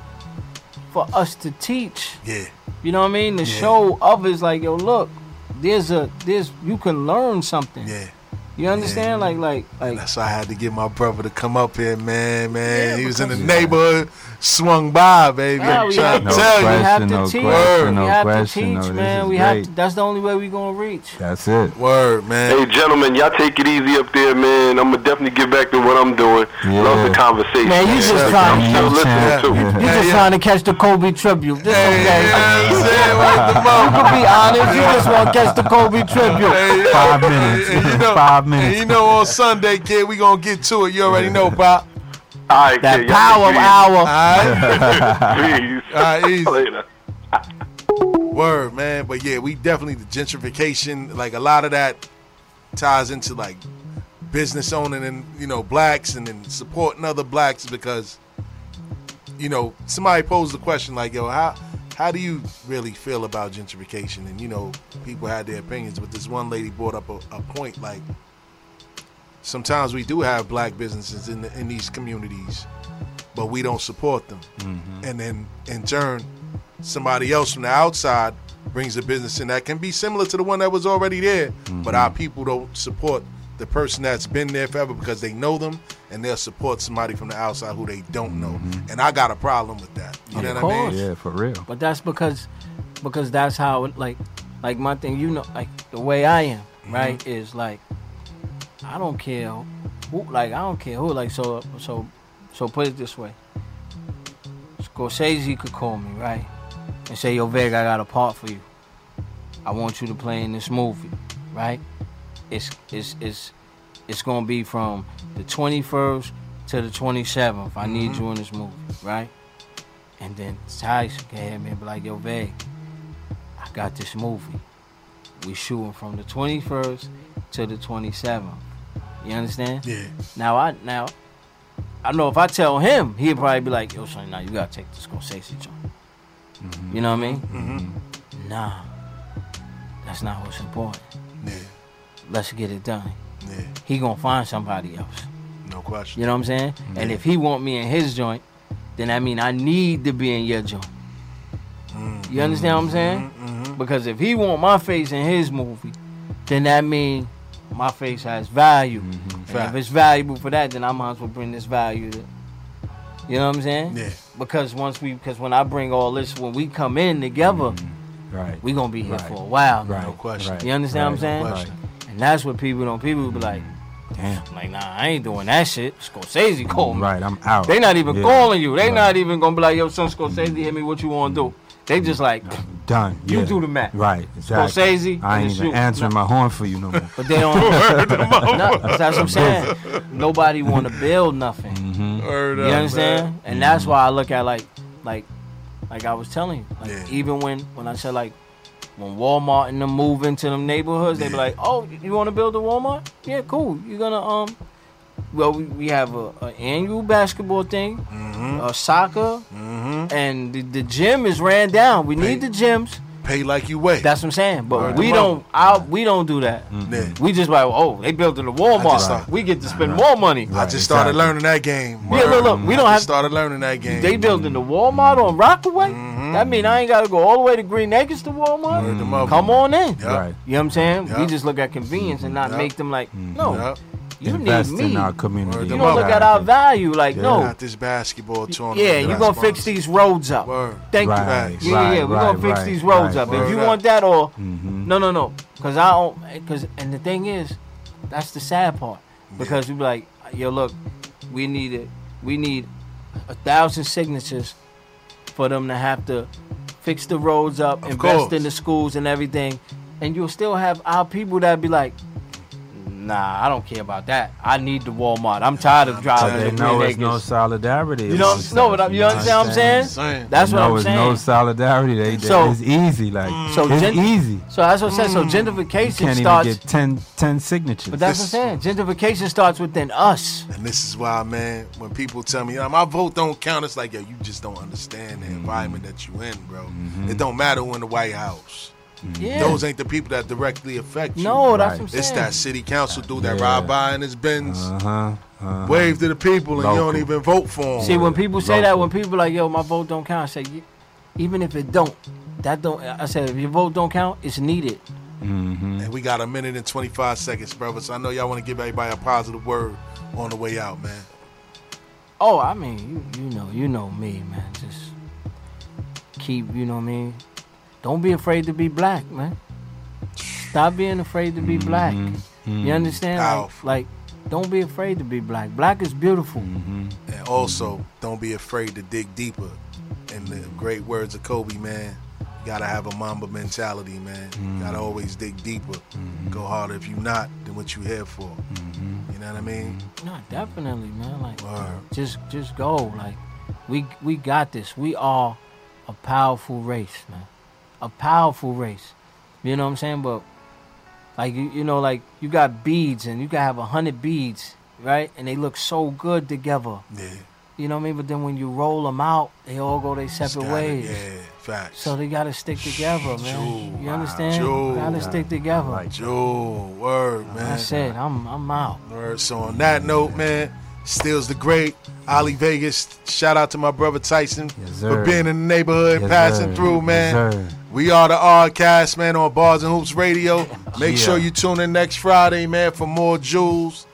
S3: for us to teach.
S2: Yeah.
S3: You know what I mean? To show others like, yo, look, there's a there's you can learn something.
S2: Yeah.
S3: You understand? Like like like
S2: That's why I had to get my brother to come up here, man. Man, he was in the neighborhood, swung by, baby.
S3: Yeah,
S2: I'm
S3: we
S2: trying
S3: have
S2: to
S3: to-
S2: tell
S3: we
S2: you,
S3: have to teach.
S2: Word.
S3: we have
S4: question,
S3: to
S4: no,
S3: teach,
S4: this
S3: man.
S4: is
S3: We have
S4: great.
S3: to, that's the only way we gonna reach.
S4: That's it.
S2: Word, man.
S10: Hey, gentlemen, y'all take it easy up there, man. I'm gonna definitely get back to what I'm doing. Love the conversation.
S3: Man, you just
S10: I'm
S3: trying-
S10: still listening
S3: You
S10: too.
S3: just trying to catch the Kobe tribute. This okay. you could be honest. You just want to catch the Kobe tribute.
S4: Five minutes. Five
S2: And
S4: minutes.
S2: you know, on Sunday, kid, we gonna get to it. You already know, Pop.
S10: All right,
S2: that
S10: kid, y'all
S2: power
S10: be
S2: hour.
S10: great.
S2: All right.
S10: Peace.
S2: All right, easy.
S10: Later.
S2: Word, man. But yeah, we definitely the gentrification. Like a lot of that ties into like business owning and you know blacks and then supporting other blacks because you know somebody posed the question like, yo, how how do you really feel about gentrification? And you know people had their opinions, but this one lady brought up a, a point like sometimes we do have black businesses in the, in these communities, but we don't support them.
S3: Mm-hmm.
S2: And then in turn, somebody else from the outside brings a business in that can be similar to the one that was already there,
S3: Mm-hmm.
S2: but our people don't support the person that's been there forever because they know them and they'll support somebody from the outside who they don't know. And I got a problem with that. You
S3: Mm-hmm.
S2: know
S3: Of
S2: what I
S3: course.
S2: mean?
S4: Yeah, for real.
S3: But that's because because that's how it, like like my thing, you know, like the way I am, right, is like I don't care who like I don't care who like so so so put it this way. Scorsese could call me, right? And say, Yo Veg, I got a part for you. I want you to play in this movie, right? It's it's it's it's gonna be from the twenty first to the twenty seventh. I need
S11: Mhm.
S3: you in this movie, right? And then Tyson came at me and be like, yo, Veg, I got this movie. We shooting from the 21st to the 27th. You understand?
S2: Yeah.
S3: Now I now I know if I tell him, he'll probably be like, yo, son, now you gotta take this Scorsese joint. You know what I mean? Mm-hmm. Nah. That's not what's important.
S2: Yeah.
S3: Let's get it done.
S2: Yeah.
S3: He gonna find somebody else.
S2: No question.
S3: You know what I'm saying? And if he want me in his joint, then I mean I need to be in your joint.
S4: Mm-hmm.
S3: You understand what I'm saying? Because if he want my face in his movie, then that mean my face has value.
S4: Mm-hmm.
S3: And if
S2: Fact.
S3: it's valuable for that, then I might as well bring this value. To, you know what I'm saying?
S2: Yeah.
S3: Because once we, because when I bring all this, when we come in together,
S4: right,
S3: we gonna be here
S4: Mm-hmm. Right.
S3: for a while.
S4: Right. No question.
S3: You understand what
S4: Right. No
S3: I'm saying?
S4: question.
S3: And that's what people don't. People be like, damn, like nah, I ain't doing that shit. Scorsese called me.
S4: Right, I'm out.
S3: They not even
S4: Yeah.
S3: calling you. They
S4: Right.
S3: not even gonna be like, yo, son Scorsese, hit me. What you wanna do? They just like,
S4: Done.
S3: You
S4: yeah.
S3: do the math.
S4: Right. Exactly.
S3: Scorsese,
S4: I ain't
S3: it's
S4: even
S3: you.
S4: answering my horn for you no more.
S3: but they don't. no, that's what I'm saying. Nobody wanna build nothing.
S4: Mhm.
S2: Word
S3: you
S2: up,
S3: understand?
S2: man.
S3: And that's why I look at like, like, like I was telling you. Like
S2: Yeah.
S3: even when when I said like, when Walmart and them move into them neighborhoods, they be like, oh, you want to build a Walmart? Yeah, cool. You're gonna um, well we, we have a, a annual basketball thing,
S2: Mm-hmm.
S3: uh, soccer, and the, the gym is ran down. We need the gyms.
S2: Pay like you weigh.
S3: That's what I'm saying. But
S2: Word
S3: we
S2: to
S3: don't. I, we don't do that. We just like, oh, they built it a Walmart.
S2: just thought-
S3: We get to spend more money.
S2: I just started learning that game.
S3: Yeah, look, look, we
S2: I
S3: don't
S2: just
S3: have-
S2: started learning that game.
S3: They building the Walmart on Rockaway. That mean I ain't gotta go all the way to Green Acres to Walmart.
S2: Word to
S4: Mm.
S2: mother.
S3: Come on in.
S2: Yup. Right.
S3: You know what I'm saying? We
S2: Yup.
S3: just look at convenience and not
S2: Yup.
S3: make them like, no,
S2: Yup.
S3: you
S4: Invest
S3: need me.
S4: in our community.
S3: You don't look at our value like, no.
S2: Not this basketball tournament.
S3: Oh. Yeah, you gonna fix these roads up. Thank
S2: Right,
S3: you. Yeah, yeah, yeah.
S2: right,
S3: We're gonna
S2: right,
S3: fix
S2: right,
S3: these roads
S2: right. Mm-hmm.
S3: up. If you
S2: Word up.
S3: want that or no no no. Cause I don't cause and the thing is, that's the sad part. Because we be like, yo, look, we need it we need a thousand signatures for them to have to fix the roads up, invest
S2: course.
S3: in the schools and everything. And you'll still have our people that be like, Nah, I don't care about that. I need the Walmart. I'm tired of
S4: So
S3: driving.
S4: they
S3: to
S4: know
S3: Green
S4: it's no
S3: Acres."
S4: solidarity.
S3: You know,
S4: amongst
S3: no,
S4: us,
S3: but I- you understand what I'm saying? That's
S4: They
S3: what
S4: know
S3: I'm
S4: it's
S3: saying.
S4: No solidarity. They, they,
S3: So- mm,
S4: it's easy. Like
S3: So
S4: it's
S3: gen-
S4: easy.
S3: So that's what I'm saying. So
S2: Mm.
S4: You
S3: gentrification
S4: can't
S3: starts.
S4: even get 10, 10 signatures.
S3: but that's what I'm saying. Gentrification starts within us.
S2: And this is why, man, when people tell me, "Nah, my vote don't count, it's like, yo, you just don't understand the environment that you in, bro.
S4: Mm-hmm.
S2: It don't matter who in the White House.
S4: Mm.
S3: Yeah.
S2: Those ain't the people that directly affect you.
S3: No, that's what I'm Right.
S2: It's
S3: saying.
S2: that city council dude that
S4: Yeah.
S2: ride by in his Benz,
S4: Uh-huh, uh-huh.
S2: wave to the people, and you
S4: Local.
S2: don't even vote for him.
S3: See, when people say that, when people like, "Yo, my vote don't count," I say, "Yeah, even if it don't, that don't. I said, if your vote don't count, it's needed.
S4: Mm-hmm.
S2: And we got a minute and 25 seconds, brother. So I know y'all want to give everybody a positive word on the way out, man.
S3: Oh, I mean, you you know, you know me, man. Just keep, you know what I mean. Don't be afraid to be black, man. Stop being afraid to be black. You understand? Like, like, don't be afraid to be black. Black is beautiful.
S2: And also, don't be afraid to dig deeper. In the great words of Kobe, man, you gotta have a Mamba mentality, man.
S4: Mm-hmm.
S2: You gotta always dig deeper. Go harder if you not than what you here for.
S4: Mm-hmm.
S2: You know what I mean?
S3: No, definitely, man. Like,
S2: Word.
S3: just just go. Like, we we got this. We are a powerful race, man. a powerful race. You know what I'm saying? But like you, you know, like you got beads and you can have a hundred beads, right? And they look so good together.
S2: Yeah.
S3: You know what I mean? But then when you roll them out, they all go their separate
S2: gotta-
S3: ways.
S2: yeah, facts.
S3: So they gotta stick together, man. you understand?
S2: Jewel.
S3: Gotta stick together.
S2: Jewel, word, man.
S3: That's it. I'm I'm out.
S2: Word. So on that note, man, Steel's the great Ali Vegas. Shout out to my brother Tyson for
S4: sir.
S2: being in the neighborhood,
S4: Yes,
S2: passing
S4: sir.
S2: through,
S4: Yes,
S2: man.
S4: sir.
S2: we are the Oddcast, man, on Bars and Hoops Radio. Make
S4: Yeah.
S2: sure you tune in next Friday, man, for more jewels.